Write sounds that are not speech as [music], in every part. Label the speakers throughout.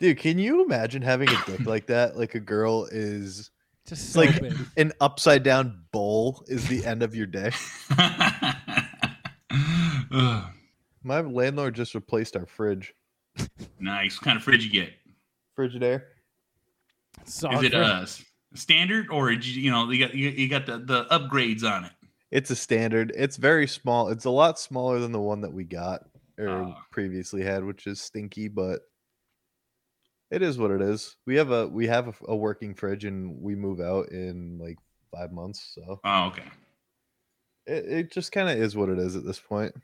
Speaker 1: Dude, can you imagine having a dick like that? Like a girl is
Speaker 2: Just
Speaker 1: It's
Speaker 2: so
Speaker 1: like-
Speaker 2: big.
Speaker 1: an upside down bowl is the end of your dick.
Speaker 3: Ugh.
Speaker 1: My landlord just replaced our fridge.
Speaker 3: nice. What kind of fridge you get?
Speaker 1: Frigidaire.
Speaker 2: Soft
Speaker 3: Is it
Speaker 2: fr-
Speaker 3: uh s- standard or did you, you know you got you, you got the the upgrades on it?
Speaker 1: It's a standard. It's very small. It's a lot smaller than the one that we got or
Speaker 3: Ah.
Speaker 1: previously had, which is stinky, but it is what it is. We have a we have a, a working fridge, and we move out in like five months, so
Speaker 3: Oh, okay.
Speaker 1: it, it just kind of is what it is at this point.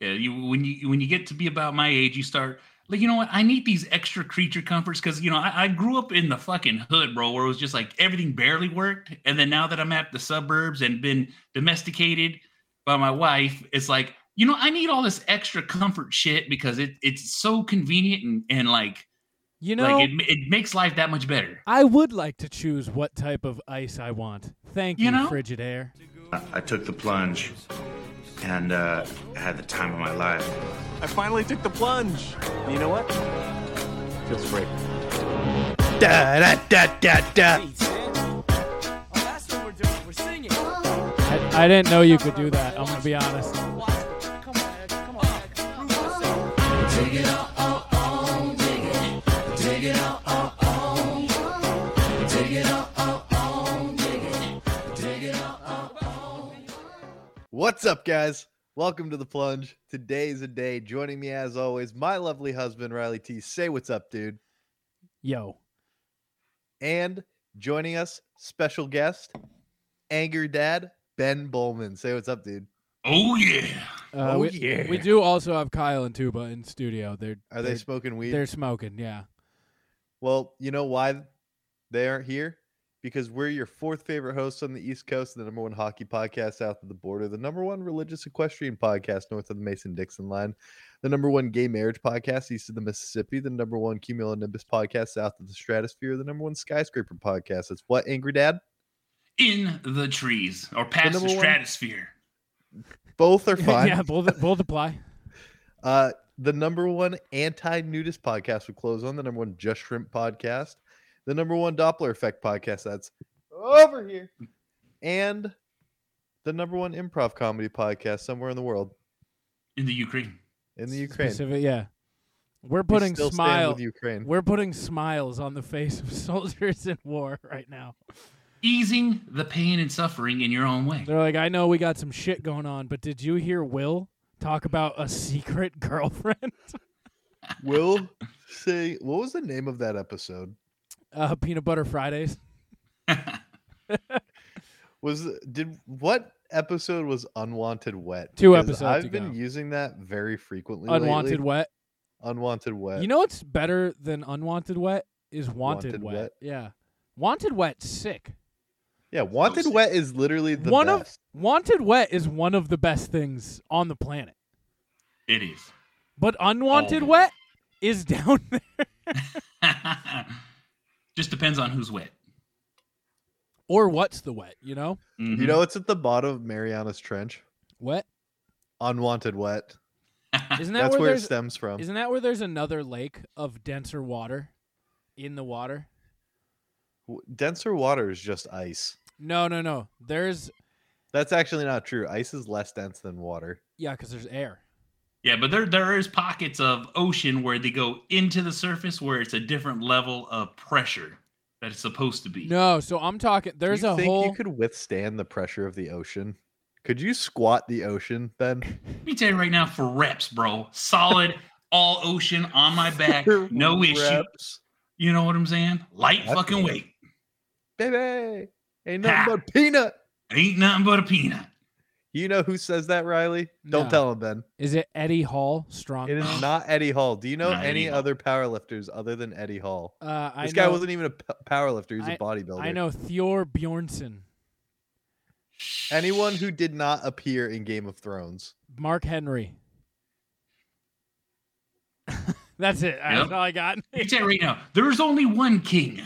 Speaker 3: Yeah, Uh, you when you when you get to be about my age, you start like you know what? I need these extra creature comforts because you know I, I grew up in the fucking hood, bro, where it was just like everything barely worked. And then now that I'm at the suburbs and been domesticated by my wife, it's like you know I need all this extra comfort shit because it it's so convenient and and like
Speaker 2: you know,
Speaker 3: like it ma- it makes life that much better.
Speaker 2: I would like to choose what type of ice I want. Thank you,
Speaker 3: You know?
Speaker 2: Frigidaire.
Speaker 4: I took the plunge and uh, had the time of my life.
Speaker 5: I finally took the plunge. You know what? Feels great.
Speaker 1: Da, da, da, da, da.
Speaker 2: I, I didn't know you could do that. I'm gonna be honest. Uh,
Speaker 1: What's up, guys? Welcome to the plunge. Today's a day. Joining me, as always, my lovely husband Riley T. Say what's up, dude.
Speaker 2: Yo,
Speaker 1: And joining us, special guest, Anger Dad Ben Bowman. Say what's up, dude.
Speaker 3: Oh yeah.
Speaker 2: uh,
Speaker 1: Oh,
Speaker 2: we,
Speaker 1: yeah.
Speaker 2: we do also have Kyle and Tuba in studio. They're
Speaker 1: Are
Speaker 2: they're,
Speaker 1: they smoking weed?
Speaker 2: they're smoking. Yeah,
Speaker 1: Well, you know why they aren't here? Because we're your fourth favorite hosts on the East Coast, the number one hockey podcast south of the border, the number one religious equestrian podcast north of the Mason Dixon line, the number one gay marriage podcast east of the Mississippi, the number one cumulonimbus podcast south of the stratosphere, the number one skyscraper podcast. That's what, Angry Dad?
Speaker 3: In the trees or past the,
Speaker 1: number one-
Speaker 3: stratosphere.
Speaker 1: Both are fine.
Speaker 2: [laughs] yeah, both both apply.
Speaker 1: [laughs] Uh, the number one anti-nudist podcast we close on the number one just shrimp podcast, the number one Doppler effect podcast that's over here, and the number one improv comedy podcast somewhere in the world
Speaker 3: In the Ukraine.
Speaker 1: in the Ukraine.
Speaker 2: Specific- yeah, we're
Speaker 1: We
Speaker 2: putting
Speaker 1: still stand
Speaker 2: smile.
Speaker 1: with Ukraine. [laughs]
Speaker 2: We're putting smiles on the face of [laughs] soldiers in war right now.
Speaker 3: Easing the pain and suffering in your own way.
Speaker 2: They're like, I know we got some shit going on, but did you hear Will talk about a secret [laughs] girlfriend?
Speaker 1: Will say what was the name of that episode?
Speaker 2: Uh, peanut butter Fridays.
Speaker 1: Was did what episode was unwanted wet?
Speaker 2: Two
Speaker 1: Because
Speaker 2: episodes
Speaker 1: I've been
Speaker 2: ago.
Speaker 1: using that very frequently.
Speaker 2: Unwanted
Speaker 1: lately.
Speaker 2: wet.
Speaker 1: Unwanted wet.
Speaker 2: You know what's better than unwanted wet is wanted,
Speaker 1: Wanted
Speaker 2: wet.
Speaker 1: wet.
Speaker 2: Yeah, wanted wet. Sick.
Speaker 1: yeah, wanted
Speaker 3: sick.
Speaker 1: wet is literally the
Speaker 2: one
Speaker 1: best.
Speaker 2: of wanted wet is one of the best things on the planet,
Speaker 3: It is.
Speaker 2: but unwanted
Speaker 3: Oh.
Speaker 2: wet is down there.
Speaker 3: Just depends on who's wet.
Speaker 2: Or what's the wet? You know,
Speaker 3: Mm-hmm.
Speaker 1: You know, it's at the bottom of Mariana's Trench.
Speaker 2: wet.
Speaker 1: Unwanted
Speaker 3: [laughs]
Speaker 1: wet.
Speaker 2: Isn't that
Speaker 1: That's
Speaker 2: where,
Speaker 1: where it
Speaker 2: there's?
Speaker 1: stems from.
Speaker 2: Isn't that where there's another lake of denser water in the water?
Speaker 1: W- Denser water is just ice.
Speaker 2: No, no, no. There's
Speaker 1: That's actually not true. Ice is less dense than water.
Speaker 2: yeah, because there's air.
Speaker 3: yeah, but there there is pockets of ocean where they go into the surface where it's a different level of pressure that it's supposed to be.
Speaker 2: No, so I'm talking.
Speaker 1: Do
Speaker 2: There's
Speaker 1: you
Speaker 2: a
Speaker 1: think
Speaker 2: whole.
Speaker 1: you could withstand the pressure of the ocean? Could you squat the ocean, Ben?
Speaker 3: Let me tell you right now, for reps, bro, solid all ocean
Speaker 1: [laughs]
Speaker 3: on my back, no issue.
Speaker 1: Reps.
Speaker 3: You know what I'm saying? Light
Speaker 1: That's
Speaker 3: fucking
Speaker 1: it.
Speaker 3: weight.
Speaker 1: Baby. Ain't
Speaker 3: Ha.
Speaker 1: nothing but peanut.
Speaker 3: [laughs] Ain't nothing but a peanut.
Speaker 1: You know who says that, Riley? Don't
Speaker 2: No.
Speaker 1: tell him, Ben.
Speaker 2: Is it Eddie Hall strong?
Speaker 1: It
Speaker 2: [gasps]
Speaker 1: is not Eddie Hall. Do you know
Speaker 3: Oh. Not
Speaker 1: any
Speaker 3: Eddie Hall.
Speaker 1: other powerlifters other than Eddie Hall?
Speaker 2: Uh, I
Speaker 1: This
Speaker 2: know,
Speaker 1: guy wasn't even a p- powerlifter. He's a bodybuilder.
Speaker 2: I know Thior Bjornsson,
Speaker 1: Anyone who did not appear in Game of Thrones.
Speaker 2: Mark Henry. That's it. That's
Speaker 3: Yep.
Speaker 2: all I got.
Speaker 3: Let
Speaker 2: [laughs]
Speaker 3: me tell you right now, there's only one king,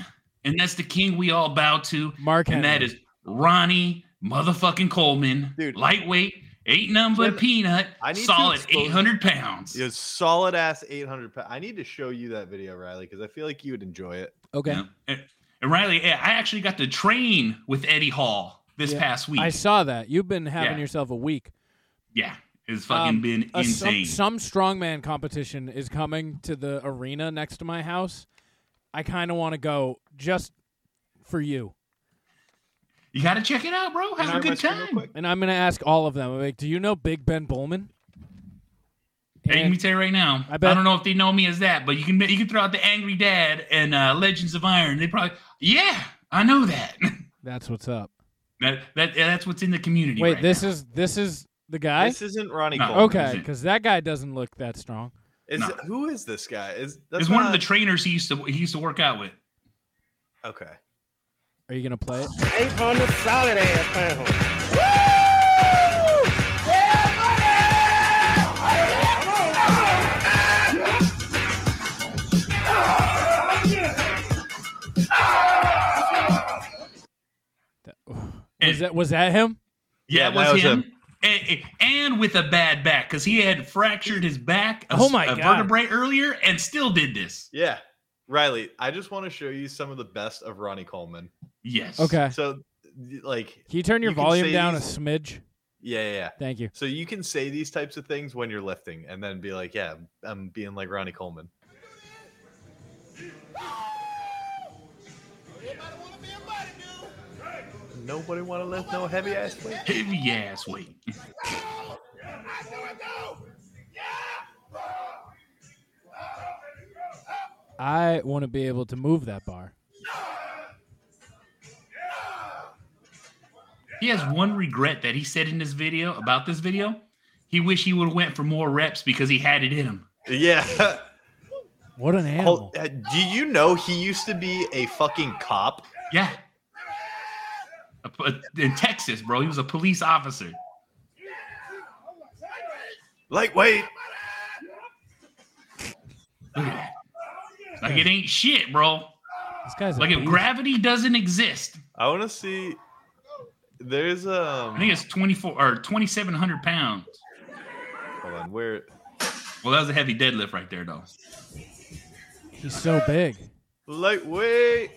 Speaker 3: and that's the king we all bow to,
Speaker 2: Mark Henry.
Speaker 3: and that is Ronnie motherfucking Coleman,
Speaker 1: Dude.
Speaker 3: lightweight Ain't nothing but a
Speaker 1: Jim,
Speaker 3: peanut.
Speaker 1: I need to
Speaker 3: solid
Speaker 1: expose-
Speaker 3: eight hundred pounds.
Speaker 1: It was solid ass 800 pounds. I need to show you that video, Riley, because I feel like you would enjoy it.
Speaker 2: Okay.
Speaker 3: Yeah. And, and Riley, yeah, I actually got to train with Eddie Hall this
Speaker 2: Yeah,
Speaker 3: past week.
Speaker 2: I saw that. You've been having
Speaker 3: Yeah.
Speaker 2: yourself a week.
Speaker 3: yeah, it's fucking
Speaker 2: Um,
Speaker 3: been
Speaker 2: a- some-
Speaker 3: insane.
Speaker 2: Some, strongman competition is coming to the arena next to my house. I kind of want to go just for you.
Speaker 3: you got to check it out, bro.
Speaker 1: Can
Speaker 3: Have
Speaker 1: I
Speaker 3: a good
Speaker 1: rescue real
Speaker 3: time.
Speaker 1: quick?
Speaker 2: And I'm going to ask all of them. I'm like, do you know Big Ben Bowman?
Speaker 3: Hey, let
Speaker 2: And-
Speaker 3: me tell you right now.
Speaker 2: I
Speaker 3: I,
Speaker 2: bet-
Speaker 3: don't know if they know me as that, but you can you can throw out the Angry Dad and uh, Legends of Iron. They probably yeah, I know that.
Speaker 2: That's what's up.
Speaker 3: that, that that's what's in the community.
Speaker 2: Wait,
Speaker 3: right
Speaker 2: this
Speaker 3: now.
Speaker 2: is this is the guy.
Speaker 1: this isn't Ronnie
Speaker 3: No.
Speaker 1: Coleman.
Speaker 2: okay,
Speaker 3: is it?
Speaker 2: because that guy doesn't look that strong.
Speaker 1: Is,
Speaker 3: No.
Speaker 1: Who is this guy? Is that's
Speaker 3: it's one of
Speaker 1: not-
Speaker 3: the trainers he used to he used to work out with.
Speaker 1: Okay.
Speaker 2: Are you gonna play it?
Speaker 6: 800 solid ass pounds.
Speaker 2: Was that was that him?
Speaker 3: Yeah,
Speaker 1: Yeah,
Speaker 3: it
Speaker 1: that
Speaker 3: was,
Speaker 1: was
Speaker 3: him.
Speaker 1: him.
Speaker 3: And, and with a bad back because he had fractured his back, a,
Speaker 2: Oh my
Speaker 3: a
Speaker 2: God.
Speaker 3: vertebrae earlier, and still did this.
Speaker 1: Yeah. Riley, I just want to show you some of the best of Ronnie Coleman.
Speaker 3: Yes.
Speaker 2: Okay.
Speaker 1: So, y- like,
Speaker 2: Can you turn your
Speaker 1: You can
Speaker 2: volume
Speaker 1: say
Speaker 2: down a
Speaker 1: these-
Speaker 2: smidge?
Speaker 1: yeah, yeah, yeah.
Speaker 2: Thank you.
Speaker 1: So you can say these types of things when you're lifting, and then be like, "Yeah, I'm- I'm being like Ronnie Coleman." Nobody want to lift no heavy ass weight.
Speaker 3: Heavy ass weight.
Speaker 2: I want to be able to move that bar.
Speaker 3: He has one regret that he said in this video about this video. He wish he would have went for more reps because he had it in him.
Speaker 1: Yeah.
Speaker 2: What an
Speaker 1: Hol-
Speaker 2: animal!
Speaker 1: uh, Do you know he used to be a fucking cop?
Speaker 3: Yeah. A po- In Texas, bro, he was a police officer.
Speaker 1: Lightweight.
Speaker 3: Look at that. Like it ain't shit, bro.
Speaker 2: This guy's a
Speaker 3: Like if
Speaker 2: beast.
Speaker 3: gravity doesn't exist,
Speaker 1: I want to see. There's
Speaker 3: I think
Speaker 1: um.
Speaker 3: it's twenty four or twenty seven hundred pounds.
Speaker 1: Hold on. Where?
Speaker 3: Well, that was a heavy deadlift right there, though.
Speaker 2: He's so big.
Speaker 1: Lightweight.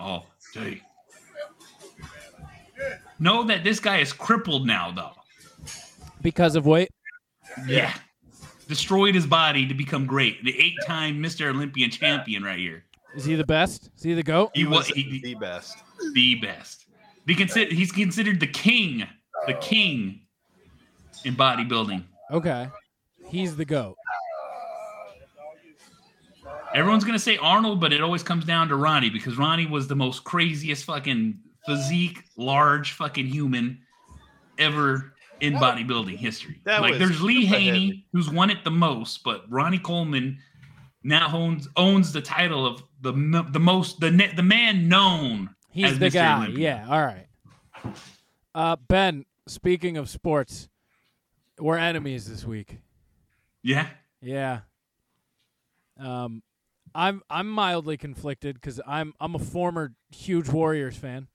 Speaker 3: Oh, gee. Know that this guy is crippled now, though.
Speaker 2: Because of weight.
Speaker 3: Yeah. Destroyed his body to become great. The eight time Mr. Olympian champion right here.
Speaker 2: Is he the best? Is he the goat?
Speaker 3: He was he,
Speaker 1: the best.
Speaker 3: the best. Be consider, he's considered the king, the king in bodybuilding.
Speaker 2: Okay. He's the goat.
Speaker 3: Everyone's gonna say Arnold, but it always comes down to Ronnie because Ronnie was the most craziest fucking physique, large fucking human ever in bodybuilding history.
Speaker 1: That
Speaker 3: like
Speaker 1: was
Speaker 3: there's Lee
Speaker 1: super
Speaker 3: Haney
Speaker 1: heavy.
Speaker 3: who's won it the most, but Ronnie Coleman now owns owns the title of the m- the most the ne- the man known.
Speaker 2: He's
Speaker 3: as
Speaker 2: the
Speaker 3: Mr.
Speaker 2: guy.
Speaker 3: Olympia.
Speaker 2: Yeah. All right. Uh, ben, speaking of sports, we're enemies this week.
Speaker 3: Yeah.
Speaker 2: Yeah. Um, I'm I'm mildly conflicted because I'm I'm a former huge Warriors fan.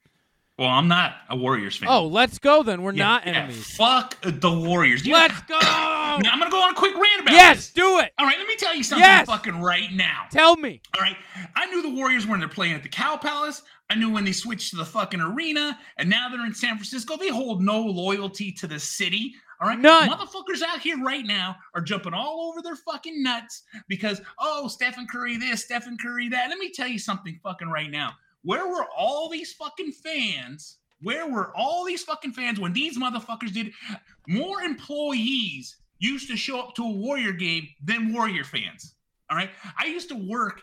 Speaker 3: Well, I'm not a Warriors fan.
Speaker 2: Oh, let's go then. We're
Speaker 3: Yeah,
Speaker 2: not
Speaker 3: yeah.
Speaker 2: enemies.
Speaker 3: Fuck the Warriors. You-
Speaker 2: Let's go.
Speaker 3: Now, I'm gonna go on a quick rant about
Speaker 2: yes,
Speaker 3: this.
Speaker 2: do it.
Speaker 3: All right, let me tell you something
Speaker 2: Yes.
Speaker 3: fucking right now.
Speaker 2: Tell me.
Speaker 3: All right. I knew the Warriors when they're playing at the Cow Palace. I knew when they switched to the fucking arena, and now they're in San Francisco. They hold no loyalty to the city. All right.
Speaker 2: None.
Speaker 3: [laughs] Motherfuckers out here right now are jumping all over their fucking nuts because, oh, Stephen Curry this, Stephen Curry that. Let me tell you something fucking right now. Where were all these fucking fans? Where were all these fucking fans when these motherfuckers did more employees used to show up to a Warrior game than Warrior fans? All right. I used to work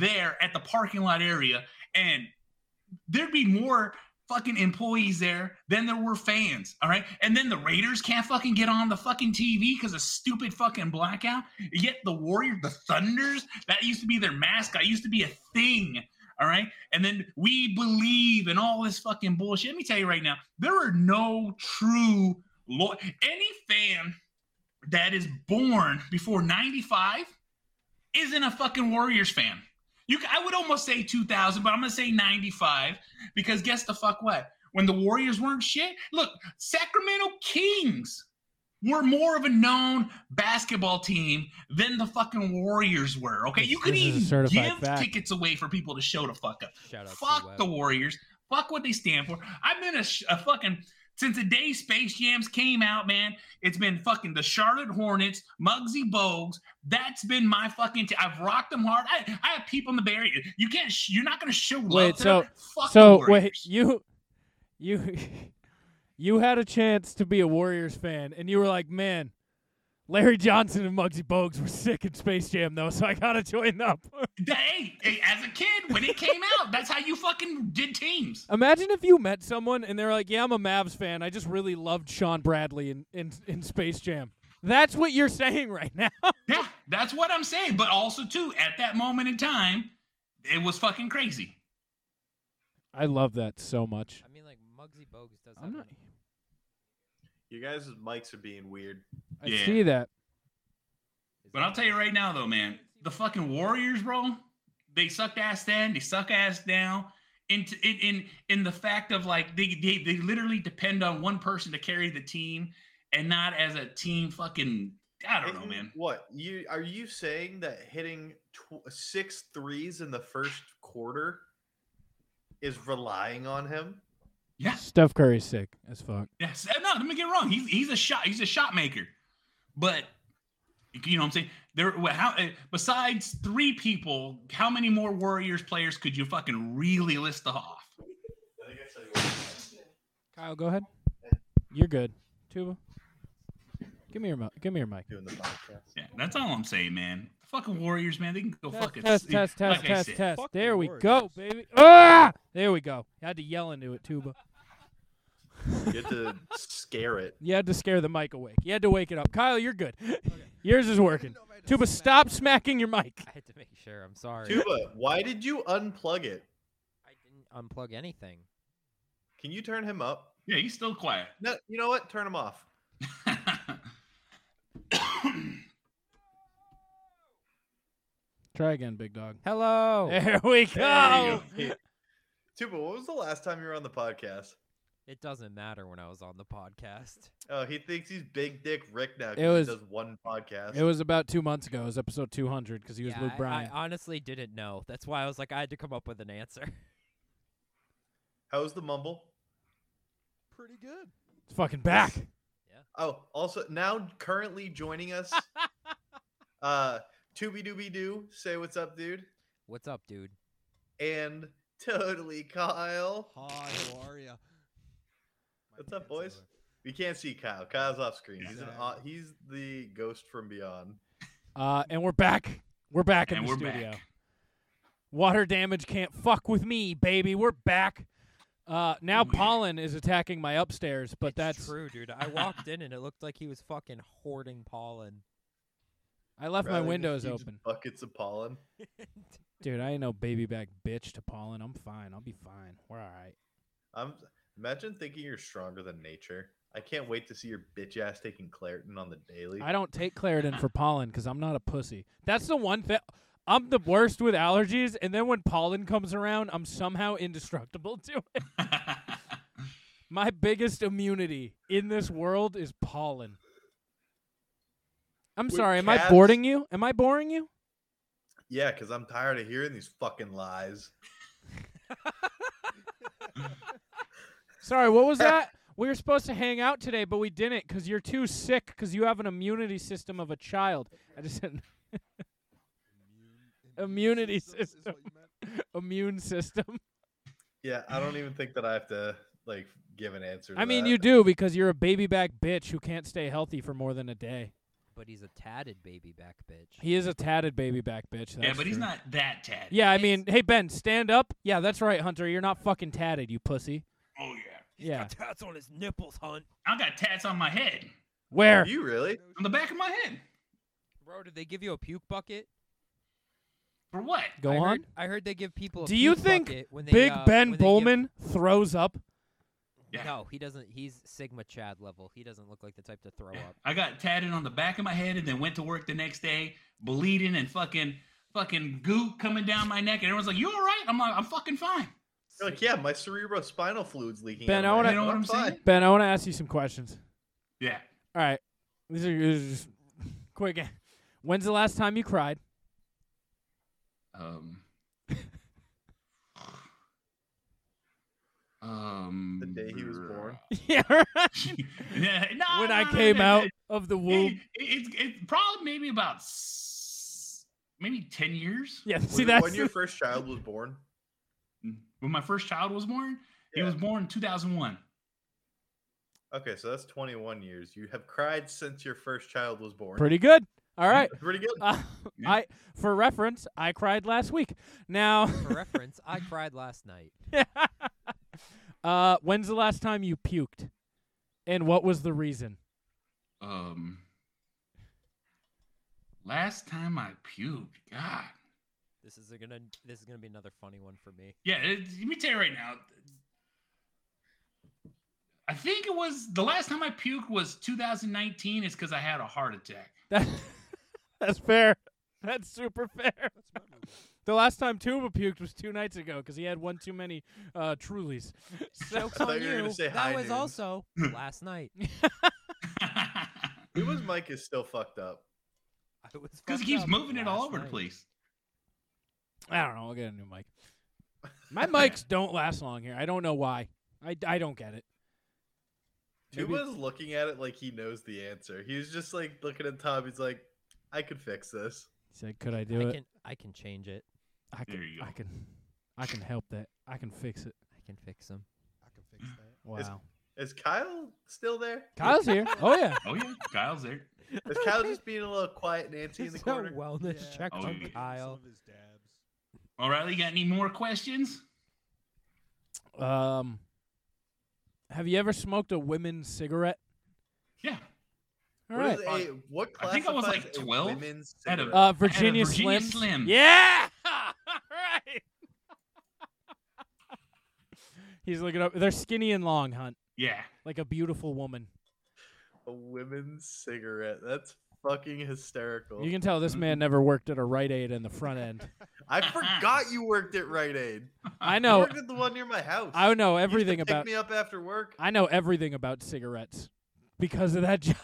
Speaker 3: there at the parking lot area, and there'd be more fucking employees there than there were fans. All right. And then the Raiders can't fucking get on the fucking TV because of stupid fucking blackout. Yet the Warriors, the Thunders, that used to be their mascot, used to be a thing. All right. And then we believe in all this fucking bullshit. Let me tell you right now, there are no true lo- any fan that is born before 95 isn't a fucking Warriors fan. You, ca- I would almost say 2000, but I'm gonna say 95 because guess the fuck what? When the Warriors weren't shit, look, Sacramento Kings We're more of a known basketball team than the fucking Warriors were. Okay,
Speaker 2: This-
Speaker 3: you could
Speaker 2: this is a
Speaker 3: even
Speaker 2: certified
Speaker 3: give
Speaker 2: fact.
Speaker 3: tickets away for people to show the fuck up.
Speaker 7: Shout out to
Speaker 3: fuck
Speaker 7: Webb.
Speaker 3: the Warriors. Fuck what they stand for. I've been a, sh- a fucking since the day Space Jams came out, man. It's been fucking the Charlotte Hornets, Muggsy Bogues. That's been my fucking. i I've rocked them hard. I, I have people in the Bay Area. You can't. Sh- you're not gonna show love.
Speaker 2: Wait,
Speaker 3: to
Speaker 2: so-
Speaker 3: them. Fuck the
Speaker 2: so
Speaker 3: Warriors.
Speaker 2: wait, you, you, [laughs] you had a chance to be a Warriors fan, and you were like, man. Larry Johnson and Muggsy Bogues were sick in Space Jam though, [laughs] so I gotta join up.
Speaker 3: That- hey, hey, as a kid, when it came out, that's how you fucking did teams.
Speaker 2: [laughs] Imagine if you met someone and they're like, "Yeah, I'm a Mavs fan. I just really loved Sean Bradley in in, in Space Jam." That's what you're saying right now.
Speaker 3: Yeah, that's what I'm saying. But also, too, at that moment in time, it was fucking crazy.
Speaker 2: I love that so much.
Speaker 7: I mean, like Muggsy Bogues does that.
Speaker 2: I'm not.
Speaker 7: Not...
Speaker 1: Your guys' mics are being weird.
Speaker 2: I
Speaker 3: Yeah.
Speaker 2: see that.
Speaker 3: But I'll tell you right now, though, man, the fucking Warriors, bro, they sucked ass then, they suck ass now. In, in in in the fact of like they, they they literally depend on one person to carry the team, and not as a team. Fucking, I don't know,
Speaker 1: Hitting-
Speaker 3: man.
Speaker 1: What you are you saying that hitting tw- six threes in the first quarter is relying on [laughs] him?
Speaker 3: Yeah,
Speaker 2: Steph Curry's sick as fuck.
Speaker 3: Yes. uh, No, let me get it wrong. He's he's a shot. He's a shot maker. But you know what I'm saying? There. well, How uh, besides three people, how many more Warriors players could you fucking really list off?
Speaker 2: Kyle, go ahead. You're good. Tuba, give me your mi- give me your mic.
Speaker 1: Doing the podcast.
Speaker 3: Yeah, that's all I'm saying, man. The fucking Warriors, man. They can go
Speaker 2: Test,
Speaker 3: fuck it.
Speaker 2: test, test, test,
Speaker 3: Like I
Speaker 2: test,
Speaker 3: said.
Speaker 2: test.
Speaker 7: Fuck the
Speaker 2: There we
Speaker 7: Warriors.
Speaker 2: go, baby. Ah! There we go. You had to yell into it, Tuba.
Speaker 1: You have to scare it.
Speaker 2: You had to scare the mic awake. You had to wake it up. Kyle, you're good. [laughs] Yours is working. Tuba, stop smacking your mic.
Speaker 7: I had to make [laughs] sure. I'm sorry.
Speaker 1: Tuba, why did you unplug it?
Speaker 7: I didn't unplug anything.
Speaker 1: Can you turn him up?
Speaker 3: Yeah, he's still quiet.
Speaker 1: No, you know what? Turn him off.
Speaker 2: Try again, big dog.
Speaker 7: Hello. [laughs]
Speaker 2: There we go. [laughs]
Speaker 1: There you go. [laughs] Tuba, what was the last time you were on the podcast?
Speaker 7: It doesn't matter when I was on the podcast.
Speaker 1: Oh, he thinks he's Big Dick Rick now. 'cause
Speaker 2: It was-
Speaker 1: he does one podcast.
Speaker 2: It was about two months ago. It was episode 200 because he was
Speaker 7: Yeah,
Speaker 2: Luke
Speaker 7: I-
Speaker 2: Bryan.
Speaker 7: I, honestly didn't know. That's why I was like, I had to come up with an answer. [laughs]
Speaker 1: How's the mumble?
Speaker 7: Pretty
Speaker 3: [laughs]
Speaker 7: good.
Speaker 2: it's fucking back.
Speaker 1: Oh, also now currently
Speaker 7: [laughs]
Speaker 1: joining us, uh, Tooby Dooby Doo, say what's up, dude,
Speaker 7: What's up, dude?
Speaker 1: and [laughs] totally Kyle.
Speaker 8: Hi, how are you?
Speaker 1: What's up, boys? We can't see Kyle. Kyle's off screen. He's an
Speaker 8: Yeah.
Speaker 1: au- he's the ghost from beyond.
Speaker 2: Uh, and we're back. We're back in
Speaker 3: And
Speaker 2: the
Speaker 3: we're
Speaker 2: studio.
Speaker 3: back.
Speaker 2: Water damage can't fuck with me, baby. We're back. Uh, now
Speaker 3: Oh, yeah.
Speaker 2: pollen is attacking my upstairs, but
Speaker 7: It's
Speaker 2: that's
Speaker 7: true, dude. I walked in and it looked like he was fucking hoarding pollen.
Speaker 2: I left
Speaker 1: Rather
Speaker 2: my
Speaker 1: than
Speaker 2: windows
Speaker 1: huge
Speaker 2: open.
Speaker 1: Buckets of pollen.
Speaker 2: [laughs] Dude, I ain't no baby back bitch to pollen. I'm fine. I'll be fine. We're all right.
Speaker 1: I'm imagine thinking you're stronger than nature. I can't wait to see your bitch ass taking Claritin on the daily.
Speaker 2: I don't take Claritin for pollen because I'm not a pussy. That's the one thing. I'm the worst with allergies, and then when pollen comes around, I'm somehow indestructible [laughs] to
Speaker 1: [laughs]
Speaker 2: it. My biggest immunity in this world is pollen. I'm
Speaker 1: With
Speaker 2: sorry. Am I
Speaker 1: cats-
Speaker 2: boring you? Am I boring you?
Speaker 1: [laughs] Yeah, because I'm tired of hearing these fucking lies.
Speaker 2: Sorry.
Speaker 7: [coughs]
Speaker 2: What was that? We were supposed to hang out today, but we didn't because you're too sick because you have an immunity system of a child. I just said [laughs] Immunity system. [laughs] immune system.
Speaker 1: Yeah, I don't even think that I have to like give an answer. To
Speaker 2: I mean,
Speaker 1: that.
Speaker 2: you do because you're a baby back bitch who can't stay healthy for more than a day.
Speaker 7: [laughs] But he's a tatted baby back bitch.
Speaker 2: He is a tatted baby back bitch.
Speaker 3: yeah,
Speaker 2: that's
Speaker 3: but he's
Speaker 2: true.
Speaker 3: not that tad.
Speaker 2: Yeah, I mean, hey Ben, stand up. Yeah, that's right, Hunter. You're not fucking tatted, you pussy.
Speaker 3: Oh yeah.
Speaker 2: Yeah.
Speaker 7: tats on his nipples, hunt.
Speaker 3: I got tats on my head,
Speaker 2: Where?
Speaker 1: You really?
Speaker 3: on the back of my head.
Speaker 7: Bro, did they give you a puke bucket?
Speaker 3: For what?
Speaker 2: Go
Speaker 7: I
Speaker 2: on.
Speaker 7: Heard, I heard they give people. A
Speaker 2: Do you
Speaker 7: puke
Speaker 2: think
Speaker 7: bucket when they,
Speaker 2: Big
Speaker 7: uh, when
Speaker 2: Ben
Speaker 7: they give-
Speaker 2: Bowman throws up?
Speaker 3: Yeah.
Speaker 7: No, he doesn't. He's Sigma Chad level. He doesn't look like the type to throw up.
Speaker 3: I got tatted on the back of my head and then went to work the next day, bleeding and fucking fucking goo coming down my neck. And everyone's like, "You all right?" I'm like, "I'm fucking fine."
Speaker 1: You're like, yeah, my cerebrospinal fluid's leaking.
Speaker 2: Ben,
Speaker 1: out
Speaker 2: I
Speaker 1: of my head,
Speaker 2: wanna-
Speaker 3: You
Speaker 1: but
Speaker 3: know what I'm
Speaker 1: fine."
Speaker 3: saying?
Speaker 2: Ben, I want to ask you some questions.
Speaker 3: Yeah.
Speaker 2: All right. These are these are just [laughs] quick. When's the last time you cried? [laughs]
Speaker 3: Um, um,
Speaker 1: The day he
Speaker 3: Um,
Speaker 1: was born.
Speaker 3: [laughs]
Speaker 2: [laughs] yeah. right.
Speaker 3: yeah, no,
Speaker 2: When
Speaker 3: no,
Speaker 2: I
Speaker 3: no,
Speaker 2: came
Speaker 3: no,
Speaker 2: out
Speaker 3: it-
Speaker 2: of the
Speaker 3: It,
Speaker 2: womb.
Speaker 3: it, it- probably maybe about s- maybe ten years.
Speaker 2: Yeah.
Speaker 8: Was
Speaker 2: See,
Speaker 8: it
Speaker 2: that's
Speaker 8: when
Speaker 2: [laughs]
Speaker 8: your first [laughs] child was born.
Speaker 3: When my first child was born, he
Speaker 8: Yeah.
Speaker 3: was born in two thousand one.
Speaker 8: Okay, so that's 21 years. You have cried since your first child was born.
Speaker 2: pretty good. All right.
Speaker 8: Pretty good.
Speaker 2: Uh, [laughs]
Speaker 3: Yeah.
Speaker 2: I, for reference, I cried last week. Now, [laughs]
Speaker 7: For reference, I cried last night.
Speaker 2: uh, when's the last time you puked, and what was the reason?
Speaker 3: Um, last time I puked, God.
Speaker 7: This is gonna this is gonna be another funny one for me.
Speaker 3: Yeah, it, let me tell you right now. I think it was the last time I puked was 2019. Is because I had a heart attack.
Speaker 2: That, [laughs] that's fair. That's super fair. The last time Tuba puked was two nights ago because he had one too many uh,
Speaker 7: [laughs]
Speaker 2: Trulies. So,
Speaker 7: Jokes
Speaker 8: thought
Speaker 7: on
Speaker 8: you were gonna
Speaker 7: you.
Speaker 8: say hi,
Speaker 7: that was
Speaker 8: dude. [clears throat] [laughs]
Speaker 7: also last night.
Speaker 8: Tuba's mic is still fucked up.
Speaker 7: [laughs] I was
Speaker 3: Because
Speaker 7: fucked
Speaker 3: he keeps
Speaker 7: up
Speaker 3: moving it all
Speaker 7: last
Speaker 3: over the
Speaker 7: night.
Speaker 3: place.
Speaker 2: I don't know. I'll get a new mic. My
Speaker 8: [laughs]
Speaker 2: mics don't last long here. I don't know why. I, I don't get it. Maybe-
Speaker 8: Tuba's looking at it like he knows the answer. He was just like looking at Tom. He's like, I could fix this.
Speaker 2: He said, [laughs] "Could I do
Speaker 7: I
Speaker 2: it?
Speaker 7: can I can change it.
Speaker 2: I can.
Speaker 3: There you
Speaker 2: I
Speaker 3: go.
Speaker 2: can. I can help that. I can fix it."
Speaker 7: I can fix him.
Speaker 9: I can fix that.
Speaker 2: Wow.
Speaker 8: It's- Is Kyle still there?
Speaker 2: Kyle's here. Oh yeah.
Speaker 3: Oh yeah, Kyle's there.
Speaker 8: Is Kyle just being a little quiet Nancy in the
Speaker 7: [laughs] Just a
Speaker 8: corner?
Speaker 7: wellness
Speaker 9: Yeah.
Speaker 7: check
Speaker 3: Oh,
Speaker 7: on
Speaker 3: yeah. Some
Speaker 7: Kyle.
Speaker 9: Some of his dabs.
Speaker 3: O'Reilly, got any more questions?
Speaker 2: Um, have you ever smoked a women's cigarette?
Speaker 3: Yeah.
Speaker 2: All
Speaker 8: What
Speaker 2: right.
Speaker 8: is a, what
Speaker 3: I think I was,
Speaker 8: classifies
Speaker 3: like,
Speaker 8: a
Speaker 3: 12
Speaker 8: women's
Speaker 3: at a-
Speaker 8: cigarette?
Speaker 2: Uh,
Speaker 3: I had a
Speaker 2: Virginia,
Speaker 3: Virginia
Speaker 2: Slims.
Speaker 3: Slim.
Speaker 2: Yeah. [laughs] All right. He's looking up. They're skinny and long, Hunt,
Speaker 3: Yeah.
Speaker 2: like a beautiful woman.
Speaker 8: a women's cigarette. That's fucking hysterical.
Speaker 2: You can tell
Speaker 8: [laughs]
Speaker 2: this man never worked at a Rite Aid in the front end.
Speaker 8: I forgot you worked at Rite Aid.
Speaker 2: I
Speaker 8: You
Speaker 2: know.
Speaker 8: worked at the one near my house.
Speaker 2: I
Speaker 8: You used
Speaker 2: know
Speaker 8: to
Speaker 2: everything
Speaker 8: pick
Speaker 2: about.
Speaker 8: me up after work.
Speaker 2: I know everything about cigarettes because of that [laughs] job.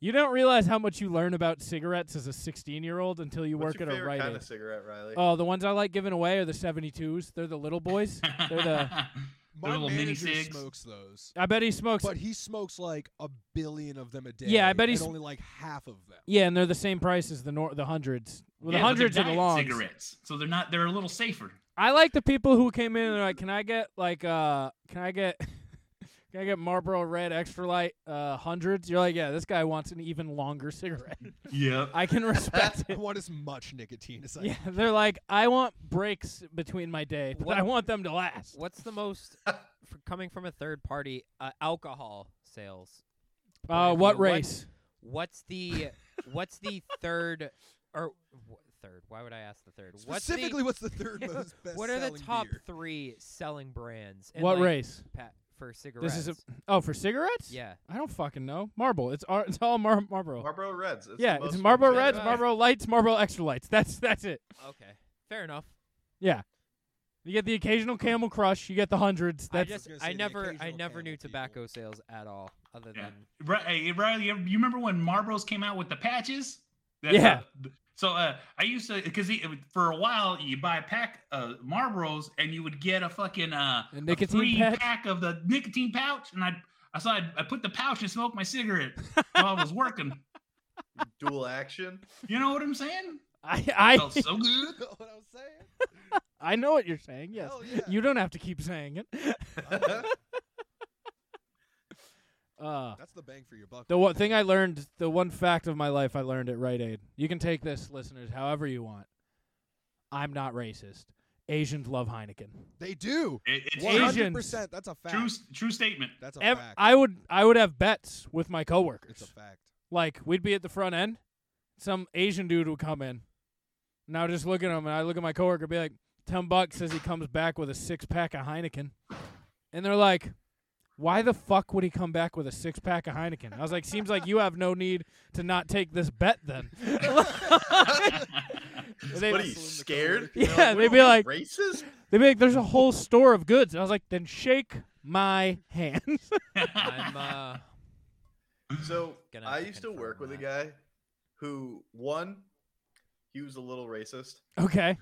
Speaker 2: you don't realize how much you learn about cigarettes as a 16-year-old until you
Speaker 8: What's
Speaker 2: work
Speaker 8: your
Speaker 2: at a
Speaker 8: favorite
Speaker 2: Rite
Speaker 8: kind
Speaker 2: Aid.
Speaker 8: of cigarette, Riley?
Speaker 2: Oh, the ones I like giving away are the 72s. They're the little
Speaker 8: [laughs]
Speaker 2: boys. They're the.
Speaker 3: [laughs] They're
Speaker 9: My
Speaker 3: little mini
Speaker 9: manager
Speaker 3: cigs.
Speaker 9: smokes those,
Speaker 2: I bet he smokes.
Speaker 9: but he smokes like a billion of them a day.
Speaker 2: Yeah, I bet
Speaker 9: and
Speaker 2: he's-
Speaker 9: only like half of them.
Speaker 2: yeah, and they're the same price as the nor- the hundreds. Well, the
Speaker 3: Yeah, but they're
Speaker 2: hundreds are the
Speaker 3: diet
Speaker 2: longs.
Speaker 3: cigarettes, so they're not. They're a little safer.
Speaker 2: I like the people who came in and they're like, "Can I get like uh, can I get, [laughs] can I get Marlboro Red Extra Light uh hundreds? You're like, "Yeah, this guy wants an even longer [laughs] cigarette."
Speaker 3: Yep.
Speaker 2: I can
Speaker 7: [laughs]
Speaker 2: respect
Speaker 9: [laughs] I
Speaker 2: it.
Speaker 9: want as much nicotine as I
Speaker 2: Yeah, they're like, "I want breaks between my day, but
Speaker 7: What-
Speaker 2: I want them to last."
Speaker 7: What's the
Speaker 9: [laughs]
Speaker 7: most for coming from a third party uh, alcohol sales? point
Speaker 2: Uh,
Speaker 7: of
Speaker 2: what
Speaker 7: view,
Speaker 2: race?
Speaker 7: What's the what's
Speaker 9: [laughs]
Speaker 7: the third or wh- third? Why would I ask the third? What's the-
Speaker 9: Specifically, what's the third
Speaker 7: [laughs]
Speaker 9: most best?
Speaker 7: what are the
Speaker 9: selling
Speaker 7: top
Speaker 9: beer?
Speaker 7: three selling brands?
Speaker 2: What,
Speaker 7: and, like,
Speaker 2: race?
Speaker 7: pa- for cigarettes.
Speaker 2: This is a oh for cigarettes.
Speaker 7: yeah.
Speaker 2: I don't fucking know. Marble. It's ar- it's all Mar- Marlboro.
Speaker 8: Marlboro Reds. It's the
Speaker 2: yeah, it's
Speaker 8: most
Speaker 2: Marlboro
Speaker 8: famous
Speaker 2: Reds,
Speaker 8: cigarette.
Speaker 2: Marlboro Lights, Marlboro Extra Lights. That's that's it.
Speaker 7: Okay. Fair enough.
Speaker 2: You get the occasional Camel Crush. You get the hundreds. That's
Speaker 7: I just
Speaker 9: gonna
Speaker 7: I
Speaker 9: say the
Speaker 7: never I
Speaker 9: occasional
Speaker 7: never
Speaker 9: can
Speaker 7: knew
Speaker 9: of people.
Speaker 7: tobacco sales at all other
Speaker 3: Yeah.
Speaker 7: than
Speaker 3: Right, hey, Riley, you you remember when Marlboros came out with the patches? That-
Speaker 2: Yeah.
Speaker 3: uh, so uh, I used to because for a while you buy a pack uh, Marlboros and you would get a fucking uh,
Speaker 2: A nicotine
Speaker 3: free
Speaker 2: patch?
Speaker 3: pack of the nicotine pouch, and I I saw I, I put the pouch and smoked my cigarette while I was working.
Speaker 8: Dual action.
Speaker 3: You know what I'm saying?
Speaker 2: [laughs] I
Speaker 3: felt
Speaker 2: I, [laughs]
Speaker 3: so good.
Speaker 9: You know what I'm saying?
Speaker 2: I know what you're saying. Yes,
Speaker 9: Hell yeah. Uh-huh.
Speaker 2: you don't have to keep saying it. Uh,
Speaker 9: That's the bang for your buck.
Speaker 2: the
Speaker 9: right
Speaker 2: one
Speaker 9: there.
Speaker 2: thing I learned, the one fact of my life I learned at Rite Aid. You can take this, listeners, however you want. I'm not racist. Asians love Heineken.
Speaker 9: they do.
Speaker 3: It, it's
Speaker 2: Asian.
Speaker 3: true,
Speaker 2: Asians.
Speaker 9: 100%. That's a fact.
Speaker 3: true, true statement.
Speaker 9: That's a
Speaker 2: Ev-
Speaker 9: fact.
Speaker 2: I would I would have bets with my
Speaker 9: it's
Speaker 2: coworkers.
Speaker 9: a fact.
Speaker 2: Like we'd be at the front end, some Asian dude would come in, and I would just look at him, and I look at my coworker, and be like, ten bucks says he comes back with a six pack of Heineken, and they're like, why the fuck would he come back with a six pack of Heineken? I was like, seems like you have no need to not take this bet
Speaker 9: [laughs]
Speaker 3: [laughs]
Speaker 2: then. [laughs] they,
Speaker 8: what are you scared?
Speaker 2: Yeah,
Speaker 8: They're
Speaker 2: they'd
Speaker 8: "What,
Speaker 2: be
Speaker 8: are we
Speaker 2: like-
Speaker 8: racist.
Speaker 2: they'd be like, there's a whole store of goods. And I was like, then shake my hand.
Speaker 7: I'm uh
Speaker 1: So
Speaker 7: Gonna have
Speaker 1: I
Speaker 7: to
Speaker 1: used to work
Speaker 7: confirm
Speaker 1: with a guy who one, he was a little racist.
Speaker 2: [laughs] Okay.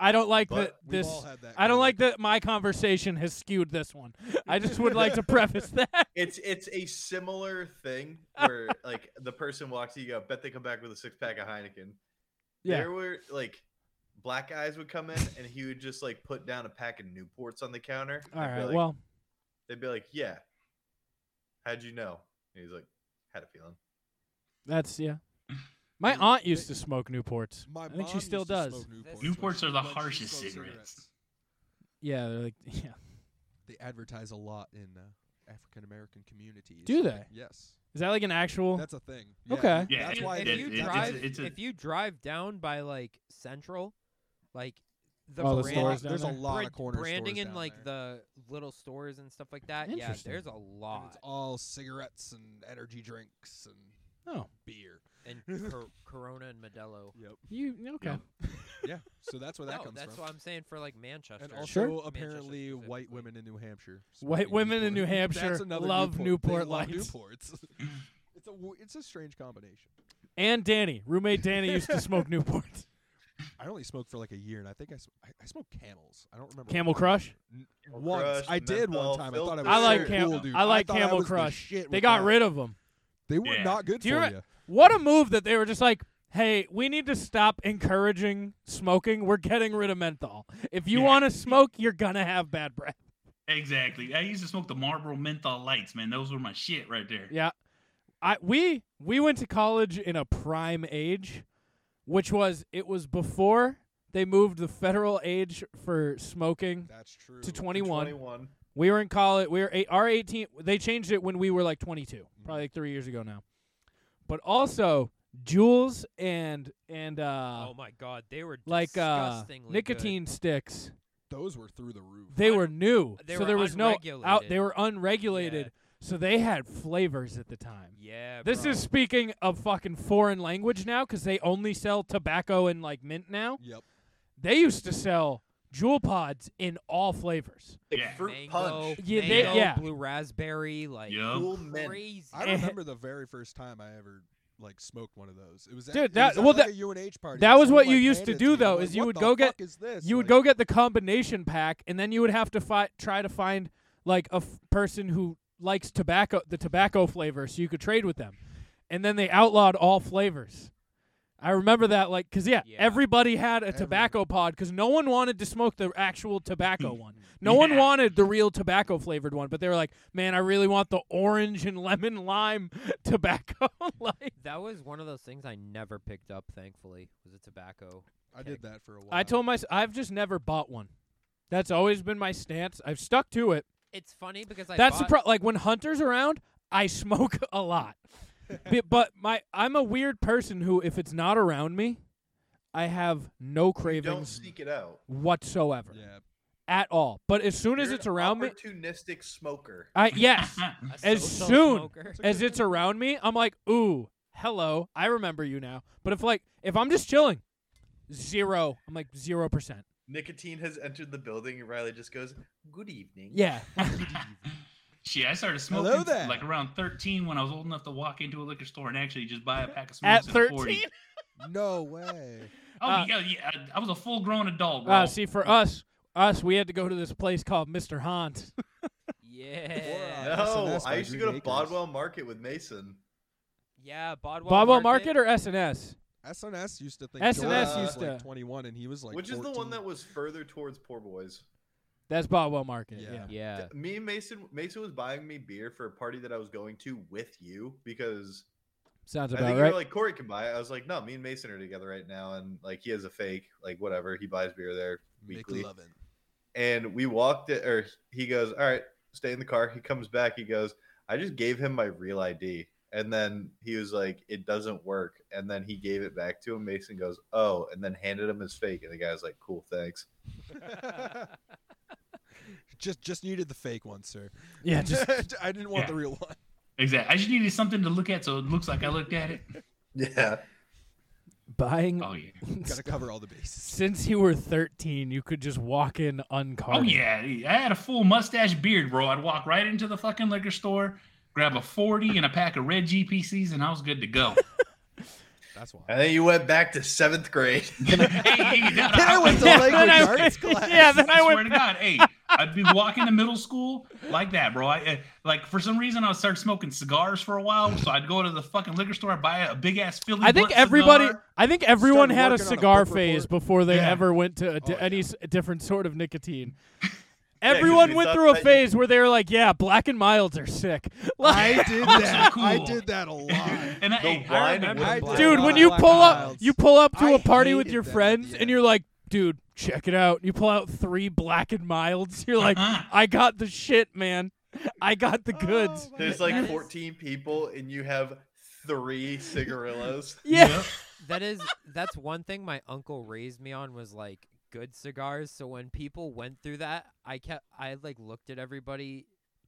Speaker 2: I don't like that
Speaker 1: But
Speaker 9: We've all
Speaker 2: this.
Speaker 9: had that.
Speaker 2: I don't
Speaker 9: going.
Speaker 2: like that my conversation has skewed this one. I just would like to preface that.
Speaker 1: [laughs] It's it's a similar thing where like the person walks, you go, bet they come back with a six pack of Heineken.
Speaker 2: Yeah.
Speaker 1: There were like black guys would come in and he would just like put down a pack of Newports on the counter.
Speaker 2: [laughs] All
Speaker 1: I'd be
Speaker 2: right.
Speaker 1: like-
Speaker 2: Well,
Speaker 1: they'd be like, Yeah. How'd you know? And he's like, had a feeling.
Speaker 2: that's yeah. My aunt used to smoke Newports. Uh,
Speaker 9: My
Speaker 2: I think
Speaker 9: mom
Speaker 2: she still
Speaker 9: used to
Speaker 2: does.
Speaker 9: smoke Newports.
Speaker 3: Newports are the
Speaker 9: But she
Speaker 3: harshest
Speaker 9: smokes
Speaker 3: cigarettes.
Speaker 2: Yeah, they're like [laughs] yeah.
Speaker 9: They advertise a lot in uh, African American communities.
Speaker 2: Do they?
Speaker 9: Yes,
Speaker 2: Is that like an actual?
Speaker 9: that's a thing. Yeah,
Speaker 2: Okay.
Speaker 3: Yeah,
Speaker 9: that's
Speaker 3: it-
Speaker 9: why
Speaker 7: if
Speaker 3: it-
Speaker 7: you
Speaker 3: it's-
Speaker 7: drive,
Speaker 3: it's a-
Speaker 7: if you drive down by like Central, like the
Speaker 2: Oh, the
Speaker 7: brand-
Speaker 2: stores down
Speaker 9: there's a
Speaker 2: there?
Speaker 9: lot
Speaker 7: brand-
Speaker 9: of corner
Speaker 7: branding
Speaker 9: stores
Speaker 7: in
Speaker 9: down
Speaker 7: like
Speaker 9: there.
Speaker 7: the little stores and stuff like that. Yeah,
Speaker 2: Interesting.
Speaker 7: there's a
Speaker 9: And it's
Speaker 7: lot
Speaker 9: all cigarettes and energy drinks and
Speaker 2: Oh,
Speaker 9: beer.
Speaker 7: and
Speaker 9: [laughs]
Speaker 7: cor- Corona and Modelo.
Speaker 9: Yep.
Speaker 2: you okay?
Speaker 3: [laughs] Yeah.
Speaker 9: Yeah. So that's where that
Speaker 7: no,
Speaker 9: comes
Speaker 7: that's
Speaker 9: from.
Speaker 7: what I'm saying for like Manchester.
Speaker 9: and also
Speaker 2: Sure.
Speaker 9: [laughs] apparently
Speaker 7: Manchester
Speaker 9: white
Speaker 7: specifically.
Speaker 9: women in New Hampshire.
Speaker 2: White
Speaker 9: smoking
Speaker 2: women in New
Speaker 9: Newport. [laughs]
Speaker 2: Hampshire
Speaker 9: that's another
Speaker 2: love Newport,
Speaker 9: They love
Speaker 2: lights.
Speaker 9: Newports. [laughs] it's a w- it's a strange combination.
Speaker 2: [laughs] And Danny, roommate Danny used
Speaker 9: [laughs]
Speaker 2: to smoke Newports.
Speaker 9: I only smoked for like a year, and I think I sm- I, I smoked Camels. I don't remember.
Speaker 2: Camel
Speaker 9: what-
Speaker 2: Crush.
Speaker 9: N-
Speaker 1: Camel
Speaker 9: Once
Speaker 1: Crush,
Speaker 9: I did one
Speaker 1: menthol,
Speaker 9: time. I thought I was
Speaker 1: filter.
Speaker 2: I like
Speaker 9: so
Speaker 2: Camel.
Speaker 9: cool, dude.
Speaker 2: I like
Speaker 9: thought
Speaker 2: Camel
Speaker 9: was the
Speaker 2: Crush.
Speaker 9: shit
Speaker 2: they
Speaker 9: with
Speaker 2: got
Speaker 9: that.
Speaker 2: rid of them.
Speaker 9: They were
Speaker 3: Yeah.
Speaker 9: not good
Speaker 2: Do you
Speaker 9: for
Speaker 2: re-
Speaker 9: you.
Speaker 2: What a move that they were just like, hey, we need to stop encouraging smoking. We're getting rid of menthol. If you
Speaker 3: Yeah.
Speaker 2: want to smoke, you're going to have bad breath.
Speaker 3: Exactly. I used to smoke the Marlboro menthol lights, man. Those were my shit right there.
Speaker 2: Yeah. I we we went to college in a prime age, which was it was before they moved the federal age for smoking
Speaker 9: That's true.
Speaker 2: to 21.
Speaker 1: 21.
Speaker 2: We were in college. We were eight, our 18. They changed it when we were like 22,
Speaker 7: Mm-hmm.
Speaker 2: probably like three years ago now. But also Jules and and uh,
Speaker 7: Oh my God, they were
Speaker 2: like uh,
Speaker 7: disgustingly good.
Speaker 2: nicotine sticks.
Speaker 9: Those were through the roof.
Speaker 2: They were new,
Speaker 7: they
Speaker 2: so
Speaker 7: were
Speaker 2: there was no out. They
Speaker 7: unregulated.
Speaker 2: were unregulated, so they had flavors at the time.
Speaker 7: Yeah,
Speaker 2: This
Speaker 7: bro.
Speaker 2: is speaking of fucking foreign language now because they only sell tobacco and like mint now.
Speaker 9: Yep.
Speaker 2: They used to sell jewel pods in all flavors.
Speaker 1: Like
Speaker 3: Yeah.
Speaker 1: fruit
Speaker 7: mango,
Speaker 1: punch.
Speaker 2: Yeah, they-
Speaker 7: mango,
Speaker 2: yeah.
Speaker 7: blue raspberry, like
Speaker 3: Yup.
Speaker 1: Cool mint.
Speaker 7: crazy.
Speaker 2: [laughs]
Speaker 9: I
Speaker 2: Eh.
Speaker 9: remember the very first time I ever like smoked one of those. It was at,
Speaker 2: Dude,
Speaker 9: it was at,
Speaker 2: that- well,
Speaker 9: like,
Speaker 2: that-
Speaker 9: a UNH party.
Speaker 2: that
Speaker 9: and
Speaker 2: was what
Speaker 9: someone,
Speaker 2: you
Speaker 9: like,
Speaker 2: used to
Speaker 9: handed it
Speaker 2: do,
Speaker 9: me, and I'm
Speaker 2: though,
Speaker 9: like,
Speaker 2: is you
Speaker 9: "What
Speaker 2: would
Speaker 9: the
Speaker 2: go get-
Speaker 9: fuck is this?"
Speaker 2: You would
Speaker 9: Like,
Speaker 2: go get the combination pack, and then you would have to fi- try to find like a f- person who likes tobacco, the tobacco flavor, so you could trade with them. And then they outlawed all flavors. I remember that, like, cause yeah,
Speaker 7: Yeah.
Speaker 2: everybody had a
Speaker 9: Everyone.
Speaker 2: tobacco pod, because no one wanted to smoke the actual tobacco one. No one
Speaker 3: Yeah.
Speaker 2: wanted the real tobacco flavored one, but they were like, "Man, I really want the orange and lemon lime [laughs] tobacco." like,
Speaker 7: That was one of those things I never picked up. Thankfully, was a tobacco.
Speaker 9: I did that for a while.
Speaker 2: I told myself, I've just never bought one. That's always been my stance. I've stuck to it.
Speaker 7: It's funny because I
Speaker 2: That's
Speaker 7: bought,
Speaker 2: the pro- like when Hunter's around, I [laughs] smoke a lot. B- but my I'm a weird person who if it's not around me, I have no
Speaker 1: Don't
Speaker 2: cravings
Speaker 1: seek it out.
Speaker 2: whatsoever
Speaker 9: Yeah.
Speaker 2: at all. But as soon as
Speaker 1: You're
Speaker 2: it's
Speaker 1: an
Speaker 2: around me,
Speaker 1: Opportunistic smoker. [laughs]
Speaker 2: I
Speaker 7: [laughs]
Speaker 2: yes,
Speaker 7: a
Speaker 2: as
Speaker 7: social
Speaker 2: soon
Speaker 7: smoker.
Speaker 2: as it's around me, I'm like, "Ooh, hello, I remember you now." But if like if I'm just chilling, zero. I'm like 0%.
Speaker 1: Nicotine has entered the building, and Riley just goes, "Good evening."
Speaker 2: Yeah.
Speaker 3: [laughs] Shit, I started smoking
Speaker 9: Hello there.
Speaker 3: like around 13 when I was old enough to walk into a liquor store and actually just buy a pack of
Speaker 2: At
Speaker 3: smokes and a
Speaker 2: 13.
Speaker 3: 40.
Speaker 9: No way.
Speaker 3: [laughs] Oh
Speaker 2: Uh, [laughs]
Speaker 3: yeah, yeah, I was a full grown adult. Bro.
Speaker 2: Uh, see for us, us we had to go to this place called Mr. Hans.
Speaker 7: [laughs] yeah,
Speaker 1: No,
Speaker 9: SNS
Speaker 1: I
Speaker 9: by
Speaker 1: used to
Speaker 9: Green
Speaker 1: go to
Speaker 9: Acres.
Speaker 1: Bodwell Market with Mason.
Speaker 7: yeah. Bodwell,
Speaker 2: Bobo Market or SNS?
Speaker 9: SNS used to think
Speaker 2: SNS
Speaker 9: Jordan was
Speaker 1: used
Speaker 9: like
Speaker 2: to-
Speaker 9: 21 and he was like
Speaker 1: Which is the one
Speaker 9: 14.
Speaker 1: that was further towards Poor Boys.
Speaker 2: That's Bobo Market. Yeah.
Speaker 9: Yeah.
Speaker 7: yeah.
Speaker 1: Me and Mason Mason was buying me beer for a party that I was going to with you because
Speaker 2: Sounds
Speaker 1: I
Speaker 2: about
Speaker 1: think you
Speaker 2: right.
Speaker 1: were like Corey can buy it. I was like, no, me and Mason are together right now, and like he has a fake, like whatever. He buys beer there weekly.
Speaker 9: McLovin.
Speaker 1: and we walked it or he goes all right stay in the car he comes back he goes i just gave him my real id and then he was like it doesn't work and then he gave it back to him mason goes oh and then handed him his fake and the guy's like cool thanks
Speaker 9: just just needed the fake one, sir.
Speaker 2: [laughs] yeah, just
Speaker 9: [laughs] I didn't want
Speaker 3: Yeah.
Speaker 9: the real one.
Speaker 3: exactly. I just needed something to look at, so it looks like I looked at it.
Speaker 1: yeah
Speaker 2: buying. [laughs]
Speaker 3: Oh yeah.
Speaker 9: Got to cover all the bases.
Speaker 2: Since you were 13, you could just walk in uncarded.
Speaker 3: Oh yeah, I had a full mustache beard, bro. I'd walk right into the fucking liquor store, grab a 40 and a pack of red GPCs, and I was good to go.
Speaker 9: That's why.
Speaker 8: And then you went back to seventh
Speaker 3: [laughs]
Speaker 8: grade.
Speaker 3: hey, dude,
Speaker 9: Then I went to
Speaker 2: Yeah,
Speaker 9: language
Speaker 2: then I went-
Speaker 9: arts class.
Speaker 2: yeah, then I
Speaker 3: I
Speaker 2: went
Speaker 3: swear to God, hey, I'd be walking to middle school like that, bro. I uh, like for some reason I would start smoking cigars for a while, so I'd go to the fucking liquor store, buy a big ass Philly.
Speaker 2: I think
Speaker 3: Blunt
Speaker 2: everybody.
Speaker 3: cigar.
Speaker 2: I think everyone
Speaker 9: Started
Speaker 2: had a
Speaker 9: working on a
Speaker 2: cigar
Speaker 9: book
Speaker 2: phase
Speaker 9: report.
Speaker 2: before they
Speaker 3: Yeah.
Speaker 2: ever went to a di-
Speaker 9: Oh,
Speaker 2: any s- a different sort of nicotine.
Speaker 8: 'cause
Speaker 2: [laughs] Everyone
Speaker 8: we
Speaker 2: went
Speaker 8: thought
Speaker 2: through a
Speaker 8: that you-
Speaker 2: phase where they were like, "Yeah, black and milds are sick." [laughs] Like,
Speaker 9: [laughs] I did
Speaker 3: so
Speaker 9: that. I
Speaker 3: cool.
Speaker 9: did
Speaker 3: [laughs]
Speaker 9: that a lot.
Speaker 3: and I,
Speaker 8: The
Speaker 3: hey, I
Speaker 8: wine
Speaker 3: remember-
Speaker 8: would-
Speaker 9: I
Speaker 2: dude,
Speaker 9: did
Speaker 2: when
Speaker 9: a
Speaker 2: you
Speaker 9: lot of
Speaker 2: pull
Speaker 9: black
Speaker 2: up,
Speaker 9: milds.
Speaker 2: you pull up to a
Speaker 9: I
Speaker 2: party with
Speaker 9: hated
Speaker 2: your
Speaker 9: that
Speaker 2: friends, and
Speaker 9: idea.
Speaker 2: you're like, "Dude, check it out." You pull out three black and milds. [laughs] You're like,
Speaker 3: Uh-huh.
Speaker 2: "I got the shit, man. I got the
Speaker 9: Oh,
Speaker 2: goods."
Speaker 8: There's
Speaker 7: That
Speaker 8: like
Speaker 7: is-
Speaker 8: 14 people, and you have three
Speaker 7: [laughs]
Speaker 8: cigarillos.
Speaker 2: yeah.
Speaker 3: Yep.
Speaker 7: that is that's one thing my uncle raised me on was like good cigars. So when people went through that, I kept I like looked at everybody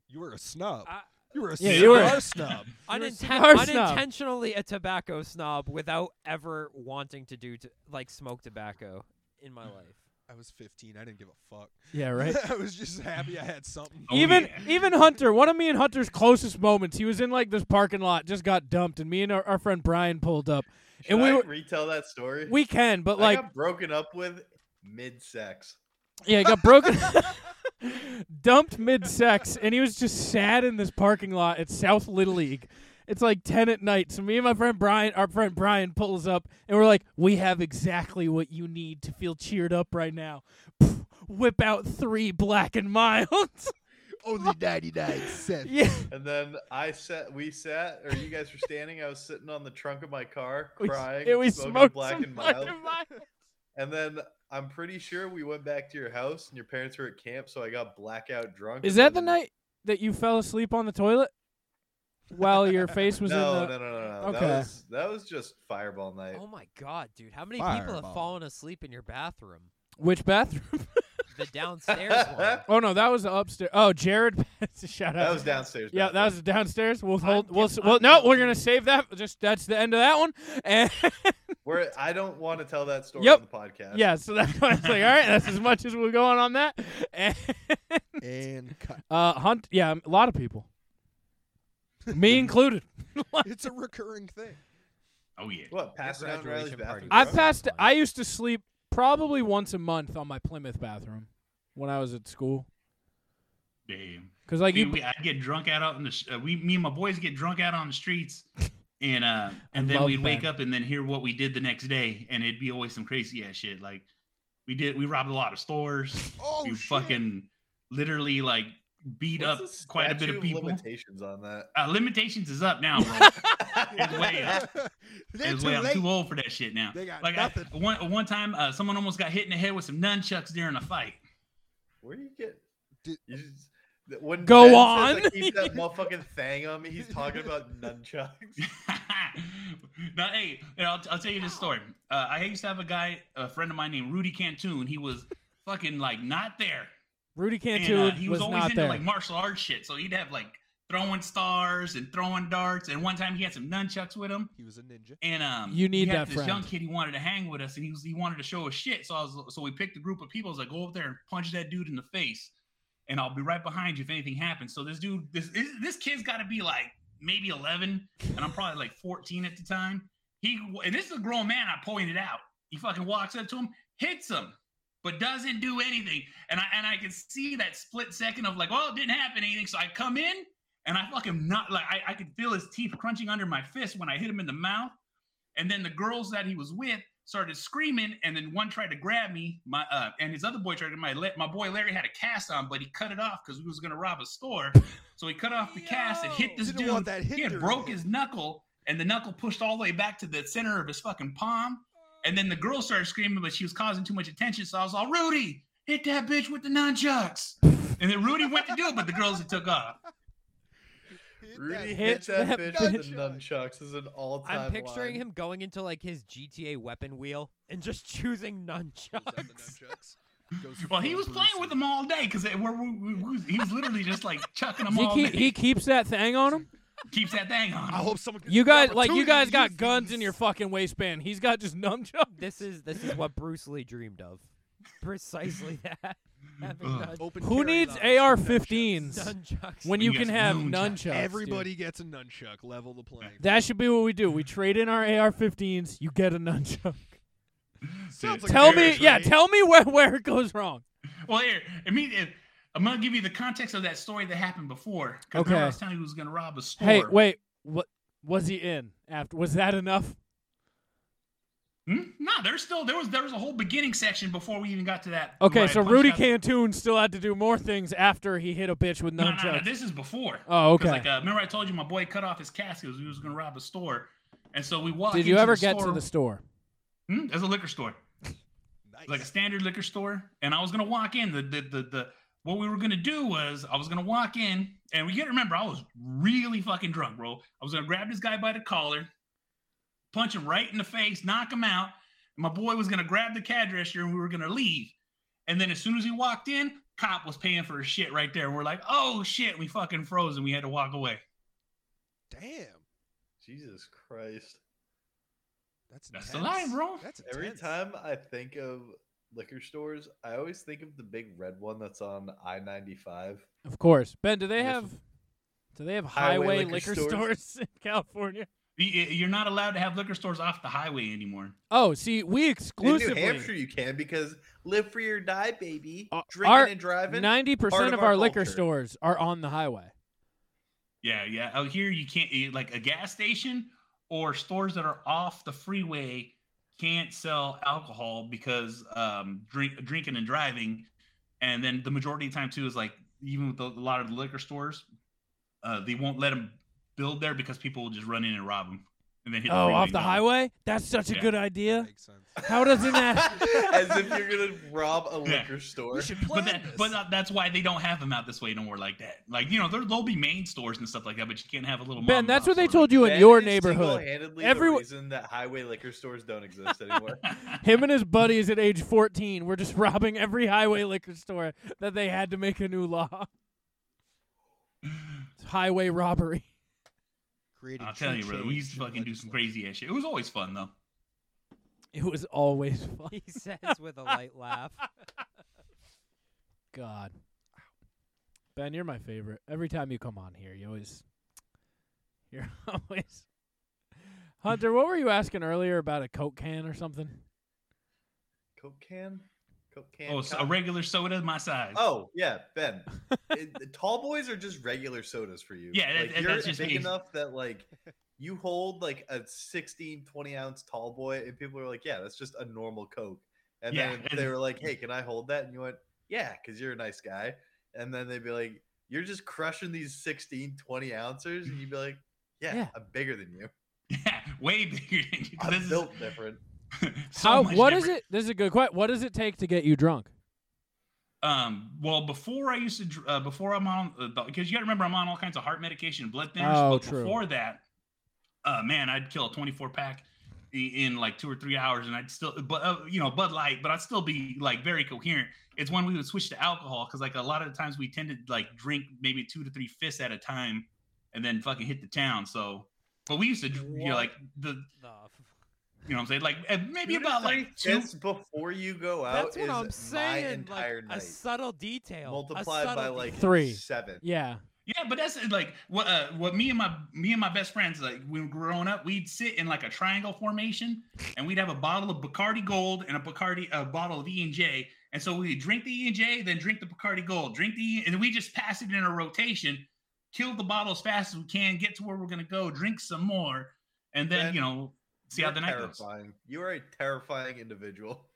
Speaker 9: You were a snub.
Speaker 2: I-
Speaker 9: You were a
Speaker 2: Yeah,
Speaker 9: cigar
Speaker 2: you were- [laughs]
Speaker 9: snub.
Speaker 2: a
Speaker 7: uninten-
Speaker 2: cigar snob.
Speaker 7: unintentionally a tobacco snob without ever wanting to do to, like smoke tobacco in my life.
Speaker 9: I was 15. I didn't give a fuck. [laughs]
Speaker 2: Yeah, right.
Speaker 9: [laughs] I was just happy I had something.
Speaker 3: Oh,
Speaker 2: even
Speaker 3: yeah. [laughs]
Speaker 2: even Hunter, one of me and Hunter's closest moments, he was in like this parking lot, just got dumped, and me and our, our friend Brian pulled up,
Speaker 8: Should
Speaker 2: and we
Speaker 8: I
Speaker 2: were
Speaker 8: retell that story?
Speaker 2: we can, but
Speaker 8: I
Speaker 2: like
Speaker 8: got broken up with mid sex.
Speaker 2: yeah, he
Speaker 8: [laughs]
Speaker 2: got broken, [laughs] dumped mid sex, and he was just sad in this parking lot at South Little League. It's like ten at night, so me and my friend Brian, our friend Brian, pulls up, and we're like, we have exactly what you need to feel cheered up right now. Whip out three black and [laughs] milds.
Speaker 9: Only 99 cents.
Speaker 2: yeah.
Speaker 8: And then I sat, we sat, or you guys were standing. I was sitting on the trunk of my car
Speaker 2: [laughs] We s-
Speaker 8: crying,
Speaker 2: and we
Speaker 8: smoking
Speaker 2: smoked
Speaker 8: black
Speaker 2: some
Speaker 8: and
Speaker 2: Black
Speaker 8: mild.
Speaker 2: and Mild.
Speaker 8: And then I'm pretty sure we went back to your house, and your parents were at camp, so I got blackout drunk.
Speaker 2: Is
Speaker 8: and
Speaker 2: that the
Speaker 8: then-
Speaker 2: night that you fell asleep on the toilet while
Speaker 8: [laughs]
Speaker 2: your face was
Speaker 8: no,
Speaker 2: in
Speaker 8: no,
Speaker 2: the?
Speaker 8: no, no, no.
Speaker 2: Okay.
Speaker 8: That was that was just fireball night.
Speaker 7: Oh my god, dude! How many people have
Speaker 9: Fireball.
Speaker 7: fallen asleep in your bathroom?
Speaker 2: Which bathroom?
Speaker 7: [laughs] The downstairs
Speaker 8: [laughs]
Speaker 7: one.
Speaker 2: oh no, that was the upstairs. Oh, Jared, [laughs] shout out.
Speaker 8: that was downstairs.
Speaker 2: yeah, that was downstairs. We'll hold.
Speaker 7: I'm
Speaker 2: We'll.
Speaker 7: guil-
Speaker 2: s- Well,
Speaker 7: I'm
Speaker 2: no, we're
Speaker 7: guilty.
Speaker 2: gonna save that. Just that's the end of that one. [laughs] And
Speaker 8: where I don't want to tell that story
Speaker 2: Yep.
Speaker 8: on the podcast.
Speaker 2: yeah, so that's why I was like, all right, that's as much as we're going on that. [laughs] And
Speaker 9: And cut.
Speaker 2: uh, hunt. Yeah, a lot of people,
Speaker 8: [laughs]
Speaker 2: me included.
Speaker 9: It's a recurring thing.
Speaker 3: Oh yeah.
Speaker 8: What passing out in Riley's
Speaker 7: graduation
Speaker 8: bathroom?
Speaker 7: party.
Speaker 2: I
Speaker 7: Bro.
Speaker 2: passed. I used to sleep probably once a month on my Plymouth bathroom when I was at school.
Speaker 3: Damn.
Speaker 2: Cause like
Speaker 3: Dude,
Speaker 2: you,
Speaker 3: we, I'd get drunk out on the. sh- Uh, we, me and my boys get drunk out on the streets, and
Speaker 2: [laughs]
Speaker 3: uh, and then
Speaker 2: love
Speaker 3: we'd wake
Speaker 2: Ben.
Speaker 3: up and then hear what we did the next day, and it'd be always some crazy ass shit. Like we did, we robbed a lot of stores.
Speaker 9: Oh,
Speaker 3: we
Speaker 9: shit.
Speaker 3: fucking literally like beat
Speaker 8: What's
Speaker 3: up
Speaker 8: the
Speaker 3: quite a bit
Speaker 8: statute
Speaker 3: of people.
Speaker 8: Limitations on that.
Speaker 3: uh, limitations is up
Speaker 9: [laughs]
Speaker 3: now, bro. It's way up.
Speaker 9: They're
Speaker 3: It's
Speaker 9: too
Speaker 3: way up. I'm
Speaker 9: late.
Speaker 3: too old for that shit now.
Speaker 9: They got
Speaker 3: Like I,
Speaker 9: nothing.
Speaker 3: one one time, uh, someone almost got hit in the head with some nunchucks during a fight.
Speaker 8: [laughs] Where do you get?
Speaker 9: Did-
Speaker 8: You just, th- when
Speaker 2: Go
Speaker 8: Ben says,
Speaker 2: on.
Speaker 8: I keep
Speaker 2: [laughs]
Speaker 8: that motherfucking thing on me. He's talking about nunchucks.
Speaker 3: now, hey, and I'll, I'll tell you this story. Uh, I used to have a guy, a friend of mine named Rudy Cantoon. He was fucking like not there.
Speaker 2: Rudy
Speaker 3: And,
Speaker 2: Cantu
Speaker 3: uh, he was,
Speaker 2: was,
Speaker 3: always
Speaker 2: not
Speaker 3: into
Speaker 2: there.
Speaker 3: like martial arts shit. So he'd have like throwing stars and throwing darts. And one time he had some nunchucks with him.
Speaker 9: He was a ninja.
Speaker 3: And um,
Speaker 2: You need
Speaker 3: we had
Speaker 2: that
Speaker 3: this
Speaker 2: friend.
Speaker 3: young kid. He wanted to hang with us, and he was he wanted to show us shit. So I was so we picked a group of people. I was like, go up there and punch that dude in the face, and I'll be right behind you if anything happens. So this dude, this this, this kid's got to be like maybe eleven, and I'm probably like fourteen at the time. He and this is a grown man. I pointed out. He fucking walks up to him, hits him, but doesn't do anything. And I and I can see that split second of like, well, it didn't happen anything. So I come in. And I fucking not like I, I could feel his teeth crunching under my fist when I hit him in the mouth. And then the girls that he was with started screaming, and then one tried to grab me. My uh, and his other boy tried to my la- my boy Larry had a cast on, but he cut it off because we was gonna rob a store. So he cut off the cast and hit
Speaker 9: Yo!
Speaker 3: this
Speaker 9: Didn't
Speaker 3: dude.
Speaker 9: want that
Speaker 3: he had
Speaker 9: hinder
Speaker 3: broke
Speaker 9: in it.
Speaker 3: his knuckle, and the knuckle pushed all the way back to the center of his fucking palm. And then the girl started screaming, but she was causing too much attention. So I was all, Rudy, hit that bitch with the nunchucks. And then Rudy went to do it, but the girls had took off.
Speaker 9: Hit
Speaker 8: Rudy
Speaker 9: that
Speaker 8: hits
Speaker 2: that
Speaker 8: that,
Speaker 2: bitch
Speaker 8: bitch with the
Speaker 9: nunchuck.
Speaker 8: nunchucks is an all-time.
Speaker 7: I'm picturing
Speaker 8: line.
Speaker 7: him going into like his GTA weapon wheel and just [laughs] choosing
Speaker 9: bitch out the
Speaker 7: nunchucks.
Speaker 9: nunchucks. Goes
Speaker 3: Well, he
Speaker 9: full
Speaker 3: was
Speaker 9: Bruce
Speaker 3: playing
Speaker 9: Lee.
Speaker 3: with them all day because we we- we- he was literally just like chucking them
Speaker 2: he,
Speaker 3: all
Speaker 2: keep,
Speaker 3: day.
Speaker 2: he keeps that thing on him.
Speaker 3: keeps that thing on.
Speaker 9: I hope someone.
Speaker 2: You guys, like you guys,
Speaker 9: opportunity to
Speaker 2: got guns in your
Speaker 9: use
Speaker 2: fucking waistband. He's got just nunchucks.
Speaker 3: [laughs]
Speaker 7: This is this is what Bruce Lee dreamed of. Precisely that. Having
Speaker 3: Ugh.
Speaker 7: nun-
Speaker 9: Open
Speaker 2: Who
Speaker 9: carry
Speaker 2: needs
Speaker 9: laws, nunchucks.
Speaker 2: AR-15s
Speaker 7: nunchucks.
Speaker 2: when
Speaker 3: When
Speaker 2: you
Speaker 3: you
Speaker 2: can
Speaker 3: guys
Speaker 2: have
Speaker 3: nunchucks.
Speaker 2: nunchucks? dude?
Speaker 9: Everybody gets a nunchuck. Level the playing.
Speaker 2: That should be what we do. We trade in our AR-15s. You get a nunchuck.
Speaker 9: Sounds
Speaker 3: Dude.
Speaker 9: like
Speaker 2: tell
Speaker 9: a
Speaker 2: me,
Speaker 9: marriage,
Speaker 2: yeah,
Speaker 9: right?
Speaker 2: tell me where where it goes wrong.
Speaker 3: Well, here, I mean, if, I'm gonna give you the context of that story that happened before. Because remember, I
Speaker 2: Okay.
Speaker 3: was telling you who was gonna rob a store.
Speaker 2: Hey, wait, what was he in after? Was that enough?
Speaker 3: Hmm? No, there's still there was there was a whole beginning section before we even got to that.
Speaker 2: Okay,
Speaker 3: where I
Speaker 2: so
Speaker 3: punched
Speaker 2: Rudy
Speaker 3: out-
Speaker 2: Cantoon still had to do more things after he hit a bitch with
Speaker 3: No, no,
Speaker 2: nunchucks.
Speaker 3: no, this is before.
Speaker 2: Oh,
Speaker 3: 'Cause,
Speaker 2: okay.
Speaker 3: Like, uh, remember I told you my boy cut off his casket because he was gonna rob a store, and so we walked.
Speaker 2: Did you
Speaker 3: into
Speaker 2: ever
Speaker 3: the
Speaker 2: get
Speaker 3: store.
Speaker 2: to the store?
Speaker 3: Hmm? There's a liquor store, like a standard liquor store, and I was gonna walk in. The the the, the what we were gonna do was I was gonna walk in, and we gotta remember I was really fucking drunk, bro. I was gonna grab this guy by the collar, punch him right in the face, knock him out. And my boy was gonna grab the cad register, and we were gonna leave. And then as soon as he walked in, cop was paying for his shit right there. And we're like, oh shit, we fucking froze, and we had to walk away.
Speaker 9: Damn.
Speaker 8: Jesus Christ.
Speaker 9: That's
Speaker 3: That's the
Speaker 9: intense.
Speaker 3: line, bro.
Speaker 9: That's
Speaker 8: Every
Speaker 9: intense.
Speaker 8: time I think of liquor stores, I always think of the big red one that's on I ninety five.
Speaker 2: Of course, Ben. Do they
Speaker 8: Yes.
Speaker 2: have? Do they have highway,
Speaker 8: Highway
Speaker 2: liquor,
Speaker 8: liquor stores?
Speaker 2: stores in California?
Speaker 3: You- eh, You're not allowed to have liquor stores off the highway anymore.
Speaker 2: Oh, see, we
Speaker 8: In New
Speaker 2: exclusively.
Speaker 8: Hampshire, you can because live free or die, baby.
Speaker 2: Uh,
Speaker 8: Drinking
Speaker 2: our-
Speaker 8: and driving.
Speaker 2: Ninety percent
Speaker 8: Part
Speaker 2: of,
Speaker 8: of
Speaker 2: our,
Speaker 8: our
Speaker 2: liquor
Speaker 8: culture.
Speaker 2: stores are on the highway.
Speaker 3: Yeah, yeah. Out here, you can't eh, like a gas station or stores that are off the freeway can't sell alcohol because um, drink drinking and driving. And then the majority of the time too is like even with a lot of the liquor stores, uh, they won't let them build there because people will just run in and rob them. And then hit
Speaker 2: Oh,
Speaker 3: freeway
Speaker 2: off
Speaker 3: and
Speaker 2: the
Speaker 3: go.
Speaker 2: highway? That's such a
Speaker 3: Yeah.
Speaker 2: good idea.
Speaker 9: Makes sense.
Speaker 2: How doesn't that?
Speaker 8: [laughs] As if you're gonna rob a
Speaker 3: Yeah.
Speaker 8: liquor store.
Speaker 3: But that, but that- that's why they don't have them out this way no more like that. Like you know, there, there'll be main stores and stuff like that, but you can't have a little. mom
Speaker 2: ben,
Speaker 3: and
Speaker 2: that's
Speaker 3: pop
Speaker 2: what they
Speaker 3: store like
Speaker 2: told you in
Speaker 8: That
Speaker 2: your
Speaker 8: is
Speaker 2: neighborhood.
Speaker 8: single-handedly
Speaker 2: Everyone-
Speaker 8: the reason that highway liquor stores don't
Speaker 3: [laughs]
Speaker 8: exist anymore.
Speaker 3: that.
Speaker 2: Him and his buddies at age 14 were just [laughs] robbing every highway liquor store that they had to make a new law. It's highway robbery.
Speaker 9: Creating
Speaker 3: I'll tell
Speaker 9: true
Speaker 3: you, brother, we
Speaker 9: change
Speaker 3: used to
Speaker 9: through
Speaker 3: fucking do some
Speaker 9: legislation.
Speaker 3: crazy ass shit. It was always fun though.
Speaker 2: It was always [laughs] fun.
Speaker 7: He says with a light laugh.
Speaker 2: God. Ben, you're my favorite. Every time you come on here, you always. You're [laughs] always. Hunter, what were you asking earlier about a Coke can or something?
Speaker 8: Coke can, Coke can.
Speaker 3: Oh, so a
Speaker 8: Coke-
Speaker 3: regular soda my size.
Speaker 8: Oh yeah, Ben. It- the tall boys are just regular sodas for you.
Speaker 3: Yeah, that-
Speaker 8: like,
Speaker 3: that-
Speaker 8: you're
Speaker 3: that's just
Speaker 8: big
Speaker 3: me.
Speaker 8: enough that like you hold like a 16, 20 ounce tall boy, and people are like, "Yeah, that's just a normal Coke." And
Speaker 3: Yeah,
Speaker 8: then
Speaker 3: and-
Speaker 8: they were like, "Hey, can I hold that?" And you went, "Yeah," because you're a nice guy. And then they'd be like, "You're just crushing these 16, 20 ounces," and you'd be like, "Yeah,
Speaker 2: Yeah.
Speaker 8: I'm bigger than you.
Speaker 3: [laughs] yeah, way bigger than you. 'cause
Speaker 8: I'm
Speaker 3: This
Speaker 8: built
Speaker 3: is
Speaker 8: different."
Speaker 3: so
Speaker 2: How?
Speaker 3: much
Speaker 2: What is
Speaker 3: different.
Speaker 2: it? This is a good question. What does it take to get you drunk?
Speaker 3: Um, well, before I used to, dr- uh, before I'm on, because you got to remember, I'm on all kinds of heart medication, and blood thinners.
Speaker 2: Oh,
Speaker 3: but
Speaker 2: true.
Speaker 3: Before that, uh, man, I'd kill a 24 pack i- in like two or three hours, and I'd still, but uh, you know, Bud Light, but I'd still be like very coherent. It's when we would switch to alcohol because like a lot of the times we tend to like drink maybe two to three fists at a time, and then fucking hit the town. So, but we used to, dr- you
Speaker 7: What?
Speaker 3: know, like [laughs] the,
Speaker 7: The f-
Speaker 3: you know, what I'm saying like uh, maybe
Speaker 8: Two to
Speaker 3: about
Speaker 8: three
Speaker 3: like two.
Speaker 8: fists before you go out
Speaker 7: That's what
Speaker 8: is
Speaker 7: I'm
Speaker 8: my
Speaker 7: saying.
Speaker 8: entire
Speaker 7: Like
Speaker 8: night.
Speaker 7: a subtle detail. a
Speaker 8: multiplied by
Speaker 7: subtle
Speaker 8: like
Speaker 7: detail.
Speaker 2: Three.
Speaker 8: seven.
Speaker 2: Yeah.
Speaker 3: Yeah, but that's uh, like what uh, what me and my me and my best friends like when we were growing up, we'd sit in like a triangle formation, and we'd have a bottle of Bacardi Gold and a Bacardi a bottle of E and J, and so we'd drink the E and J, then drink the Bacardi Gold, drink the E, and we just pass it in a rotation, kill the bottle as fast as we can, get to where we're gonna go, drink some more, and then
Speaker 8: Ben,
Speaker 3: you know see
Speaker 8: You're
Speaker 3: how the night goes.
Speaker 8: terrifying. You are a terrifying individual.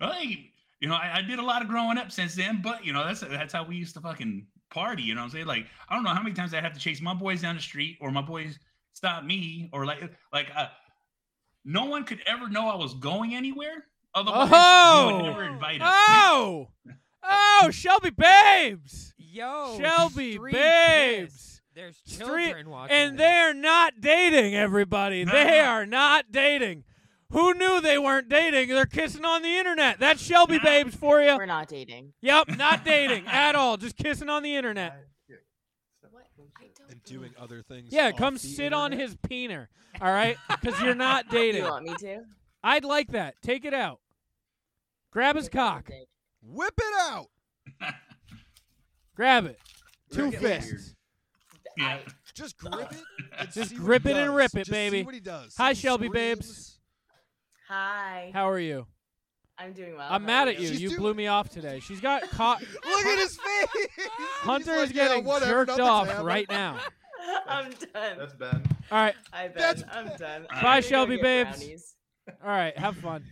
Speaker 3: Hey, you know, I, I did a lot of growing up since then, but you know, that's that's how we used to fucking party. You know what I'm saying? Like, I don't know how many times I have to chase my boys down the street, or my boys stop me, or like, like, uh, no one could ever know I was going anywhere. Otherwise, you
Speaker 2: Oh!
Speaker 3: would never invite us.
Speaker 2: Oh!
Speaker 3: [laughs]
Speaker 2: Oh, Shelby Babes!
Speaker 7: Yo,
Speaker 2: Shelby
Speaker 7: street
Speaker 2: babes.
Speaker 7: piss. There's
Speaker 2: Street-
Speaker 7: children watching. this.
Speaker 2: And they're not dating, everybody. They
Speaker 9: Uh-huh.
Speaker 3: Nah.
Speaker 2: are not dating. Who knew they weren't dating? They're kissing on the internet. That's Shelby
Speaker 3: Nah.
Speaker 2: Babes for you.
Speaker 10: We're not dating.
Speaker 9: [laughs]
Speaker 2: Yep, not dating at all. Just kissing on the internet.
Speaker 9: And doing other things.
Speaker 2: Yeah,
Speaker 9: off
Speaker 2: come
Speaker 9: the
Speaker 2: sit on
Speaker 9: internet.
Speaker 2: his
Speaker 3: [laughs]
Speaker 2: peener. All right? Because you're
Speaker 10: [laughs]
Speaker 2: not
Speaker 10: You
Speaker 2: dating.
Speaker 10: want me to?
Speaker 2: I'd like that. Take it out. Grab his cock.
Speaker 9: Whip it out.
Speaker 2: Grab it.
Speaker 9: You're
Speaker 2: Two
Speaker 9: getting weird.
Speaker 2: fists.
Speaker 3: Yeah.
Speaker 9: Just grip
Speaker 2: [laughs]
Speaker 9: it. and
Speaker 2: Just
Speaker 9: see what
Speaker 2: grip
Speaker 9: he
Speaker 2: it and
Speaker 9: does.
Speaker 2: rip it,
Speaker 9: Just see
Speaker 2: baby.
Speaker 9: what he does.
Speaker 2: Hi,
Speaker 9: See if he
Speaker 2: Shelby babes.
Speaker 9: screams.
Speaker 11: Hi.
Speaker 2: How are you?
Speaker 11: I'm doing well.
Speaker 2: I'm
Speaker 11: How
Speaker 2: mad
Speaker 11: are
Speaker 2: at you.
Speaker 9: She's
Speaker 2: You
Speaker 9: doing
Speaker 2: blew me off today. She's got
Speaker 9: [laughs]
Speaker 2: caught.
Speaker 9: Look at his face. [laughs]
Speaker 2: Hunter
Speaker 9: He's
Speaker 2: is
Speaker 9: like, "Yeah,
Speaker 2: getting
Speaker 9: whatever,
Speaker 2: jerked
Speaker 9: nothing's
Speaker 2: off
Speaker 9: happened."
Speaker 2: right now.
Speaker 11: [laughs] I'm done.
Speaker 1: That's Ben.
Speaker 2: All right.
Speaker 11: I've
Speaker 9: that's-
Speaker 11: been.
Speaker 9: [laughs]
Speaker 11: I'm done. I'm
Speaker 3: Bye,
Speaker 11: gonna go
Speaker 2: Shelby
Speaker 11: get
Speaker 2: babes.
Speaker 11: brownies.
Speaker 2: All right. Have fun.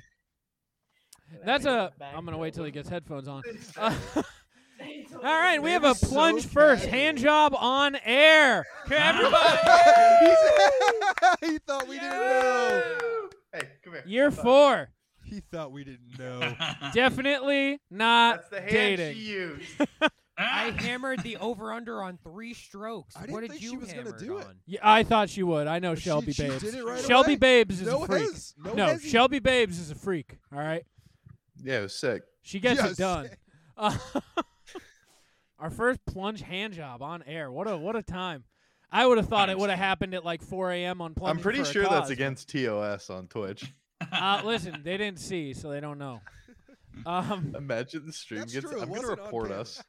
Speaker 11: And I'm
Speaker 2: That's
Speaker 11: gonna
Speaker 2: a.
Speaker 11: go [laughs] back
Speaker 2: I'm gonna wait till he
Speaker 11: over.
Speaker 2: gets headphones
Speaker 11: [laughs]
Speaker 2: on. [laughs] Uh,
Speaker 11: All
Speaker 2: All right, we have
Speaker 9: That
Speaker 2: a
Speaker 9: is so
Speaker 2: plunge first
Speaker 9: casual.
Speaker 2: hand job on air. Can
Speaker 11: [laughs]
Speaker 2: everybody? [laughs]
Speaker 9: He's- [laughs] he thought we didn't know.
Speaker 1: Hey, come here.
Speaker 2: Year four,
Speaker 9: He thought we didn't know.
Speaker 2: definitely not
Speaker 1: That's the hand
Speaker 2: dating.
Speaker 1: she used.
Speaker 3: Ah.
Speaker 7: I hammered the over under on three strokes.
Speaker 9: I didn't
Speaker 7: what did
Speaker 9: think she
Speaker 7: you
Speaker 9: was gonna
Speaker 7: hammer
Speaker 9: do it.
Speaker 7: on?
Speaker 2: [laughs] Yeah, I thought she would. I know
Speaker 9: She-
Speaker 2: Shelby
Speaker 9: she
Speaker 2: Babes.
Speaker 9: did it right
Speaker 2: Shelby
Speaker 9: away.
Speaker 2: Babes is
Speaker 9: No
Speaker 2: a freak.
Speaker 9: hez, no
Speaker 2: no,
Speaker 9: hezzy.
Speaker 2: Shelby Babes is a freak. All right,
Speaker 1: Yeah, it was sick.
Speaker 2: she gets
Speaker 9: Yes. [laughs]
Speaker 2: it done. [laughs] Uh, Our first plunge hand job on air. What a what a time! I would have thought it would have happened at like 4 a.m. on plunge.
Speaker 1: I'm pretty sure that's against TOS on Twitch.
Speaker 2: [laughs] Uh, listen, they didn't see, so they don't know. Um.
Speaker 1: [laughs] Imagine the stream
Speaker 9: That's
Speaker 1: gets.
Speaker 9: true, it
Speaker 1: I'm gonna
Speaker 9: wasn't on
Speaker 1: report
Speaker 9: camera.
Speaker 1: us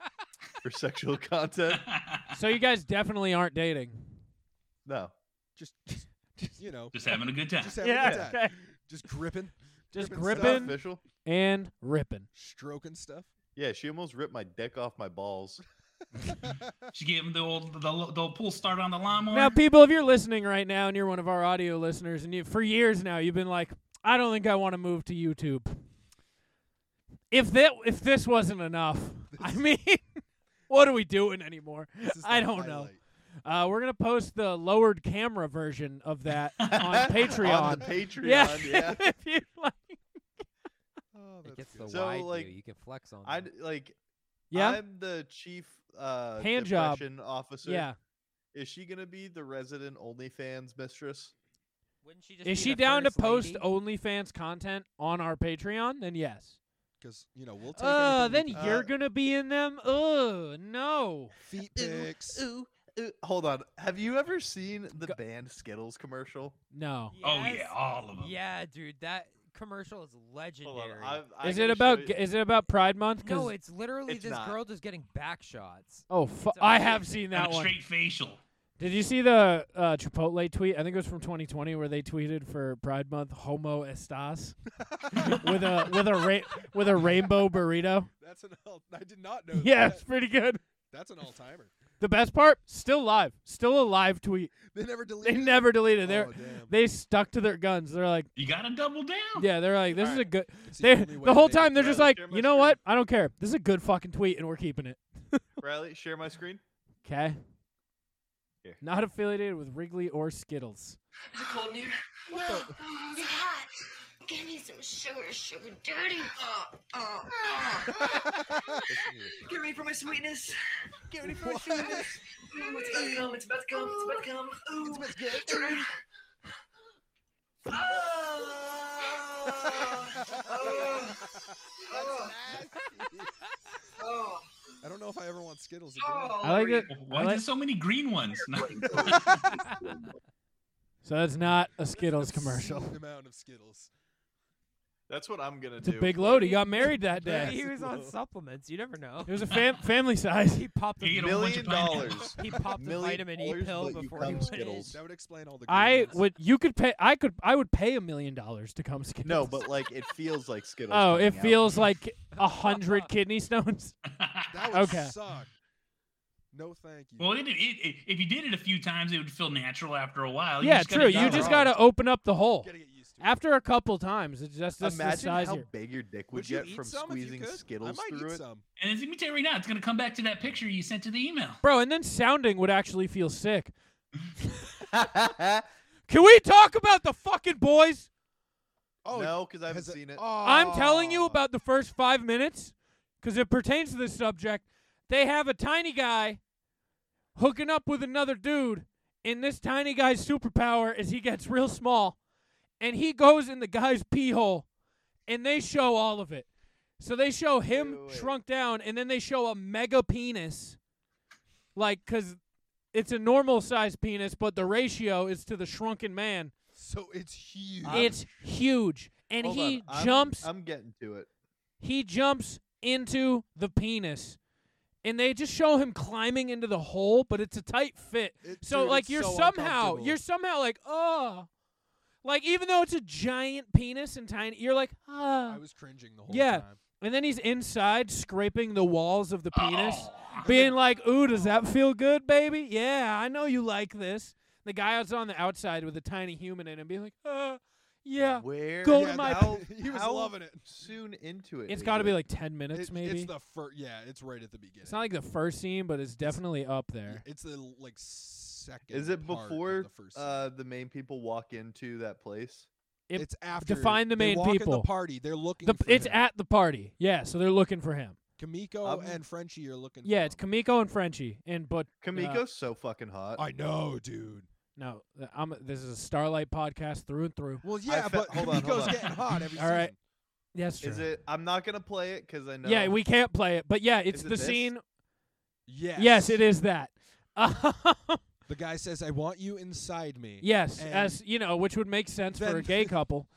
Speaker 1: for sexual content.
Speaker 2: So you guys definitely aren't dating.
Speaker 1: No,
Speaker 9: [laughs] Just, just, you know,
Speaker 3: Just having a good time.
Speaker 9: just having a good time. Just gripping,
Speaker 2: Just
Speaker 9: Gripping
Speaker 1: not
Speaker 2: gripping
Speaker 1: official.
Speaker 2: and ripping.
Speaker 9: stroking [laughs] stuff.
Speaker 1: Yeah, she almost ripped my dick off my balls.
Speaker 3: She gave him the old the, the old pull start on the lawnmower.
Speaker 2: Now, people, if you're listening right now and you're one of our audio listeners, and you, for years now you've been like, I don't think I want to move to YouTube. If that, if this wasn't enough, I mean, [laughs] what are we doing anymore?
Speaker 9: This is the
Speaker 2: I don't know.
Speaker 9: highlight.
Speaker 2: Uh, we're gonna post the lowered camera version of that on
Speaker 1: on
Speaker 2: Patreon.
Speaker 1: the Patreon.
Speaker 2: [laughs] yeah,
Speaker 1: Yeah.
Speaker 2: if
Speaker 1: [laughs]
Speaker 2: you like.
Speaker 9: Oh,
Speaker 7: It
Speaker 9: that's
Speaker 7: gets the
Speaker 9: good.
Speaker 1: So,
Speaker 7: wide
Speaker 1: like,
Speaker 7: view. You can flex on.
Speaker 1: I
Speaker 7: that.
Speaker 1: like.
Speaker 2: yeah,
Speaker 1: I'm the chief uh,
Speaker 2: Hand job.
Speaker 1: depression officer.
Speaker 2: yeah.
Speaker 1: Is she gonna be the resident OnlyFans mistress?
Speaker 7: Wouldn't she just
Speaker 2: Is
Speaker 7: be the
Speaker 2: she down to
Speaker 7: first
Speaker 2: post
Speaker 7: lady?
Speaker 2: OnlyFans content on our Patreon? Then yes.
Speaker 9: 'Cause, you know we'll take.
Speaker 2: Oh,
Speaker 9: anything
Speaker 2: then
Speaker 9: we can-
Speaker 2: you're
Speaker 1: Uh,
Speaker 2: gonna be in them. Oh no.
Speaker 9: feet
Speaker 1: Ooh,
Speaker 9: pics.
Speaker 1: Ooh, ooh. Hold on. Have you ever seen the
Speaker 2: Go-
Speaker 1: band Skittles commercial?
Speaker 2: No.
Speaker 3: Oh yeah,
Speaker 7: Yes.
Speaker 3: all of them.
Speaker 7: Yeah, dude, that commercial is
Speaker 1: Hold on,
Speaker 7: legendary.
Speaker 1: I've- I
Speaker 2: is
Speaker 1: can
Speaker 2: it
Speaker 1: show
Speaker 2: about
Speaker 1: you-
Speaker 2: g is it about Pride Month? 'Cause-
Speaker 7: no, it's literally
Speaker 1: it's
Speaker 7: this
Speaker 1: not.
Speaker 7: girl just getting back shots.
Speaker 2: oh, fu-
Speaker 7: it's
Speaker 2: I
Speaker 7: amazing.
Speaker 2: have seen
Speaker 3: And
Speaker 2: that
Speaker 3: a
Speaker 2: one.
Speaker 3: straight facial.
Speaker 2: Did you see the uh, Chipotle tweet? I think it was from 2020 where they tweeted for Pride Month "Homo
Speaker 9: [laughs]
Speaker 2: Estas" with a with a ra- with a rainbow burrito.
Speaker 9: That's an all. I did not know.
Speaker 2: [laughs] Yeah,
Speaker 9: that.
Speaker 2: it's pretty good.
Speaker 9: that's an all
Speaker 11: [laughs]
Speaker 9: timer.
Speaker 2: The best part, still live, still a live tweet.
Speaker 9: They never
Speaker 2: They
Speaker 9: deleted.
Speaker 2: never
Speaker 9: it?
Speaker 2: deleted. They
Speaker 9: Oh, damn.
Speaker 2: they stuck to their guns. They're like,
Speaker 3: You gotta double down.
Speaker 2: yeah, they're like, this is a
Speaker 1: Alright.
Speaker 2: good.
Speaker 9: It's
Speaker 2: They,
Speaker 9: only way
Speaker 2: the
Speaker 9: to
Speaker 2: whole
Speaker 9: make it.
Speaker 2: time they're just
Speaker 1: Riley,
Speaker 2: like,
Speaker 1: share my
Speaker 2: you know
Speaker 1: screen.
Speaker 2: what? I don't care. This is a good fucking tweet, and we're keeping it.
Speaker 1: Riley, share my screen.
Speaker 2: Okay.
Speaker 1: Here.
Speaker 2: Not affiliated with Wrigley or Skittles.
Speaker 11: Is it cold in here?
Speaker 9: What the-
Speaker 11: It's hot. Give me some sugar, sugar daddy. Oh, oh, [laughs] Get ready for my sweetness. Get
Speaker 12: [laughs]
Speaker 11: ready for my sweetness. Mom, it's about to come. It's about to come. It's about to come. Ooh. It's about to come. Turn around. Oh. Oh. Oh. Oh.
Speaker 9: I don't know if I ever want Skittles again.
Speaker 11: Oh.
Speaker 2: I like it.
Speaker 3: Why
Speaker 2: I
Speaker 3: is there
Speaker 2: like-
Speaker 3: so many green ones? [laughs]
Speaker 9: [laughs]
Speaker 2: So that's not a Skittles commercial.
Speaker 9: Obscene Amount of Skittles.
Speaker 1: That's what I'm gonna
Speaker 2: It's a
Speaker 1: do.
Speaker 2: big load. He got married that
Speaker 7: Maybe
Speaker 2: day.
Speaker 7: he [laughs] was on supplements. You never know.
Speaker 2: It was a fam- family size.
Speaker 7: He popped a
Speaker 3: He ate a whole bunch
Speaker 1: Million
Speaker 3: of pineapples.
Speaker 1: dollars.
Speaker 7: He popped a
Speaker 1: Million
Speaker 7: vitamin E
Speaker 1: dollars,
Speaker 7: pill
Speaker 1: but you
Speaker 7: before he
Speaker 1: come
Speaker 7: went
Speaker 1: Skittles.
Speaker 9: That would explain all the.
Speaker 2: I
Speaker 9: green ones.
Speaker 2: would. You could pay. I could. I would pay a million dollars to come Skittles.
Speaker 1: No, but like it feels
Speaker 2: [laughs]
Speaker 1: like Skittles.
Speaker 2: oh, it
Speaker 1: coming out.
Speaker 2: feels like a hundred kidney stones.
Speaker 9: That would
Speaker 2: Okay.
Speaker 9: suck. No, thank you.
Speaker 3: Well, it, it, it, if you did it a few times, it would feel natural after a while. You
Speaker 2: yeah,
Speaker 3: just
Speaker 2: true.
Speaker 3: Gotta
Speaker 2: You
Speaker 3: do it
Speaker 2: just
Speaker 3: wrong.
Speaker 2: gotta open up the hole.
Speaker 9: Gotta get used to it.
Speaker 2: After a couple times, it's just that's the
Speaker 1: Imagine
Speaker 2: size
Speaker 1: how
Speaker 2: here.
Speaker 1: big your dick would,
Speaker 9: Would you
Speaker 1: get
Speaker 9: eat
Speaker 1: from
Speaker 9: some if you
Speaker 1: squeezing
Speaker 9: could? I
Speaker 1: Skittles
Speaker 9: might
Speaker 1: through
Speaker 9: eat
Speaker 1: it.
Speaker 9: some.
Speaker 3: And it's gonna tell you right now. It's gonna come back to that picture you sent to the email.
Speaker 2: Bro, and then sounding would actually feel sick. Can we talk about the fucking boys?
Speaker 9: Oh
Speaker 1: no, because I haven't
Speaker 9: has
Speaker 1: seen it.
Speaker 2: I'm telling you
Speaker 9: Oh.
Speaker 2: about the first five minutes because it pertains to this subject. They have a tiny guy hooking up with another dude, and this tiny guy's superpower is he gets real small and he goes in the guy's pee hole, and they show all of it. So they show him
Speaker 1: Wait, wait, wait.
Speaker 2: shrunk down, and then they show a mega penis, like, because it's a normal size penis, but the ratio is to the shrunken man.
Speaker 9: So it's huge.
Speaker 2: it's huge. And
Speaker 1: Hold
Speaker 2: he
Speaker 1: on, I'm-
Speaker 2: jumps
Speaker 1: I'm, getting to it.
Speaker 2: He jumps into the penis. And they just show him climbing into the hole, but it's a tight fit. so
Speaker 9: dude,
Speaker 2: like
Speaker 9: it's
Speaker 2: you're
Speaker 9: so
Speaker 2: somehow
Speaker 9: uncomfortable.
Speaker 2: you're somehow like, oh like even though it's a giant penis and tiny you're like, ah
Speaker 9: I was cringing the whole
Speaker 2: yeah.
Speaker 9: time. Oh.
Speaker 2: And then he's inside scraping the walls of the penis, being like, Ooh, does that feel good, baby? Yeah, I know you like this. The guy out's on the outside with a tiny human in him being like, uh, yeah.
Speaker 1: Where?
Speaker 2: Go
Speaker 9: Yeah,
Speaker 2: to my
Speaker 9: how-
Speaker 2: p-
Speaker 9: [laughs] he was
Speaker 1: how
Speaker 9: loving it.
Speaker 1: Soon into it.
Speaker 2: It's
Speaker 1: they
Speaker 2: gotta
Speaker 1: do
Speaker 2: be
Speaker 1: it.
Speaker 2: like ten minutes
Speaker 9: It-
Speaker 2: maybe.
Speaker 9: It's the first. Yeah, it's right at the beginning.
Speaker 2: It's not like the first scene, but it's definitely up there.
Speaker 9: It's the like second.
Speaker 1: Is it
Speaker 9: part of
Speaker 1: before
Speaker 9: the first? scene.
Speaker 1: uh, the main people walk into that place?
Speaker 2: it-
Speaker 9: it's after.
Speaker 2: define the
Speaker 9: they
Speaker 2: main
Speaker 9: walk in
Speaker 2: people.
Speaker 9: the party. They're looking.
Speaker 2: The,
Speaker 9: for
Speaker 2: it's
Speaker 9: him.
Speaker 2: at the party. Yeah, so they're looking for him.
Speaker 9: Kamiko
Speaker 1: I'm-
Speaker 9: and Frenchie are looking.
Speaker 2: Yeah,
Speaker 9: for
Speaker 2: it's
Speaker 9: him.
Speaker 2: Kamiko and Frenchie and but uh,
Speaker 1: Kamiko's so fucking hot.
Speaker 9: I know, dude.
Speaker 2: no, th- I'm this is a Starlight podcast through and through.
Speaker 9: Well, yeah,
Speaker 1: fe-
Speaker 9: but
Speaker 1: hold on, hold
Speaker 9: Kamiko's
Speaker 1: on.
Speaker 9: getting hot every
Speaker 2: [laughs] All right.
Speaker 9: season.
Speaker 2: Yes, true.
Speaker 1: Is it? I'm not gonna play it because I know.
Speaker 2: Yeah, we can't play it, but yeah, it's
Speaker 1: it
Speaker 2: the
Speaker 1: this?
Speaker 2: scene.
Speaker 9: Yes.
Speaker 2: Yes, it is that.
Speaker 9: The guy says, "I want you inside me."
Speaker 2: yes,
Speaker 9: And-
Speaker 2: as you know, which would make sense for a
Speaker 9: Then- [laughs]
Speaker 2: gay couple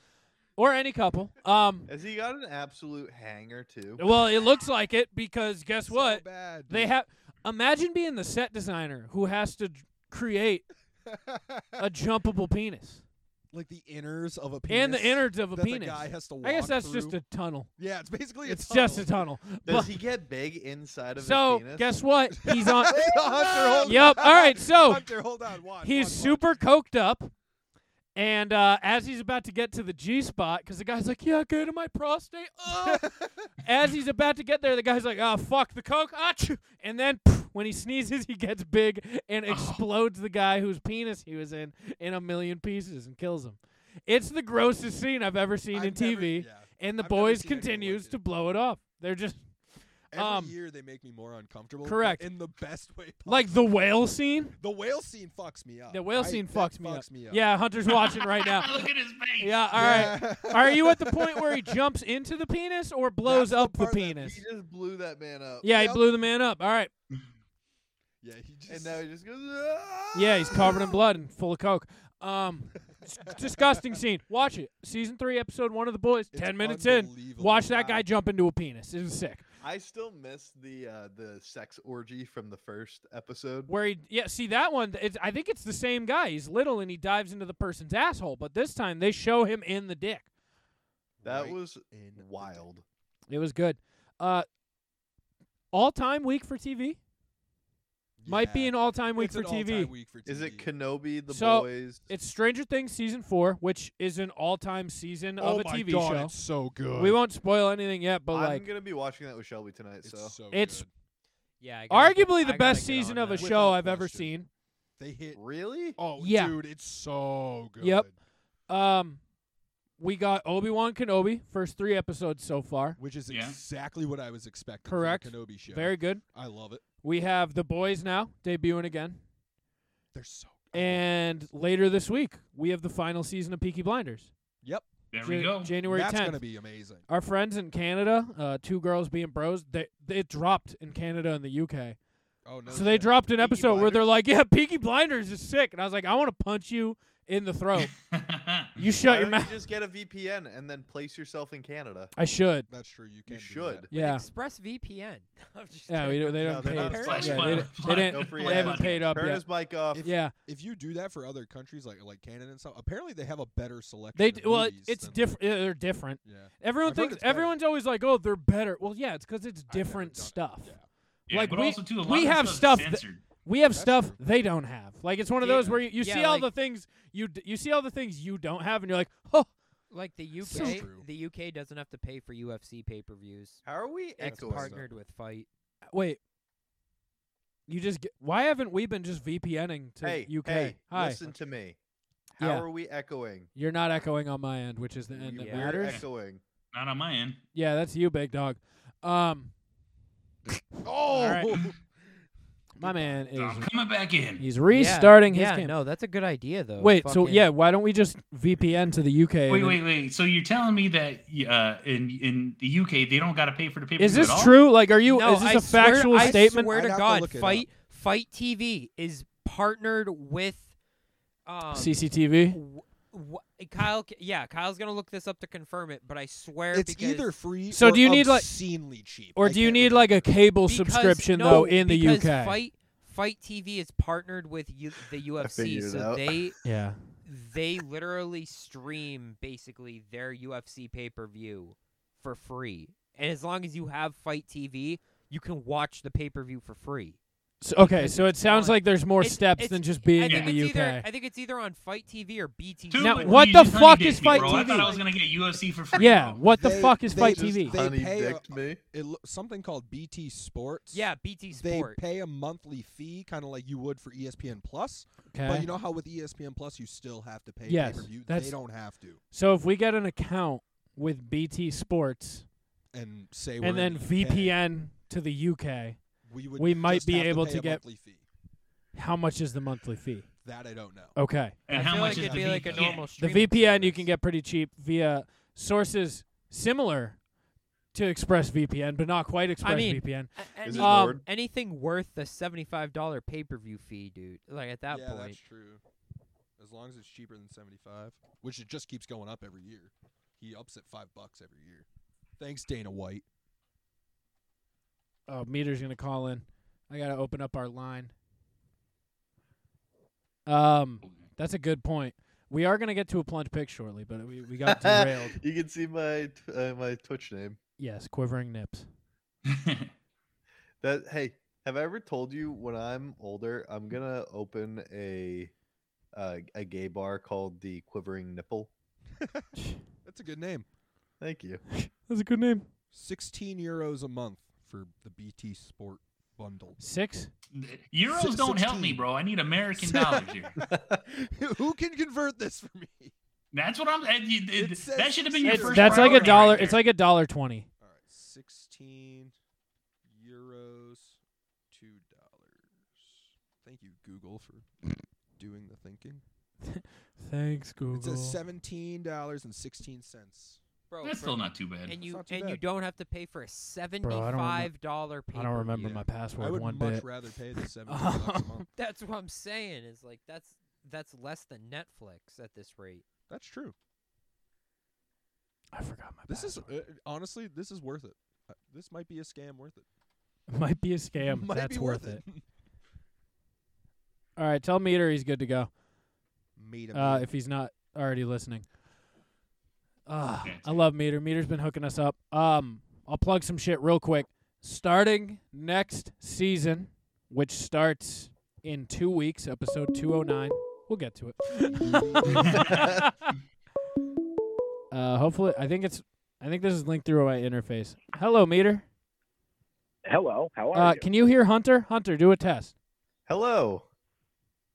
Speaker 2: or any couple. Um,
Speaker 1: Has he got an absolute hanger too?
Speaker 9: [laughs]
Speaker 2: well, it looks like it because guess
Speaker 9: So
Speaker 2: what?
Speaker 9: bad,
Speaker 2: They have. Imagine being the set designer who has to d- create
Speaker 9: [laughs]
Speaker 2: a jumpable penis,
Speaker 9: like the inners of a penis
Speaker 2: and the innards of a
Speaker 9: that The
Speaker 2: penis.
Speaker 9: guy has to walk
Speaker 2: I guess that's
Speaker 9: through.
Speaker 2: just a tunnel.
Speaker 9: Yeah, it's basically
Speaker 2: It's
Speaker 9: a tunnel.
Speaker 2: just a tunnel.
Speaker 1: Does
Speaker 2: But-
Speaker 1: he get big inside of
Speaker 2: so
Speaker 1: his penis?
Speaker 2: guess what?
Speaker 9: [laughs]
Speaker 2: He's on.
Speaker 9: Hunter, hold
Speaker 2: Yep,
Speaker 9: on.
Speaker 2: all right, so-
Speaker 9: Hunter, hold on. Watch,
Speaker 2: he's
Speaker 9: watch,
Speaker 2: super coked up. And uh, as he's about to get to the G spot, because the guy's like, "Yeah, go to my prostate." Oh.
Speaker 9: [laughs]
Speaker 2: as he's about to get there, the guy's like, "Oh, fuck the coke!" Achoo! And then pff, when he sneezes, he gets big and explodes the guy whose penis he was in in a million pieces and kills him. It's the grossest scene I've ever seen
Speaker 9: I've
Speaker 2: in
Speaker 9: never-
Speaker 2: TV,
Speaker 9: yeah.
Speaker 2: and the
Speaker 9: I've never
Speaker 2: boys
Speaker 9: seen anyone like
Speaker 2: continues
Speaker 9: it.
Speaker 2: to blow it off. They're just
Speaker 9: Every
Speaker 2: um,
Speaker 9: year they make me more uncomfortable. but
Speaker 2: correct.
Speaker 9: In the best way possible.
Speaker 2: like the whale scene.
Speaker 9: the whale scene fucks me up.
Speaker 2: The whale
Speaker 9: right?
Speaker 2: scene
Speaker 9: Uh, That
Speaker 2: fucks, me,
Speaker 9: fucks
Speaker 2: up.
Speaker 9: me up.
Speaker 2: Yeah, Hunter's watching right now.
Speaker 3: [laughs] Look at his face.
Speaker 2: Yeah, all right.
Speaker 9: Yeah.
Speaker 2: Are you at the point where he jumps into the penis or
Speaker 9: That's
Speaker 2: blows
Speaker 9: the
Speaker 2: up the,
Speaker 9: part that
Speaker 2: penis?
Speaker 1: he just blew that man up.
Speaker 2: yeah, he
Speaker 9: Yep.
Speaker 2: blew the man up. All right.
Speaker 9: Yeah, he just.
Speaker 1: And now he just goes. "Ah!"
Speaker 2: Yeah, he's covered in blood and full of coke. Um,
Speaker 9: [laughs]
Speaker 2: s- disgusting scene. Watch it. Season three, episode one of the boys.
Speaker 9: It's
Speaker 2: Ten minutes in.
Speaker 9: unbelievable.
Speaker 2: Watch that
Speaker 9: Wow.
Speaker 2: guy jump into a penis. It was sick.
Speaker 1: I still miss the uh, the sex orgy from the first episode.
Speaker 2: Where he, yeah, see that one. It's, I think it's the same guy. He's little and he dives into the person's asshole, but this time they show him in the dick.
Speaker 1: That
Speaker 9: Right
Speaker 1: was
Speaker 9: in the
Speaker 1: wild.
Speaker 2: It was good. Uh, all time week for TV might be
Speaker 9: Yeah.
Speaker 2: an all time week
Speaker 9: It's
Speaker 2: for
Speaker 9: an
Speaker 2: TV.
Speaker 9: all-time week for
Speaker 1: Is it
Speaker 9: TV.
Speaker 1: Kenobi, the
Speaker 2: So,
Speaker 1: boys?
Speaker 2: It's Stranger Things season four, which is an all-time season
Speaker 9: oh
Speaker 2: of a
Speaker 9: my
Speaker 2: TV
Speaker 9: God,
Speaker 2: show.
Speaker 9: It's so good.
Speaker 2: We won't spoil anything yet, but
Speaker 1: I'm
Speaker 2: like,
Speaker 1: gonna be watching that with Shelby tonight.
Speaker 9: It's
Speaker 1: so
Speaker 9: so.
Speaker 2: it's-
Speaker 9: good.
Speaker 7: Yeah. I gotta get-
Speaker 2: arguably
Speaker 7: I
Speaker 2: the
Speaker 7: gotta
Speaker 2: best
Speaker 7: get
Speaker 2: season
Speaker 7: on
Speaker 2: of a
Speaker 7: that.
Speaker 9: Without
Speaker 2: show I've ever seen.
Speaker 9: question. [laughs] They hit.
Speaker 1: really,
Speaker 9: Oh,
Speaker 2: Yeah.
Speaker 9: dude, it's so good.
Speaker 2: Yep. Um, we got Obi Wan Kenobi first three episodes so far.
Speaker 9: Which is
Speaker 3: Yeah.
Speaker 9: exactly what I was expecting.
Speaker 2: Correct.
Speaker 9: From a Kenobi show.
Speaker 2: Very good.
Speaker 9: I love it.
Speaker 2: We have The Boys now debuting again,
Speaker 9: They're so. good.
Speaker 2: and later this week we have the final season of Peaky Blinders.
Speaker 9: Yep.
Speaker 3: There we
Speaker 2: Ja-
Speaker 3: go.
Speaker 2: January
Speaker 9: That's
Speaker 2: 10th.
Speaker 9: gonna be amazing.
Speaker 2: Our friends in Canada, uh, two girls being bros. They, they it dropped in Canada and the UK.
Speaker 9: Oh no.
Speaker 2: So they
Speaker 9: shit.
Speaker 2: dropped an
Speaker 9: Peaky
Speaker 2: episode where they're
Speaker 9: Blinders?
Speaker 2: like, "Yeah, Peaky Blinders is sick," and I was like, "I want to punch you in the
Speaker 3: [laughs]
Speaker 2: throat. You shut
Speaker 1: Why don't
Speaker 2: your
Speaker 1: you
Speaker 2: mouth."
Speaker 1: just get a VPN and then place yourself in Canada?
Speaker 2: I should.
Speaker 9: That's true. You can.
Speaker 1: You
Speaker 9: do
Speaker 1: should.
Speaker 9: that.
Speaker 2: Yeah.
Speaker 7: Express VPN. [laughs] I'm just
Speaker 2: Yeah, we
Speaker 7: kidding.
Speaker 2: don't, they
Speaker 1: No,
Speaker 2: don't
Speaker 1: they're
Speaker 2: pay.
Speaker 1: not
Speaker 2: yeah,
Speaker 3: Slash
Speaker 2: they,
Speaker 3: fun.
Speaker 2: don't- they
Speaker 3: Slash
Speaker 2: didn't-
Speaker 1: no free
Speaker 2: they haven't
Speaker 1: ads.
Speaker 2: paid up
Speaker 1: Turn
Speaker 2: yet.
Speaker 1: his mic off.
Speaker 9: If-
Speaker 2: yeah,
Speaker 9: If you do that for other countries like like Canada and stuff, apparently they have a better selection.
Speaker 2: they
Speaker 9: of
Speaker 2: d- well, it-
Speaker 9: movies
Speaker 2: it's
Speaker 9: than-
Speaker 2: different. They're different.
Speaker 9: Yeah.
Speaker 2: Everyone
Speaker 9: I've heard
Speaker 2: thinks
Speaker 9: it's better.
Speaker 2: everyone's always like, "Oh, they're better." Well, yeah, it's because it's
Speaker 9: I've never
Speaker 2: different
Speaker 9: done it.
Speaker 2: stuff.
Speaker 9: Yeah.
Speaker 3: Yeah,
Speaker 2: Like,
Speaker 3: but
Speaker 2: we-
Speaker 3: also too, a lot
Speaker 2: we
Speaker 3: of
Speaker 2: have
Speaker 3: stuff
Speaker 2: stuff that-
Speaker 3: censored.
Speaker 2: We have
Speaker 9: That's
Speaker 2: stuff
Speaker 9: true.
Speaker 2: they don't have. Like it's one of
Speaker 7: Yeah.
Speaker 2: those where you, you
Speaker 7: Yeah,
Speaker 2: see all
Speaker 7: like-
Speaker 2: the things you d- you see all the things you don't have, and you're like, "Oh,
Speaker 7: Like the UK,
Speaker 2: So
Speaker 9: true.
Speaker 7: the UK doesn't have to pay for UFC pay-per-views.
Speaker 1: How are we
Speaker 7: It's
Speaker 9: course.
Speaker 1: echoing?
Speaker 7: partnered with Fight.
Speaker 2: wait." You just get, why haven't we been just VPNing to
Speaker 1: Hey,
Speaker 2: UK?
Speaker 1: hey,
Speaker 2: Hi.
Speaker 1: listen to me. How
Speaker 2: Yeah.
Speaker 1: are we echoing?
Speaker 2: You're not echoing on my end, which is the
Speaker 1: We-
Speaker 2: end that
Speaker 7: Yeah.
Speaker 1: We're
Speaker 2: matters.
Speaker 1: echoing.
Speaker 3: Not on my end.
Speaker 2: Yeah, that's you, big dog.
Speaker 9: [laughs]
Speaker 2: Um,
Speaker 9: Oh.
Speaker 2: right. my man
Speaker 3: So I'm
Speaker 2: is
Speaker 3: coming back in.
Speaker 2: he's restarting
Speaker 7: yeah,
Speaker 2: his camp.
Speaker 7: no, that's a good idea though.
Speaker 2: Wait, so
Speaker 7: Fucking-
Speaker 2: yeah, why don't we just VPN to the UK? and
Speaker 3: Wait,
Speaker 2: then-
Speaker 3: wait, wait. So you're telling me that uh, in in the UK they don't got to pay for the paper?
Speaker 2: Is this true? Like, are you?
Speaker 7: No,
Speaker 2: is this
Speaker 7: I
Speaker 2: a factual
Speaker 7: swear, I
Speaker 2: statement?
Speaker 7: swear
Speaker 9: I'd
Speaker 7: to
Speaker 9: have to
Speaker 7: God,
Speaker 9: look it up.
Speaker 7: Fight Fight TV is partnered with um,
Speaker 2: CCTV.
Speaker 7: w- wh- Kyle, c- yeah, Kyle's gonna look this up to confirm it, but I swear
Speaker 9: It's
Speaker 7: because-
Speaker 9: either free
Speaker 2: So
Speaker 9: or
Speaker 2: do you need like
Speaker 9: obscenely cheap.
Speaker 2: or
Speaker 9: I
Speaker 2: do you
Speaker 9: can't
Speaker 2: need
Speaker 9: remember.
Speaker 2: like a cable
Speaker 7: Because-
Speaker 2: subscription
Speaker 7: no,
Speaker 2: though in the UK?
Speaker 7: because Fight Fight TV is partnered with U-
Speaker 1: [laughs]
Speaker 7: the UFC,
Speaker 1: figured it
Speaker 7: so
Speaker 1: out.
Speaker 7: they
Speaker 2: [laughs] yeah.
Speaker 7: they literally stream basically their UFC pay per view for free, and as long as you have Fight TV, you can watch the pay per view for free.
Speaker 2: So, okay,
Speaker 7: Because
Speaker 2: so it
Speaker 7: it's
Speaker 2: sounds
Speaker 7: on-
Speaker 2: like there's more
Speaker 7: it's-
Speaker 2: steps
Speaker 7: it's-
Speaker 2: than just
Speaker 7: I
Speaker 2: being
Speaker 7: think
Speaker 2: in the
Speaker 7: it's
Speaker 2: UK.
Speaker 7: either- I think it's either on Fight TV or BT.
Speaker 3: Dude,
Speaker 2: Now,
Speaker 3: but
Speaker 2: what
Speaker 3: you
Speaker 2: the
Speaker 3: just honey
Speaker 2: fuck
Speaker 3: dicked
Speaker 2: is
Speaker 3: me,
Speaker 2: Fight
Speaker 3: bro. I thought
Speaker 2: TV?
Speaker 3: I was gonna get UFC for free.
Speaker 2: yeah,
Speaker 3: bro.
Speaker 2: what the
Speaker 9: They-
Speaker 2: fuck is
Speaker 9: they
Speaker 2: Fight
Speaker 9: just-
Speaker 2: TV?
Speaker 9: They
Speaker 1: Honey
Speaker 9: pay a-
Speaker 1: dicked me.
Speaker 9: it, lo- something called BT Sports.
Speaker 7: Yeah, BT
Speaker 9: They
Speaker 7: Sport.
Speaker 9: pay a monthly fee, kind of like you would for E ESPN Plus. But
Speaker 2: Okay.
Speaker 9: you know how with E ESPN Plus you still have to pay
Speaker 2: Yes,
Speaker 9: pay-per-view.
Speaker 2: that's-
Speaker 9: They don't have to.
Speaker 2: So if we get an account with BT Sports
Speaker 9: And say we're in
Speaker 2: and then
Speaker 9: the UK,
Speaker 2: VPN to the UK,
Speaker 9: we, would
Speaker 2: we might
Speaker 9: just
Speaker 2: be
Speaker 9: have to
Speaker 2: able
Speaker 9: pay
Speaker 2: to
Speaker 9: a
Speaker 2: get-
Speaker 9: monthly fee.
Speaker 2: how much is the monthly fee?
Speaker 9: That I don't know.
Speaker 2: Okay.
Speaker 3: And
Speaker 7: I
Speaker 3: how
Speaker 7: feel
Speaker 3: much
Speaker 7: like
Speaker 3: is
Speaker 7: it'd
Speaker 3: the
Speaker 7: be like a
Speaker 3: VPN?
Speaker 7: normal
Speaker 2: The
Speaker 7: streaming
Speaker 2: VPN you can
Speaker 7: service.
Speaker 2: get pretty cheap via sources similar to ExpressVPN, but not quite ExpressVPN.
Speaker 7: mean, A-
Speaker 8: Is it
Speaker 7: any-
Speaker 2: Um,
Speaker 8: Lord?
Speaker 7: anything worth the seventy-five dollar pay-per-view fee, dude? Like at that
Speaker 9: yeah,
Speaker 7: point,
Speaker 9: that's true. As long as it's cheaper than seventy-five, which it just keeps going up every year. He ups it five bucks every year. Thanks, Dana White.
Speaker 2: Oh, meter's gonna call in. I gotta open up our line. Um, that's a good point. We are gonna get to a plunge pick shortly, but we,
Speaker 1: [laughs]
Speaker 2: we
Speaker 3: [laughs]
Speaker 2: got derailed.
Speaker 1: you can see my t- uh, my Twitch name.
Speaker 2: Yes, quivering nips.
Speaker 1: That hey, have I ever told you when I'm older I'm gonna open a uh, a gay bar called the Quivering Nipple?
Speaker 9: That's a good name.
Speaker 1: Thank you.
Speaker 2: [laughs] That's a good name.
Speaker 9: Sixteen euros a month for the BT Sport bundle.
Speaker 2: Six.
Speaker 3: Euros
Speaker 9: Six-
Speaker 3: don't help me,
Speaker 9: 16.
Speaker 3: bro. I
Speaker 9: [laughs]
Speaker 3: need American dollars here.
Speaker 9: Who can convert this for me?
Speaker 3: That's what I'm. and you-
Speaker 9: It
Speaker 3: it-
Speaker 9: says
Speaker 3: that should have been your
Speaker 2: It's,
Speaker 3: first.
Speaker 2: that's like a
Speaker 3: priority
Speaker 2: dollar.
Speaker 3: right
Speaker 2: it's
Speaker 3: there.
Speaker 2: like a dollar twenty.
Speaker 9: All right, sixteen euros, two dollars. Thank you, Google, for doing the thinking.
Speaker 2: Thanks,
Speaker 9: It's
Speaker 2: Google.
Speaker 9: a seventeen dollars and sixteen cents.
Speaker 7: bro.
Speaker 3: That's
Speaker 7: for-
Speaker 3: still not too bad.
Speaker 7: and you
Speaker 9: not too
Speaker 7: and you
Speaker 9: bad.
Speaker 7: don't have to pay for a
Speaker 2: remember-
Speaker 7: seventy-five dollar pay.
Speaker 2: I don't remember my
Speaker 9: I
Speaker 2: password
Speaker 9: would
Speaker 2: one
Speaker 9: much
Speaker 2: bit.
Speaker 9: rather pay
Speaker 2: [laughs]
Speaker 9: the
Speaker 7: [laughs]
Speaker 9: seventeen bucks a month.
Speaker 7: That's what I'm saying. Is like that's that's less than Netflix at this rate.
Speaker 9: That's true.
Speaker 2: I forgot my.
Speaker 9: This is uh,
Speaker 2: password.
Speaker 9: uh, honestly, this is worth it. Uh, this might be a scam worth it.
Speaker 2: might be a scam.
Speaker 9: might
Speaker 2: that's
Speaker 9: be
Speaker 2: worth
Speaker 9: worth
Speaker 2: it.
Speaker 9: it.
Speaker 2: All right, tell Meter he's good to go.
Speaker 9: Made a
Speaker 2: uh,
Speaker 9: meal.
Speaker 2: if he's not already listening. Ah,
Speaker 3: Okay.
Speaker 2: I love Meter. Meter's been hooking us up. Um, I'll plug some shit real quick. Starting next season, which starts in two weeks, episode 209. We'll get to it. [laughs] uh, hopefully, I think it's. I think this is linked through my interface. Hello, Meter.
Speaker 13: Hello, how are
Speaker 2: Uh,
Speaker 13: you?
Speaker 2: can you hear Hunter? Hunter, do a test.
Speaker 1: Hello.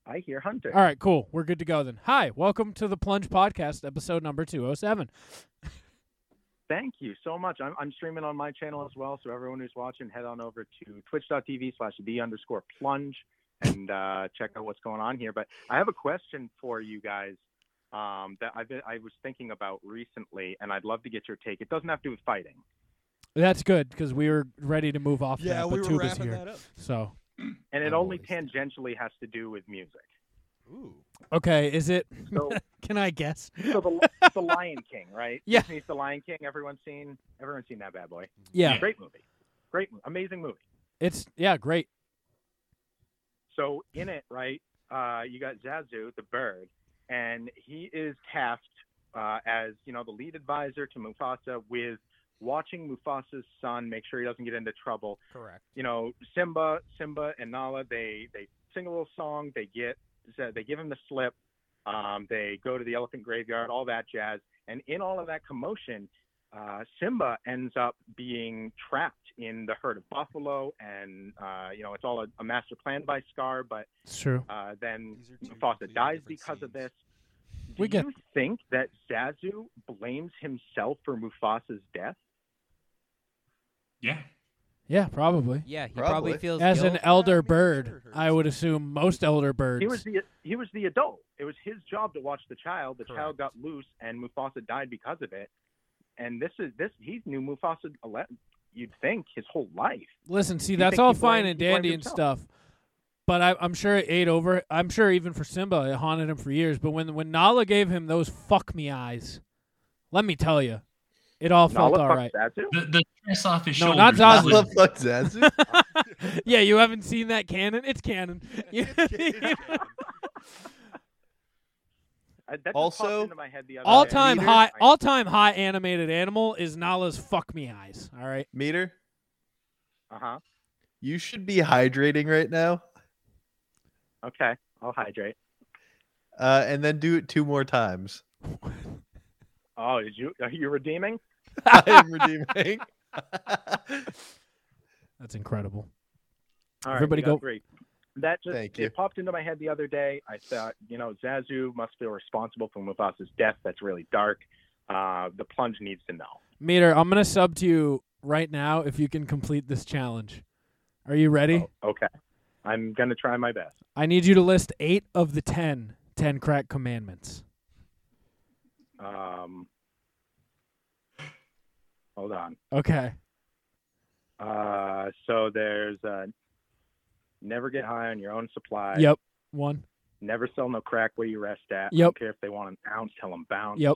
Speaker 13: I hear Hunter.
Speaker 2: All right, cool. We're good to go then. Hi, welcome to the Plunge Podcast, episode number 207.
Speaker 13: Thank you so much. I'm, I'm streaming on my channel as well, so everyone who's watching, head on over to twitch.tv slash the underscore plunge and uh, check out what's going on here. But I have a question for you guys um, that I've been, I was thinking about recently, and I'd love to get your take. It doesn't have to do with fighting.
Speaker 2: That's good because we were ready to move off
Speaker 9: yeah,
Speaker 2: that,
Speaker 9: we
Speaker 2: but
Speaker 9: were
Speaker 2: Tuba's
Speaker 9: wrapping
Speaker 2: here.
Speaker 9: that up.
Speaker 2: So
Speaker 13: And it
Speaker 9: Oh,
Speaker 13: only
Speaker 9: I see.
Speaker 13: tangentially has to do with music.
Speaker 9: Ooh,
Speaker 2: okay, is it?
Speaker 13: So,
Speaker 2: [laughs] Can I guess?
Speaker 13: so
Speaker 2: [laughs]
Speaker 13: the, the Lion King, right?
Speaker 2: Yeah.
Speaker 13: Disney's The Lion King. Everyone's seen. Everyone's seen that bad boy.
Speaker 2: Yeah,
Speaker 13: Great movie. Great, mo- amazing movie.
Speaker 2: it's yeah, great.
Speaker 13: So in it, right, uh, you got Zazu, the bird, and he is tasked uh, as you know the lead advisor to Mufasa with watching Mufasa's son, make sure he doesn't get into trouble.
Speaker 7: Correct.
Speaker 13: You know, Simba, Simba and Nala, they they sing a little song, they get uh, they give him the slip, um, they go to the elephant graveyard, all that jazz, and in all of that commotion. Uh, Simba ends up being trapped in the herd of buffalo, and uh, you know it's all a, a master plan by Scar. But
Speaker 2: It's true.
Speaker 13: uh, then
Speaker 9: These are two completely
Speaker 13: Mufasa dies
Speaker 9: different
Speaker 13: because of
Speaker 9: scenes.
Speaker 13: this. Do
Speaker 2: We get-
Speaker 13: you think that Zazu blames himself for Mufasa's death?
Speaker 3: yeah.
Speaker 2: Yeah, probably.
Speaker 7: Yeah, he probably,
Speaker 1: Probably.
Speaker 7: feels
Speaker 2: As
Speaker 7: guilt.
Speaker 2: an elder
Speaker 9: I mean, sure
Speaker 2: bird,
Speaker 9: it hurts.
Speaker 2: I would assume most elder birds.
Speaker 13: He was the he was the adult. It was his job to watch the child. The child got
Speaker 7: Correct.
Speaker 13: loose, and Mufasa died because of it. And this is this he knew Mufasa. ele- You'd think his whole life.
Speaker 2: Listen, see,
Speaker 13: You
Speaker 2: that's
Speaker 13: think
Speaker 2: all
Speaker 13: he
Speaker 2: fine and
Speaker 13: blamed- he blamed
Speaker 2: dandy and
Speaker 13: himself.
Speaker 2: stuff, But I, I'm sure it ate over. I'm sure even for Simba, it haunted him for years. But when when Nala gave him those fuck me eyes, let me tell you, it all felt all right.
Speaker 3: The, the stress off his
Speaker 2: No,
Speaker 3: shoulders.
Speaker 2: not Zazu.
Speaker 3: was-
Speaker 2: [laughs] yeah, you haven't seen that canon. It's
Speaker 13: [laughs]
Speaker 2: canon.
Speaker 13: Uh, that just popped
Speaker 2: Also,
Speaker 13: into my head the other
Speaker 2: all
Speaker 13: day.
Speaker 2: time high, all time high animated animal is Nala's fuck me eyes. All right,
Speaker 1: meter.
Speaker 13: Uh huh.
Speaker 1: You should be hydrating right now,
Speaker 13: Okay, I'll hydrate.
Speaker 1: uh, and then do it two more times.
Speaker 13: Oh, did you? Are
Speaker 2: [laughs]
Speaker 13: you redeeming?
Speaker 1: I am
Speaker 13: [laughs]
Speaker 1: redeeming.
Speaker 2: that's incredible.
Speaker 13: All right,
Speaker 2: Everybody
Speaker 13: we got
Speaker 2: go.
Speaker 13: Three. That just
Speaker 1: Thank you.
Speaker 13: it popped into my head the other day. I thought, you know, Zazu must feel responsible for Mufasa's death. That's really dark. Uh, the plunge needs to know.
Speaker 2: Meter, I'm gonna sub to you right now if you can complete this challenge. Are you ready?
Speaker 13: Okay, I'm gonna try my best.
Speaker 2: I need you to list eight of the ten ten crack commandments.
Speaker 13: Um, hold on.
Speaker 2: Okay.
Speaker 13: Uh, so there's uh, never get high on your own supply.
Speaker 2: Yep. One.
Speaker 13: Never sell no crack where you rest at.
Speaker 2: Yep.
Speaker 13: Don't care if they want an ounce, tell them bounce.
Speaker 2: Yep.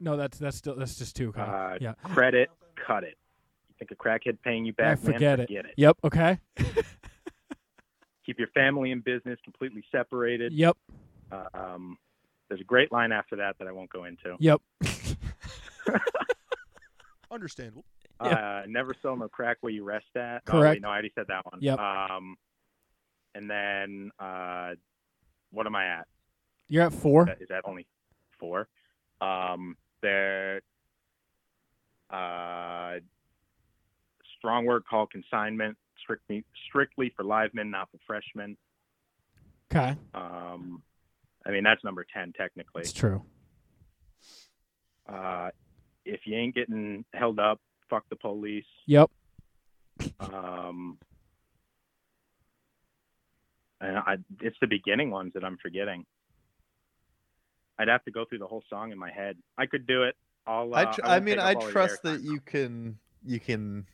Speaker 2: No, that's that's still that's just two. Kyle.
Speaker 13: Uh,
Speaker 2: yeah.
Speaker 13: Credit, cut it. You think a crackhead paying you
Speaker 2: I
Speaker 13: back? man,
Speaker 2: Ah, forget, it.
Speaker 13: Forget it.
Speaker 2: Yep. Okay.
Speaker 13: Keep your family and business completely separated.
Speaker 2: Yep.
Speaker 13: Uh, um, there's a great line after that that I won't go into.
Speaker 2: Yep. [laughs]
Speaker 9: Understandable.
Speaker 13: Uh, Never sell no crack where you rest at. Oh, wait,
Speaker 2: Correct.
Speaker 13: no, I already said that one.
Speaker 2: Yep.
Speaker 13: Um, and then uh, what am I at?
Speaker 2: You're at four.
Speaker 13: Is that only four? Um, there. Uh, strong word called consignment. Strictly, strictly for live men, not for freshmen.
Speaker 2: Okay.
Speaker 13: Um, I mean that's number ten technically.
Speaker 2: It's true.
Speaker 13: Uh, if you ain't getting held up, fuck the police.
Speaker 2: Yep.
Speaker 13: Um, and I, it's the beginning ones that I'm forgetting. I'd have to go through the whole song in my head. I could do it. I'll. Uh,
Speaker 1: I, tr- I,
Speaker 13: won't
Speaker 1: mean,
Speaker 13: take up
Speaker 1: I
Speaker 13: all your
Speaker 1: trust
Speaker 13: air-
Speaker 1: that you can. You
Speaker 2: [laughs]
Speaker 1: can.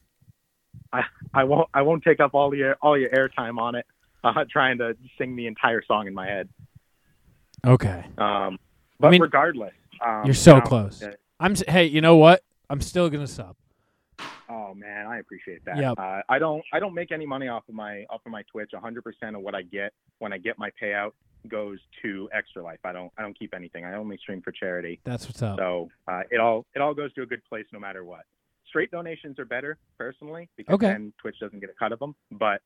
Speaker 13: I won't. I won't take up all your all your airtime on it. Uh, trying to sing the entire song in my head.
Speaker 2: Okay.
Speaker 13: Um, but
Speaker 2: mean,
Speaker 13: regardless, um,
Speaker 2: You're so
Speaker 13: no,
Speaker 2: close.
Speaker 13: uh,
Speaker 2: I'm. s- Hey, you know what? I'm still gonna sub.
Speaker 13: Oh man, I appreciate that.
Speaker 2: Yep.
Speaker 13: Uh, I don't I don't make any money off of my off of my Twitch. 100% of what I get when I get my payout goes to Extra Life. I don't I don't keep anything. I only stream for charity.
Speaker 2: That's what's up.
Speaker 13: So uh, it all it all goes to a good place no matter what. Straight donations are better personally because
Speaker 2: Okay.
Speaker 13: then Twitch doesn't get a cut of them. But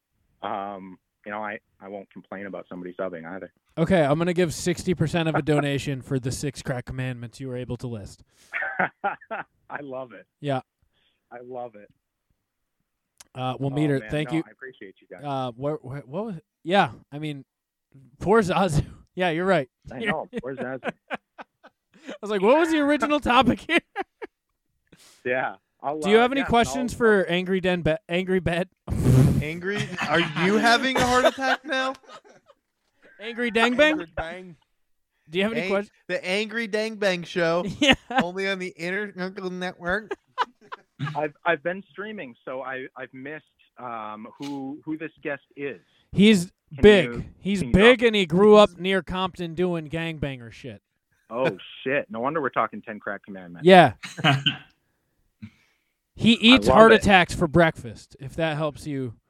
Speaker 13: um, you know I I won't complain about somebody subbing either.
Speaker 2: Okay, I'm gonna give sixty percent of a donation for the six crack commandments you were able to list.
Speaker 13: I love it.
Speaker 2: Yeah.
Speaker 13: I love it.
Speaker 2: Uh, well,
Speaker 13: Oh,
Speaker 2: meter.
Speaker 13: man,
Speaker 2: thank
Speaker 13: no,
Speaker 2: you.
Speaker 13: I appreciate you guys.
Speaker 2: Uh, where, where, what was? Yeah, I mean, poor Zazu. [laughs] Yeah, you're right.
Speaker 13: I know.
Speaker 2: [laughs]
Speaker 13: Where's that?
Speaker 2: I was like, what was the
Speaker 13: [laughs]
Speaker 2: original topic here?
Speaker 13: Yeah. I'll,
Speaker 2: Do you
Speaker 13: uh,
Speaker 2: have any
Speaker 13: yeah, no,
Speaker 2: questions for Angry Den? Be- Angry Bet?
Speaker 1: Angry?
Speaker 2: [laughs]
Speaker 1: Are you having a heart attack now?
Speaker 2: Angry Dang Bang?
Speaker 9: Bang.
Speaker 2: Do you have any
Speaker 1: Ang-
Speaker 2: questions?
Speaker 1: The Angry Dang Bang Show.
Speaker 2: [laughs] Yeah.
Speaker 1: Only on the Internet Network.
Speaker 13: [laughs] I've I've been streaming, so I I've missed um, who who this guest is.
Speaker 2: He's
Speaker 13: Can
Speaker 2: big.
Speaker 13: you-
Speaker 2: He's
Speaker 13: can you
Speaker 2: big, and he grew up near Compton doing gangbanger shit. [laughs]
Speaker 13: Oh shit! No wonder we're talking Ten Crack
Speaker 1: [laughs]
Speaker 13: Commandments.
Speaker 2: Yeah. he eats
Speaker 13: love
Speaker 2: heart
Speaker 13: it.
Speaker 2: attacks for breakfast. If that helps you.
Speaker 13: [laughs]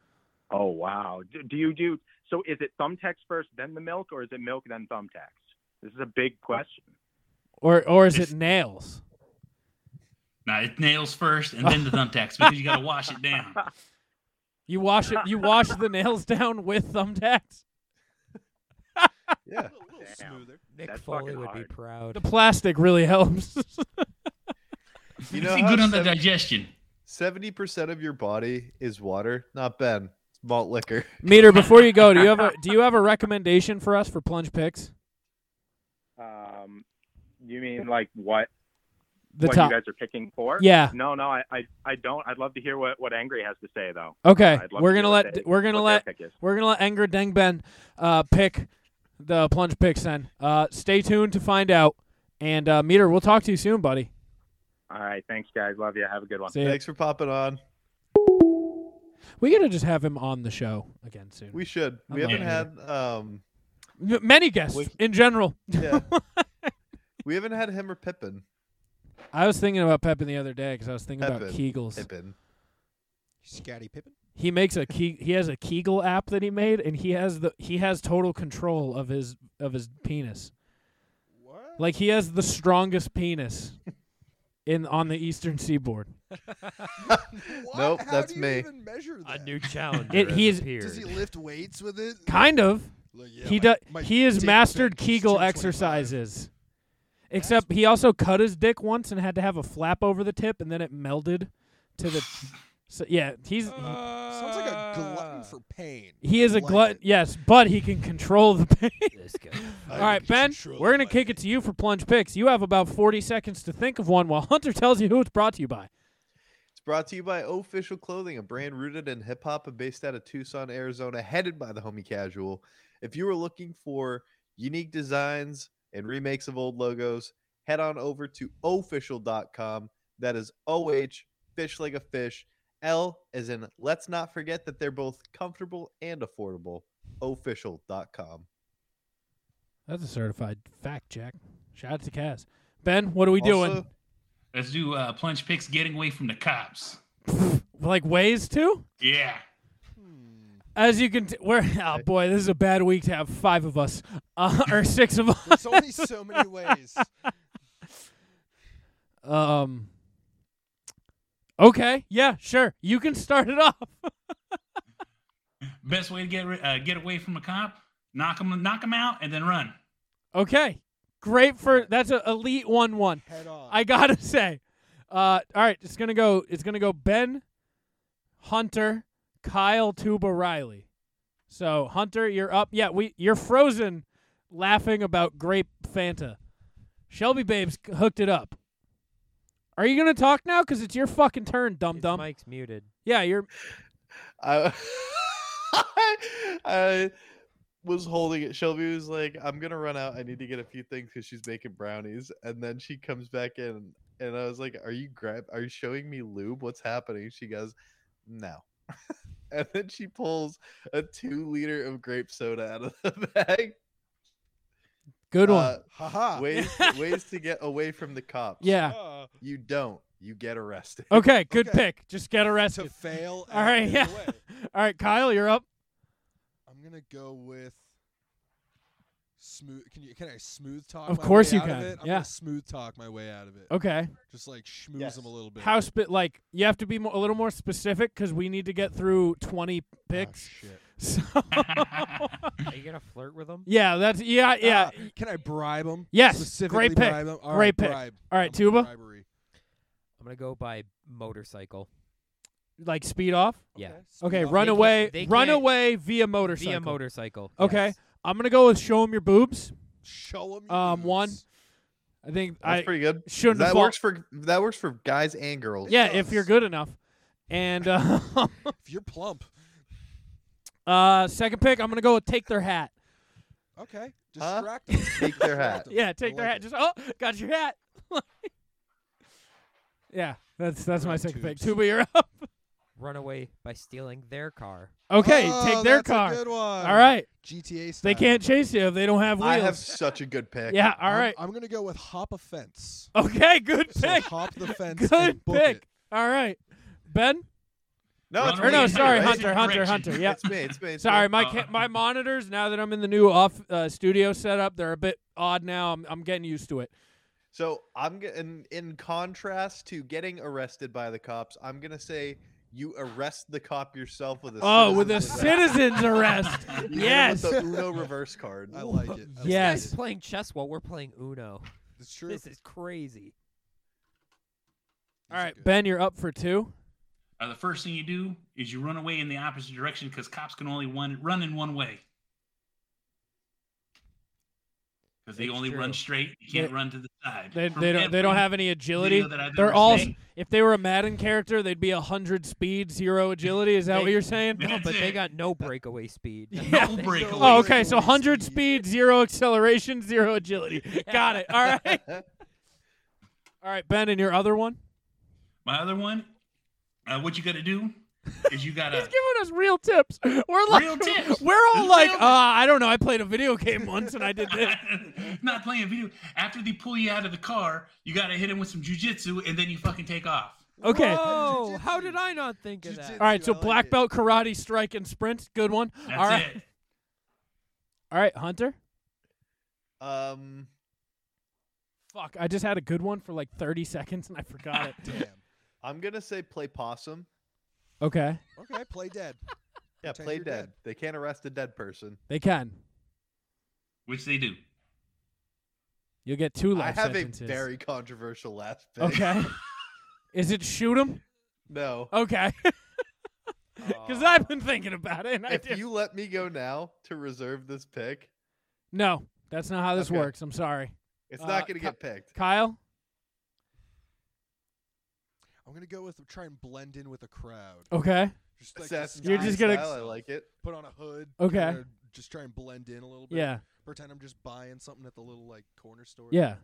Speaker 13: Oh wow. Do, do you do so? Is it thumbtacks first, then the milk, or is it milk then thumbtacks? This is a big question.
Speaker 2: Or or is it nails?
Speaker 3: Nah, it nails first and then the thumbtacks because you got to wash it down.
Speaker 9: [laughs]
Speaker 2: You wash it. You wash the nails down with thumbtacks.
Speaker 1: Yeah.
Speaker 9: Smoother.
Speaker 7: Nick
Speaker 13: That's
Speaker 7: Foley
Speaker 13: fucking
Speaker 7: would be
Speaker 13: hard.
Speaker 7: proud.
Speaker 2: The plastic really helps.
Speaker 1: You
Speaker 3: Is
Speaker 1: know
Speaker 3: he
Speaker 1: how
Speaker 3: good [laughs] on the
Speaker 1: seven-
Speaker 3: digestion?
Speaker 1: 70% of your body is water? Not Ben. It's malt liquor.
Speaker 2: Meter, before you go, do you have a do you have a recommendation for us for plunge picks?
Speaker 13: Um, you mean like what?
Speaker 2: The
Speaker 13: what
Speaker 2: top.
Speaker 13: you guys are picking for?
Speaker 2: Yeah.
Speaker 13: No, no, I, I, I don't. I'd love to hear what, what Angry has to say though.
Speaker 2: Okay,
Speaker 13: I'd love
Speaker 2: we're
Speaker 13: to hear
Speaker 2: gonna
Speaker 13: what
Speaker 2: let
Speaker 13: they-
Speaker 2: we're gonna
Speaker 13: what
Speaker 2: let
Speaker 13: their pick is.
Speaker 2: we're gonna let Enger Dengben uh, pick the plunge picks. Then uh, stay tuned to find out. And uh, Meter, we'll talk to you soon, buddy.
Speaker 13: All right, thanks guys. Love you. Have a good one.
Speaker 2: See ya.
Speaker 1: Thanks for popping on.
Speaker 2: We gotta just have him on the show again soon.
Speaker 1: We should.
Speaker 2: I
Speaker 1: We
Speaker 2: love
Speaker 1: haven't
Speaker 2: him.
Speaker 1: had um
Speaker 2: M- many guests
Speaker 1: Wiki-
Speaker 2: in general. [laughs]
Speaker 1: Yeah. we haven't had him or Pippin.
Speaker 2: I was thinking about Pepin the other day because I was thinking about
Speaker 1: Pippin.
Speaker 2: Kegels.
Speaker 1: Pippin.
Speaker 14: Scatty Pippin.
Speaker 2: He makes a key. He has a Kegel app that he made, and he has the he has total control of his of his penis. What? Like he has the strongest penis in on the
Speaker 14: [laughs]
Speaker 2: Eastern Seaboard.
Speaker 1: Nope, that's me.
Speaker 7: A new challenge.
Speaker 2: It- he is-
Speaker 14: Does he lift weights with it?
Speaker 2: Kind of.
Speaker 14: Like, yeah,
Speaker 2: he
Speaker 14: my-
Speaker 2: does.
Speaker 14: my
Speaker 2: He has
Speaker 14: dick
Speaker 2: mastered
Speaker 14: thing is
Speaker 2: Kegel
Speaker 14: 225.
Speaker 2: exercises. Except he also cut his dick once and had to have a flap over the tip, and then it melded to
Speaker 14: [laughs]
Speaker 2: the. so yeah, he's
Speaker 14: Sounds like a glutton for pain.
Speaker 2: he is a
Speaker 14: Like
Speaker 2: glut.
Speaker 14: it.
Speaker 2: Yes, but he can control the pain. [laughs] All
Speaker 14: I
Speaker 2: right,
Speaker 14: can
Speaker 2: Ben,
Speaker 14: control
Speaker 2: we're gonna kick it to you for plunge picks. You have about forty seconds to think of one while [laughs] Hunter tells you who it's brought to you by.
Speaker 1: It's brought to you by Official Clothing, a brand rooted in hip hop and based out of Tucson, Arizona, headed by the homie Casual. If you are looking for unique designs and remakes of old logos, head on over to official.com. That is O H, fish like a fish. L as in let's not forget that they're both comfortable and affordable. Official.com.
Speaker 2: That's a certified fact check. Shout out to Kaz. Ben, what are we doing?
Speaker 1: Also-
Speaker 3: Let's do uh, plunge picks getting away from the cops.
Speaker 2: Like ways to?
Speaker 3: Yeah.
Speaker 2: As you can, t- we're [laughs] oh boy, this is a bad week to have five of us uh, [laughs] or six of us.
Speaker 14: There's only so many ways.
Speaker 2: [laughs] Um. Okay. Yeah. Sure. You can start it off. [laughs]
Speaker 3: Best way to get ri- uh, get away from a cop: knock them, knock them out, and then run.
Speaker 2: Okay. Great for that's a elite one one.
Speaker 14: Head on.
Speaker 2: I gotta [laughs] say. Uh all right, it's gonna go it's gonna go Ben, Hunter, Kyle, Tuba, Riley. So Hunter, you're up. Yeah, we you're frozen laughing about grape Fanta. Shelby Babes c- hooked it up. Are you gonna talk now? Cause it's your fucking turn, dum dum.
Speaker 7: Mike's muted.
Speaker 2: Yeah, you're
Speaker 1: I, [laughs] I was holding it. Shelby was like, I'm going to run out. I need to get a few things because she's making brownies. And then she comes back in and I was like, Are you grab? Are you showing me lube? What's happening? She goes, No. [laughs] and then she pulls a two liter of grape soda out of the [laughs] bag.
Speaker 2: good one.
Speaker 1: Uh,
Speaker 14: Haha. Uh.
Speaker 1: ways, ways to get away from the cops.
Speaker 2: Yeah.
Speaker 1: You don't. You get arrested.
Speaker 2: Okay, good
Speaker 14: Okay.
Speaker 2: pick. Just get arrested.
Speaker 14: To fail.
Speaker 2: All right, yeah. [laughs] All right, Kyle, you're up.
Speaker 14: I'm gonna go with smooth. Can you? Can I smooth talk?
Speaker 2: Of
Speaker 14: my
Speaker 2: course
Speaker 14: way
Speaker 2: you
Speaker 14: out of
Speaker 2: can,
Speaker 14: it? I'm
Speaker 2: yeah.
Speaker 14: gonna smooth talk my way out of it.
Speaker 2: Okay.
Speaker 14: Just like schmooze
Speaker 1: Yes.
Speaker 14: them a little bit.
Speaker 2: How spe- like you have to be mo- a little more specific because we need to get through twenty picks.
Speaker 14: Oh, shit.
Speaker 2: [laughs] So
Speaker 7: Are you gonna flirt with him?
Speaker 2: yeah, that's yeah yeah.
Speaker 14: Ah, can I bribe them?
Speaker 2: yes,
Speaker 14: Specifically
Speaker 2: great pick.
Speaker 14: bribe 'em? All
Speaker 2: great
Speaker 14: right,
Speaker 2: pick.
Speaker 14: bribe.
Speaker 2: All right,
Speaker 14: I'm for
Speaker 2: Tuba,
Speaker 14: bribery.
Speaker 7: I'm gonna go by motorcycle.
Speaker 2: like speed off.
Speaker 7: Yeah.
Speaker 14: Speed
Speaker 2: Okay,
Speaker 14: off.
Speaker 2: run
Speaker 7: They can't-
Speaker 2: away,
Speaker 7: they
Speaker 2: run
Speaker 7: can't-
Speaker 2: away via motorcycle.
Speaker 7: Via motorcycle.
Speaker 2: Okay,
Speaker 7: yes.
Speaker 2: I'm gonna go with show them your boobs.
Speaker 14: Show them.
Speaker 2: Um, one. I think
Speaker 1: That's
Speaker 2: I
Speaker 1: pretty good.
Speaker 2: shouldn't
Speaker 1: that
Speaker 2: fall-
Speaker 1: works for that works for guys and girls.
Speaker 2: yeah if you're good enough. And uh, [laughs]
Speaker 14: If you're plump,
Speaker 2: uh, second pick, I'm gonna go with take their hat.
Speaker 14: okay.
Speaker 1: Huh?
Speaker 14: Distract 'em.
Speaker 1: [laughs] Take their
Speaker 14: Distract
Speaker 1: hat.
Speaker 14: 'em.
Speaker 2: Yeah,
Speaker 14: I
Speaker 2: take their
Speaker 14: like
Speaker 2: hat.
Speaker 14: it.
Speaker 2: Just oh, got your hat. [laughs] yeah, that's that's my
Speaker 14: Right,
Speaker 2: second pick.
Speaker 14: tubes.
Speaker 2: Tuba, you're up. [laughs]
Speaker 7: Run away by stealing their car.
Speaker 2: Okay,
Speaker 14: Oh,
Speaker 2: take their
Speaker 14: that's a
Speaker 2: car.
Speaker 14: good one.
Speaker 2: All right,
Speaker 14: GTA. Style.
Speaker 2: they can't chase you if they don't have wheels.
Speaker 1: I have such a good pick.
Speaker 2: [laughs] yeah, all
Speaker 14: I'm-
Speaker 2: right.
Speaker 14: I'm, gonna go with hop a fence.
Speaker 2: okay, good
Speaker 14: So
Speaker 2: pick.
Speaker 14: hop the fence.
Speaker 2: [laughs] good
Speaker 14: and book
Speaker 2: pick.
Speaker 14: it.
Speaker 2: All right, Ben.
Speaker 1: No, it's
Speaker 2: Or
Speaker 3: Run
Speaker 1: me.
Speaker 2: no,
Speaker 3: away.
Speaker 2: sorry,
Speaker 3: Right?
Speaker 2: Hunter, Hunter,
Speaker 3: Correction.
Speaker 2: Hunter. Yeah,
Speaker 1: It's me. It's me. It's me.
Speaker 2: sorry, my
Speaker 3: Uh,
Speaker 2: ca- my monitors. Now that I'm in the new off uh, studio setup, they're a bit odd now. I'm I'm getting used to it.
Speaker 1: So I'm g- in in contrast to getting arrested by the cops, I'm gonna say you arrest the cop yourself with a
Speaker 2: Oh, with a
Speaker 1: citizen's [laughs]
Speaker 2: citizen's arrest.
Speaker 1: arrest. You hit him
Speaker 2: Yes.
Speaker 1: with the Uno reverse card.
Speaker 14: I like it. I like
Speaker 2: Yeah.
Speaker 7: Guys
Speaker 2: Yes.
Speaker 7: playing chess while we're playing Uno.
Speaker 14: it. It's true.
Speaker 7: This is crazy.
Speaker 2: All
Speaker 14: are
Speaker 2: right,
Speaker 14: good.
Speaker 2: Ben, you're up for two.
Speaker 3: Uh, the first thing you do is you run away in the opposite direction because cops can only one run in one way. Because they
Speaker 7: That's
Speaker 3: only
Speaker 7: true.
Speaker 3: run straight. You can't
Speaker 2: They-
Speaker 3: run to the side.
Speaker 2: They,
Speaker 3: From
Speaker 2: they don't they don't
Speaker 3: every
Speaker 2: have any agility.
Speaker 3: video that I've
Speaker 2: They're
Speaker 3: ever
Speaker 2: all
Speaker 3: seen.
Speaker 2: if they were a Madden character, they'd be hundred speed, zero agility. Is that
Speaker 7: They-
Speaker 2: what you're saying?
Speaker 3: Yeah.
Speaker 7: No, but they
Speaker 3: it.
Speaker 7: got no breakaway speed. [laughs]
Speaker 2: Yeah.
Speaker 3: [laughs] No breakaway.
Speaker 2: Oh, okay. So
Speaker 14: Zero
Speaker 2: hundred
Speaker 14: speed.
Speaker 2: speed, zero acceleration, zero
Speaker 7: [laughs]
Speaker 2: agility. Got it. All right. All right, Ben, and your other one.
Speaker 3: My other one, uh, what you got to do is you gotta
Speaker 2: giving us real tips. We're like,
Speaker 3: Real
Speaker 2: [laughs]
Speaker 3: tips.
Speaker 2: we're all
Speaker 3: Real
Speaker 2: like, uh,
Speaker 3: tips.
Speaker 2: I don't know. I played a video game once and I did this.
Speaker 3: [laughs] not playing video. After they pull you out of the car, you gotta hit him with some jujitsu, and then you fucking take off.
Speaker 2: [laughs] Okay.
Speaker 7: Whoa, how did I not think of that?
Speaker 2: All right. So black belt karate strike and sprint. Good one.
Speaker 3: That's
Speaker 2: all right.
Speaker 3: it.
Speaker 2: All right, Hunter.
Speaker 1: Um,
Speaker 2: Fuck. I just had a good one for like 30 seconds and
Speaker 10: [laughs]
Speaker 2: I forgot it.
Speaker 1: I'm gonna say play possum.
Speaker 2: Okay.
Speaker 14: Okay, play dead.
Speaker 1: Yeah,
Speaker 14: Pretend
Speaker 1: play
Speaker 14: you're
Speaker 1: dead.
Speaker 14: dead.
Speaker 1: They can't arrest a dead person.
Speaker 2: They can.
Speaker 3: Which they do.
Speaker 2: You'll get two
Speaker 1: I
Speaker 2: life
Speaker 1: have
Speaker 2: sentences.
Speaker 1: a very controversial last pick.
Speaker 2: [laughs] Okay. Is it shoot 'em?
Speaker 1: [laughs] no. [laughs]
Speaker 2: Okay. Because I've been thinking about it. And I
Speaker 1: if
Speaker 2: did.
Speaker 1: you let me go now to reserve this pick,
Speaker 2: No, that's not how this
Speaker 1: Okay.
Speaker 2: works. I'm sorry.
Speaker 1: it's
Speaker 2: Uh,
Speaker 1: not gonna
Speaker 2: Ki-
Speaker 1: get picked.
Speaker 2: Kyle.
Speaker 14: I'm gonna go with try and blend in with a crowd.
Speaker 2: Okay.
Speaker 14: Just like
Speaker 1: Assassin's
Speaker 14: disguise
Speaker 2: You're just gonna-
Speaker 1: style, I
Speaker 14: myself,
Speaker 1: like it.
Speaker 14: Put on a hood.
Speaker 2: Okay.
Speaker 14: kinda Just try and blend in a little bit.
Speaker 2: Yeah.
Speaker 14: Pretend I'm just buying something at the little like corner store.
Speaker 2: Yeah.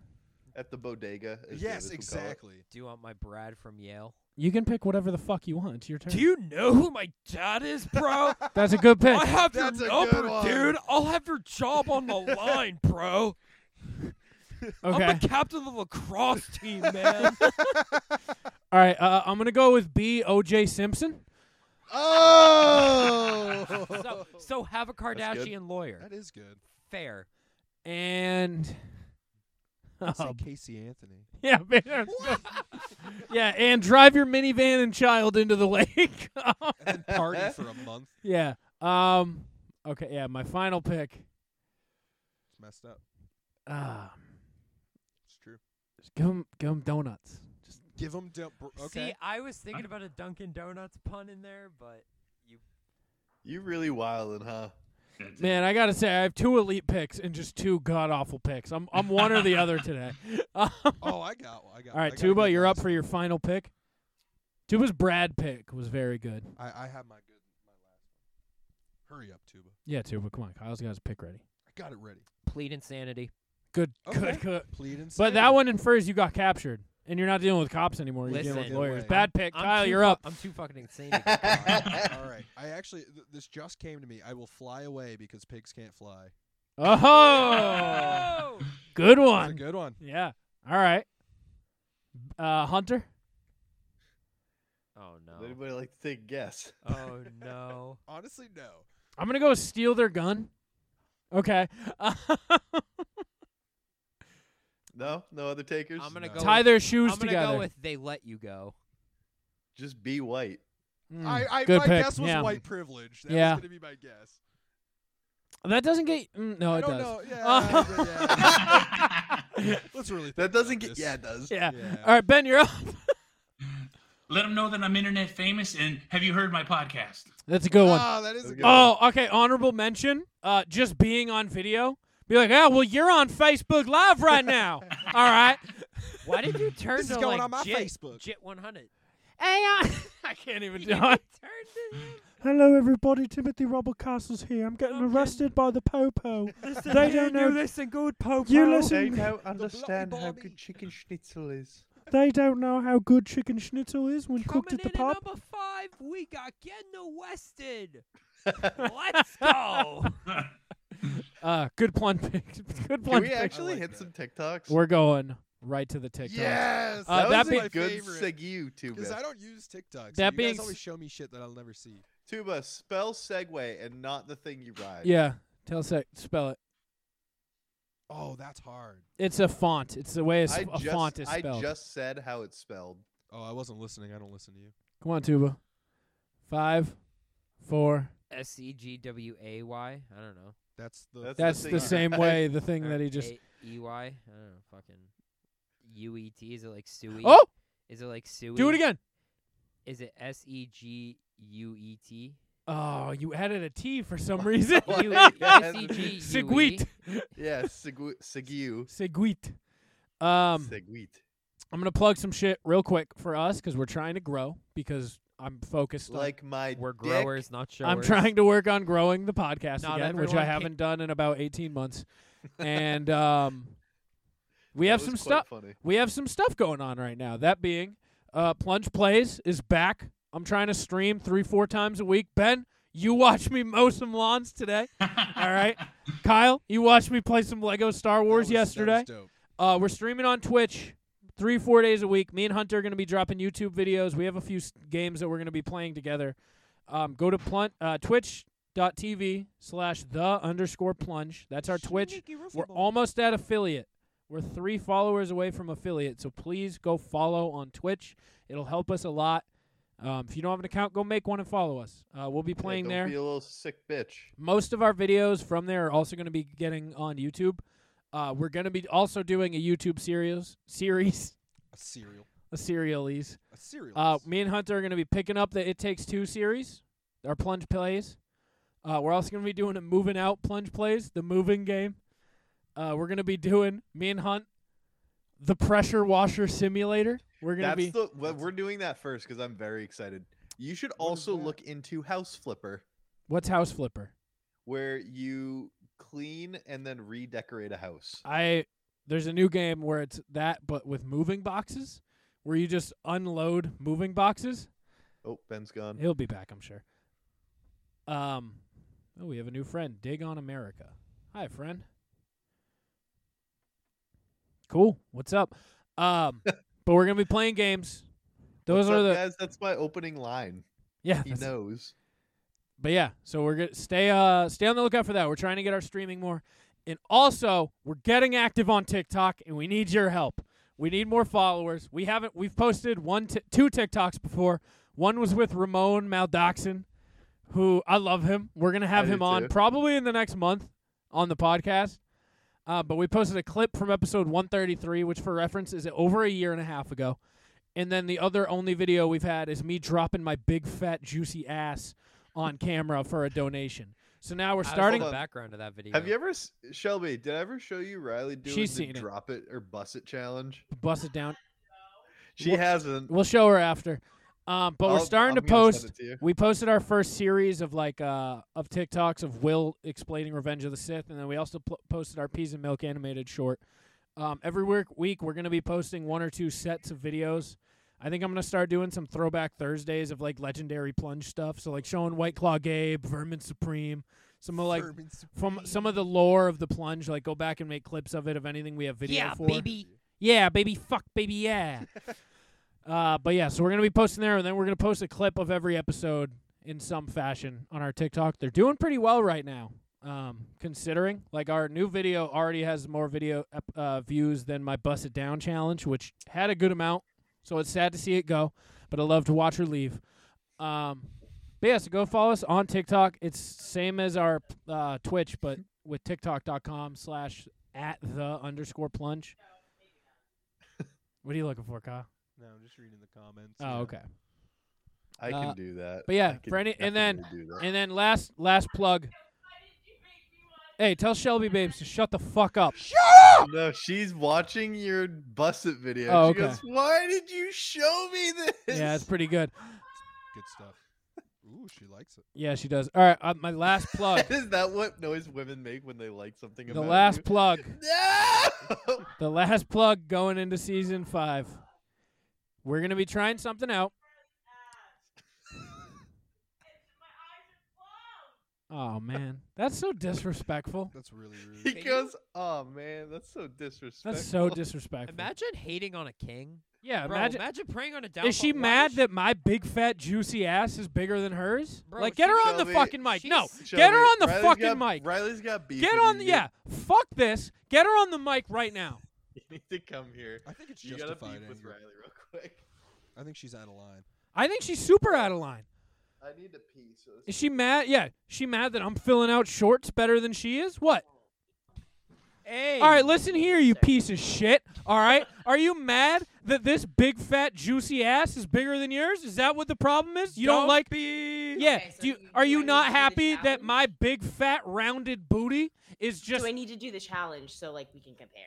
Speaker 1: At the bodega.
Speaker 14: Yes,
Speaker 1: as Davis would call it.
Speaker 14: exactly.
Speaker 7: Do you want my Brad from Yale?
Speaker 2: You can pick whatever the fuck you want. It's your turn.
Speaker 10: Do you know who my dad is, [laughs] bro?
Speaker 2: That's a good pick.
Speaker 10: I have
Speaker 1: That's a
Speaker 10: your
Speaker 1: good
Speaker 10: number,
Speaker 1: one.
Speaker 10: dude. I'll have your job on the line, bro.
Speaker 2: Okay.
Speaker 10: I'm the captain of the lacrosse team, man.
Speaker 2: All right. Uh, I'm gonna go with B. O. J. Simpson.
Speaker 1: Oh.
Speaker 7: [laughs] So, so have a
Speaker 1: good.
Speaker 7: Kardashian lawyer.
Speaker 14: That is good.
Speaker 7: Fair.
Speaker 2: [laughs] And
Speaker 14: I'd say
Speaker 2: Oh,
Speaker 14: Casey Anthony.
Speaker 2: [laughs] yeah, man. yeah, and drive your minivan and child into the lake. [laughs]
Speaker 14: And then party for a month.
Speaker 2: yeah. Um. Okay. Yeah. My final pick.
Speaker 14: [laughs] It's messed up.
Speaker 2: Um.
Speaker 14: It's true.
Speaker 2: just give 'em- give 'em donuts. Just
Speaker 14: Give him dump. Okay.
Speaker 7: See, I was thinking about a Dunkin' Donuts pun in there, but
Speaker 1: You really wildin', huh?
Speaker 3: That's it.
Speaker 2: Man, I gotta say, I have two elite picks and just two god awful picks. I'm I'm one or the other today. [laughs] Um,
Speaker 14: [laughs] oh, I got. one. I got.
Speaker 2: all
Speaker 14: I
Speaker 2: right,
Speaker 14: got a
Speaker 2: Tuba,
Speaker 14: good
Speaker 2: you're up
Speaker 14: last
Speaker 2: for your final pick. Tuba's Brad pick was very good.
Speaker 14: one. I, I have my good. My last one. Hurry up, Tuba.
Speaker 2: Yeah, Tuba, come on, Kyle's got his pick ready.
Speaker 14: I got it ready.
Speaker 7: plead insanity.
Speaker 2: Good,
Speaker 14: Okay.
Speaker 2: good, good.
Speaker 14: Plead and
Speaker 2: But that one infers you got captured, and you're not dealing with cops anymore. You're dealing with
Speaker 7: Listen,
Speaker 2: lawyers.
Speaker 14: I'm-
Speaker 2: Bad pick,
Speaker 7: I'm
Speaker 2: Kyle.
Speaker 7: too
Speaker 2: You're
Speaker 7: fu-
Speaker 2: up.
Speaker 7: I'm too fucking insane.
Speaker 14: [laughs]
Speaker 7: to
Speaker 2: [laughs]
Speaker 7: get that.
Speaker 14: All right. I actually th- this just came to me. I will fly away because pigs can't fly.
Speaker 2: Oh,
Speaker 7: Oh!
Speaker 2: good
Speaker 14: That's a
Speaker 2: one.
Speaker 14: good one.
Speaker 2: Yeah. All right. Uh, Hunter.
Speaker 7: Oh no.
Speaker 1: Would anybody like to take a guess?
Speaker 7: Oh
Speaker 1: [laughs]
Speaker 7: no.
Speaker 14: Honestly, no.
Speaker 2: I'm gonna go steal their gun. Okay. [laughs]
Speaker 1: No, no other takers.
Speaker 7: I'm gonna
Speaker 14: No.
Speaker 7: go.
Speaker 2: Tie
Speaker 7: with,
Speaker 2: their shoes
Speaker 7: I'm gonna
Speaker 2: together.
Speaker 7: go with they let you go.
Speaker 1: Just be white.
Speaker 2: Mm,
Speaker 14: I, I
Speaker 2: good
Speaker 14: my
Speaker 2: pick.
Speaker 14: guess was
Speaker 2: yeah.
Speaker 14: white privilege. That
Speaker 2: Yeah.
Speaker 14: was gonna be my guess.
Speaker 2: That doesn't get. Mm, no,
Speaker 14: I
Speaker 2: it
Speaker 14: don't
Speaker 2: does.
Speaker 14: know. Yeah,
Speaker 2: Uh,
Speaker 14: yeah,
Speaker 2: [laughs]
Speaker 14: yeah. Let's really. Think
Speaker 1: That doesn't
Speaker 14: about
Speaker 1: get.
Speaker 14: this.
Speaker 1: Yeah, it does.
Speaker 2: Yeah.
Speaker 14: Yeah.
Speaker 2: All right, Ben, you're up.
Speaker 3: Let them know that I'm internet famous, and have you heard my podcast?
Speaker 2: That's a good one.
Speaker 14: Ah, that is a
Speaker 1: That's
Speaker 14: good. one.
Speaker 2: oh, okay. Honorable mention. Uh, just being on video. Be like, oh, well, you're on Facebook Live right now.
Speaker 14: [laughs]
Speaker 2: All right.
Speaker 7: [laughs] Why did you turn
Speaker 14: This
Speaker 7: to
Speaker 14: is going
Speaker 7: like
Speaker 14: on my
Speaker 7: JIT,
Speaker 14: Facebook.
Speaker 7: JIT 100?
Speaker 2: Hey,
Speaker 7: uh,
Speaker 2: I, [laughs] I can't even
Speaker 7: [laughs] You
Speaker 2: do
Speaker 7: turned
Speaker 2: it.
Speaker 7: to
Speaker 2: [laughs]
Speaker 7: him.
Speaker 2: Hello, everybody. Timothy Robert Castles here. I'm getting
Speaker 7: Okay. arrested
Speaker 2: by the Popo.
Speaker 7: [laughs] Listen,
Speaker 2: They don't know-
Speaker 7: listen good, Popo.
Speaker 1: They
Speaker 2: listen.
Speaker 1: don't understand how
Speaker 14: Bobby.
Speaker 1: good chicken schnitzel is.
Speaker 2: They don't know how good chicken schnitzel is when
Speaker 7: Coming in at number five, we got Getting
Speaker 14: [laughs]
Speaker 7: Wested. Let's go.
Speaker 2: [laughs] Uh, good plun [laughs] pick. Good
Speaker 1: Can
Speaker 2: plun
Speaker 1: we
Speaker 2: pick.
Speaker 1: actually
Speaker 14: like
Speaker 1: hit
Speaker 14: that.
Speaker 1: some TikToks?
Speaker 2: We're going right to the TikTok.
Speaker 14: Yes,
Speaker 2: Uh,
Speaker 1: that
Speaker 2: that
Speaker 1: was
Speaker 2: be-
Speaker 1: a
Speaker 14: my
Speaker 1: good
Speaker 14: favorite.
Speaker 1: segue,
Speaker 14: Because I
Speaker 1: Tuba.
Speaker 14: don't use TikTok. So
Speaker 2: That
Speaker 14: you
Speaker 2: being
Speaker 14: guys
Speaker 2: s-
Speaker 14: always show me shit that I'll never see.
Speaker 1: Tuba, spell segue and not the thing you ride.
Speaker 2: Yeah. Tell us how- spell it.
Speaker 14: Oh, that's hard.
Speaker 2: It's a font. It's the way a s-
Speaker 1: I
Speaker 2: a
Speaker 1: just,
Speaker 2: font is
Speaker 1: I
Speaker 2: spelled.
Speaker 1: just said how it's spelled.
Speaker 14: Oh, I wasn't listening. I don't listen to you.
Speaker 2: Come on, Tuba. Five, four.
Speaker 7: S E G W A Y. I don't know.
Speaker 14: That's the.
Speaker 1: That's
Speaker 2: That's
Speaker 1: the
Speaker 2: the,
Speaker 1: thing [laughs]
Speaker 2: same
Speaker 7: [laughs]
Speaker 1: that-
Speaker 2: way the thing that he just.
Speaker 7: E Y. I don't know. Fucking U E T. Is it like Suey?
Speaker 2: Oh,
Speaker 7: Is it like Suey?
Speaker 2: do it again.
Speaker 7: Is it S E G U E T?
Speaker 2: Oh, you added a
Speaker 1: [laughs]
Speaker 2: T for some reason. [laughs]
Speaker 1: What?
Speaker 7: U-
Speaker 1: Yes.
Speaker 7: SEG,
Speaker 2: Seguit.
Speaker 1: Yeah, segue. segue.
Speaker 2: Seguit. Um,
Speaker 1: Segwit.
Speaker 2: I'm gonna plug some shit real quick for us because we're trying to grow because I'm focused on
Speaker 1: Like my
Speaker 7: We're
Speaker 1: dick.
Speaker 7: growers, not showers.
Speaker 2: I'm trying to work on growing the podcast
Speaker 7: Not
Speaker 2: again, which I
Speaker 7: everyone can-
Speaker 2: haven't done in about
Speaker 1: [laughs]
Speaker 2: 18 months. and um, we
Speaker 1: That
Speaker 2: have
Speaker 1: was
Speaker 2: some
Speaker 1: quite
Speaker 2: stuff.
Speaker 1: Funny.
Speaker 2: We have some stuff going on right now. That being, uh, Plunge Plays is back I'm trying to stream three, four times a week. Ben, you watch me mow some lawns
Speaker 1: [laughs]
Speaker 2: today. All right. Kyle, you watched me play some Lego Star Wars yesterday. Uh, we're streaming on Twitch three, four days a week. Me and Hunter are going to be dropping YouTube videos. We have a few s- games that we're going to be playing together. Um, go to plunt, uh, twitch.tv slash the underscore plunge. That's our Twitch. We're almost at affiliate. We're three followers away from affiliate, so please go follow on Twitch. It'll help us a lot. Um, if you don't have an account, go make one and follow us. Uh, we'll be playing
Speaker 1: don't
Speaker 2: there.
Speaker 1: Be a little sick bitch.
Speaker 2: Most of our videos from there are also going to be getting on YouTube. Uh, we're going to be also doing a YouTube series, series,
Speaker 14: A cereal.
Speaker 2: a serialese.
Speaker 14: A serial.
Speaker 2: Uh, me and Hunter are going to be picking up the It Takes Two series, our plunge plays. Uh, we're also going to be doing a moving out plunge plays, the moving game. Uh, we're going to be doing me and Hunt, the pressure washer simulator. We're going
Speaker 1: That's
Speaker 2: to be
Speaker 1: the well, we're doing that first because I'm very excited. You should also look into House Flipper,
Speaker 2: what's house flipper.
Speaker 1: where you clean and then redecorate a house.
Speaker 2: I there's a new game where it's that but with moving boxes where you just unload moving boxes.
Speaker 1: Oh, Ben's gone.
Speaker 2: He'll be back, I'm sure. Um oh, we have a new friend, Dig on America. Hi, friend. Cool. What's up?
Speaker 1: [laughs]
Speaker 2: Um but we're going to be playing games. Those
Speaker 1: What's
Speaker 2: are
Speaker 1: up,
Speaker 2: the
Speaker 1: guys. That's my opening line.
Speaker 2: Yeah,
Speaker 1: he
Speaker 2: that's-
Speaker 1: knows.
Speaker 2: But yeah, so we're gonna stay uh stay on the lookout for that. We're trying to get our streaming more. And also, we're getting active on TikTok and we need your help. We need more followers. We haven't we've posted one t- two TikToks before. One was with Ramon Maldoxin, who I love him. We're going to have
Speaker 1: I do
Speaker 2: him on
Speaker 1: too.
Speaker 2: probably in the next month on the podcast. Uh, but we posted a clip from episode 133, which for reference is over a year and a half ago. And then the other only video we've had is me dropping my big fat juicy ass on camera for a donation. So now
Speaker 7: I
Speaker 2: we're
Speaker 7: was in
Speaker 2: starting
Speaker 7: the background of that video.
Speaker 1: Have you ever, s- Shelby? Did I ever show you Riley doing
Speaker 2: She's
Speaker 1: the
Speaker 2: seen it.
Speaker 1: drop it. or bust it challenge?
Speaker 2: bust it down.
Speaker 1: She
Speaker 2: We'll-
Speaker 1: hasn't.
Speaker 2: We'll show her after. Um, but we're
Speaker 1: I'll-
Speaker 2: starting
Speaker 1: I'm
Speaker 2: to
Speaker 1: gonna
Speaker 2: post.
Speaker 1: send it to you.
Speaker 2: we posted our first series of like uh, of TikToks of Will explaining Revenge of the Sith, and then we also pl- posted our Peas and Milk animated short. Um, every week, week we're gonna be posting one or two sets of videos. I think I'm gonna start doing some throwback Thursdays of like legendary plunge stuff. So like showing White Claw Gabe, Vermin Supreme, some of like
Speaker 14: Vermin
Speaker 2: from some of the lore of the plunge. Like go back and make clips of it of anything we have video
Speaker 7: Yeah,
Speaker 2: for.
Speaker 7: baby.
Speaker 2: Yeah, baby. Fuck, baby.
Speaker 7: [laughs]
Speaker 2: Yeah. Uh, but yeah, so we're gonna be posting there, and then we're gonna post a clip of every episode in some fashion on our TikTok. They're doing pretty well right now, um, considering like our new video already has more video ep- uh, views than my bust it down challenge, which had a good amount. So it's sad to see it go, but I love to watch her leave. Um, but yeah, so go follow us on TikTok. It's same as our uh, Twitch, but with TikTok.com slash at the underscore plunge. What are you looking for, Kyle?
Speaker 14: No, I'm just reading the comments.
Speaker 2: Oh, okay.
Speaker 1: I can
Speaker 2: Uh,
Speaker 1: do that.
Speaker 2: But yeah,
Speaker 1: I can
Speaker 2: for any and then
Speaker 1: definitely do that.
Speaker 2: and then last last plug. Hey, tell Shelby babes to shut the fuck up.
Speaker 1: No, she's watching your bust it video.
Speaker 2: Oh,
Speaker 1: she
Speaker 2: okay.
Speaker 1: goes, [laughs] "Why did you show me this?"
Speaker 2: Yeah, it's pretty good.
Speaker 14: Good stuff. Ooh, she likes
Speaker 1: [laughs]
Speaker 14: it.
Speaker 2: Yeah, she does. All right, uh, my last plug.
Speaker 1: Is that what noise women make when they like something?
Speaker 2: The
Speaker 1: about
Speaker 2: last
Speaker 1: you? [laughs]
Speaker 2: plug.
Speaker 1: No!
Speaker 2: The last plug going into season five. We're gonna be trying
Speaker 1: [laughs]
Speaker 2: something out. Oh man, that's so disrespectful.
Speaker 14: That's really rude.
Speaker 1: He goes, "Oh man, that's so disrespectful."
Speaker 2: That's so disrespectful.
Speaker 7: Imagine hating on a king.
Speaker 2: Yeah,
Speaker 7: Bro,
Speaker 2: imagine-
Speaker 7: praying on a downfall.
Speaker 2: Is she
Speaker 7: Why
Speaker 2: mad that my big fat juicy ass is bigger than hers?
Speaker 7: Bro,
Speaker 2: like, get her
Speaker 7: she-
Speaker 2: on the
Speaker 7: Shelby-
Speaker 2: fucking mic. No,
Speaker 7: she's-
Speaker 2: get her on the
Speaker 1: Riley's
Speaker 2: fucking
Speaker 1: got,
Speaker 2: mic.
Speaker 1: Riley's got beef.
Speaker 2: Get
Speaker 1: with
Speaker 2: on.
Speaker 1: you.
Speaker 2: yeah, fuck this. Get her on the mic right now.
Speaker 1: [laughs] you need to come here.
Speaker 14: I think it's
Speaker 1: you gotta beef
Speaker 14: justified
Speaker 1: with
Speaker 14: anger.
Speaker 1: Riley real quick.
Speaker 14: I think she's out of line.
Speaker 2: I think she's super out of line.
Speaker 1: I need to pee. So
Speaker 2: Is she mad? Yeah, she mad that I'm filling out shorts better than she is? What?
Speaker 7: Hey.
Speaker 2: All right, listen here, you piece of shit. All right, are you mad that this big fat juicy ass is bigger than yours? Is that what the problem is? You don't,
Speaker 7: Don't
Speaker 2: like? Yeah. do you, are you not happy that my big fat rounded booty is just?
Speaker 11: do I need to do the challenge so like we can compare?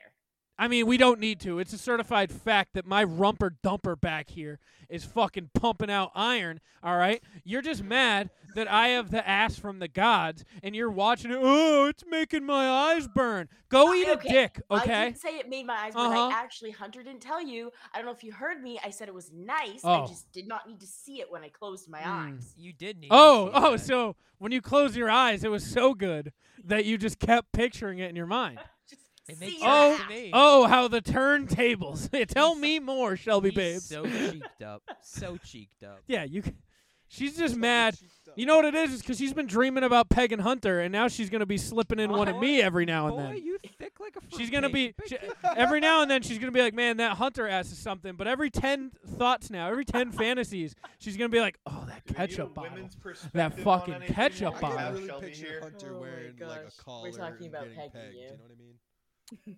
Speaker 2: I mean, we don't need to. It's a certified fact that my rumper dumper back here is fucking pumping out iron. All right, you're just mad that I have the ass from the gods, and you're watching it. Oh, it's making my eyes burn. Go eat a dick,
Speaker 11: I
Speaker 2: okay?
Speaker 11: didn't say it made my eyes burn.
Speaker 2: Uh-huh.
Speaker 11: I actually, Hunter didn't tell you. I don't know if you heard me. I said it was nice.
Speaker 2: Oh.
Speaker 11: I just did not need to see it when I closed my
Speaker 2: Mm.
Speaker 11: eyes.
Speaker 7: You did need.
Speaker 2: Oh, oh, so when you close your eyes, it was so good that you just kept picturing it in
Speaker 7: [laughs]
Speaker 2: your mind.
Speaker 7: It makes
Speaker 2: Oh,
Speaker 7: sense to me.
Speaker 2: oh, how the turntables. [laughs] Tell me more, Shelby
Speaker 7: He's
Speaker 2: babes.
Speaker 7: so cheeked up, so cheeked up.
Speaker 2: [laughs] Yeah, you. c- She's just mad. You know what it is? It's because she's been dreaming about Peg and Hunter, and now she's gonna be slipping
Speaker 7: Oh,
Speaker 2: in one of me every [laughs] now and then.
Speaker 7: you thick like a.
Speaker 2: She's gonna be she- every now and then. She's gonna be like, "Man, that Hunter ass is something." But every ten thoughts now, every
Speaker 11: [laughs]
Speaker 2: ten fantasies, she's gonna be like, "Oh, that ketchup bottle, that fucking ketchup
Speaker 9: I can
Speaker 2: bottle."
Speaker 9: really picture
Speaker 14: Oh
Speaker 9: Hunter wearing like a collar.
Speaker 11: talking
Speaker 9: and
Speaker 11: about
Speaker 9: getting
Speaker 11: Peggy,
Speaker 9: pegged,
Speaker 11: you.
Speaker 9: know what I mean?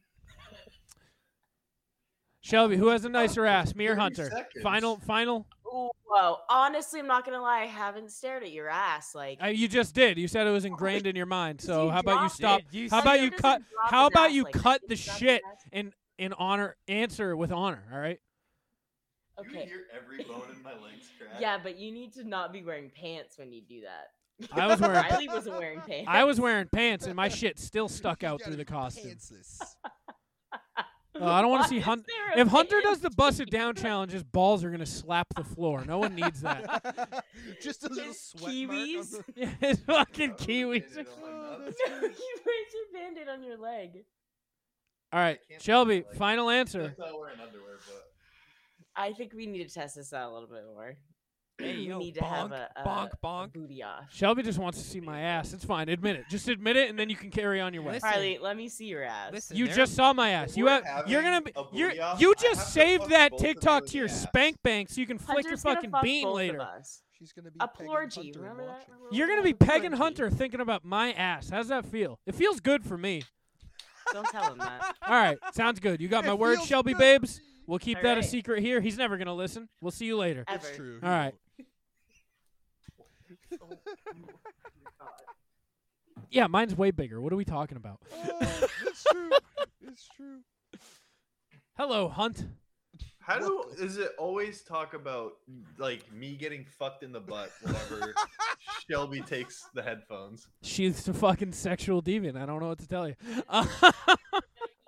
Speaker 2: Shelby, who has a nicer ass, me or Hunter?
Speaker 11: seconds.
Speaker 2: Final, final.
Speaker 11: Ooh, Whoa. Honestly, I'm not gonna lie. I haven't stared at your ass. Like
Speaker 2: Uh, you just did. You said it was ingrained in your mind. So how about you
Speaker 11: dropped
Speaker 2: stop?
Speaker 11: it. You
Speaker 2: how
Speaker 11: said
Speaker 2: about
Speaker 11: it
Speaker 2: you
Speaker 11: doesn't
Speaker 2: cut?
Speaker 11: drop
Speaker 2: How
Speaker 11: his
Speaker 2: about
Speaker 11: ass
Speaker 2: you
Speaker 11: like that.
Speaker 2: cut
Speaker 11: It
Speaker 2: the
Speaker 11: drops his
Speaker 2: shit
Speaker 11: ass.
Speaker 2: and in honor answer with honor. All right.
Speaker 11: okay.
Speaker 1: hear every bone in my legs crack.
Speaker 11: yeah, but you need to not be wearing pants when you do that.
Speaker 2: I was wearing-
Speaker 11: [laughs] Riley wasn't wearing pants.
Speaker 2: [laughs] I was wearing pants and my shit still stuck out through the costume. [laughs]
Speaker 11: [laughs]
Speaker 2: Uh, I don't want
Speaker 11: Why
Speaker 2: to see
Speaker 11: is
Speaker 2: Hunter.
Speaker 11: there a
Speaker 2: If Hunter does the bust it down challenge, his balls are gonna slap the floor. No one needs that.
Speaker 11: [laughs]
Speaker 9: Just a little sweat
Speaker 11: Kiwis.
Speaker 9: mark on
Speaker 2: Yeah, [laughs] his
Speaker 11: [laughs]
Speaker 2: fucking
Speaker 11: Oh,
Speaker 2: kiwis. [laughs]
Speaker 11: No, you put your band-aid on your leg.
Speaker 2: All right, Shelby, final answer.
Speaker 1: That's not wearing underwear, but
Speaker 11: I think we need to test this out a little bit more.
Speaker 7: Hey,
Speaker 11: we
Speaker 7: yo,
Speaker 11: need to have
Speaker 7: bonk,
Speaker 11: a, a
Speaker 7: bonk,
Speaker 11: a
Speaker 7: bonk.
Speaker 11: booty off.
Speaker 2: Shelby just wants to see my ass. It's fine. Admit it. Just admit it, and then you can carry on your way.
Speaker 11: Riley, let me see your ass.
Speaker 2: you just saw my ass. You
Speaker 11: We're
Speaker 2: have. You're gonna be.
Speaker 11: having a
Speaker 2: You're,
Speaker 11: booty off.
Speaker 2: you
Speaker 11: I have
Speaker 2: just
Speaker 11: to
Speaker 2: saved
Speaker 11: fuck
Speaker 2: that
Speaker 11: both of you
Speaker 2: TikTok
Speaker 11: in
Speaker 2: to your
Speaker 11: the ass.
Speaker 2: spank bank, so you can flick your
Speaker 11: Hunter's gonna
Speaker 2: fucking
Speaker 11: fuck
Speaker 2: bean
Speaker 11: both of
Speaker 2: later.
Speaker 11: us.
Speaker 9: She's gonna be
Speaker 11: A
Speaker 9: pegging
Speaker 11: plorgy.
Speaker 9: Hunter
Speaker 11: Remember
Speaker 9: and
Speaker 11: that?
Speaker 9: watching.
Speaker 2: You're gonna be pegging Hunter, thinking about my ass. How's that feel? It feels good for me.
Speaker 11: Don't tell him that.
Speaker 2: All right, sounds good. You got my
Speaker 11: It
Speaker 2: word,
Speaker 11: feels
Speaker 2: Shelby
Speaker 11: good.
Speaker 2: babes. We'll keep
Speaker 11: All
Speaker 2: that a
Speaker 11: right.
Speaker 2: secret here. He's never gonna listen. We'll see you later.
Speaker 11: That's Ever. true.
Speaker 2: All right. Yeah, mine's way bigger. What are we talking
Speaker 11: [laughs]
Speaker 2: about?
Speaker 7: [laughs]
Speaker 9: it's true. It's true.
Speaker 2: Hello, Hunt.
Speaker 1: how do is it always talk about like me getting fucked in the butt [laughs] whenever Shelby takes the headphones?
Speaker 2: She's a fucking sexual deviant. I don't know what to tell you.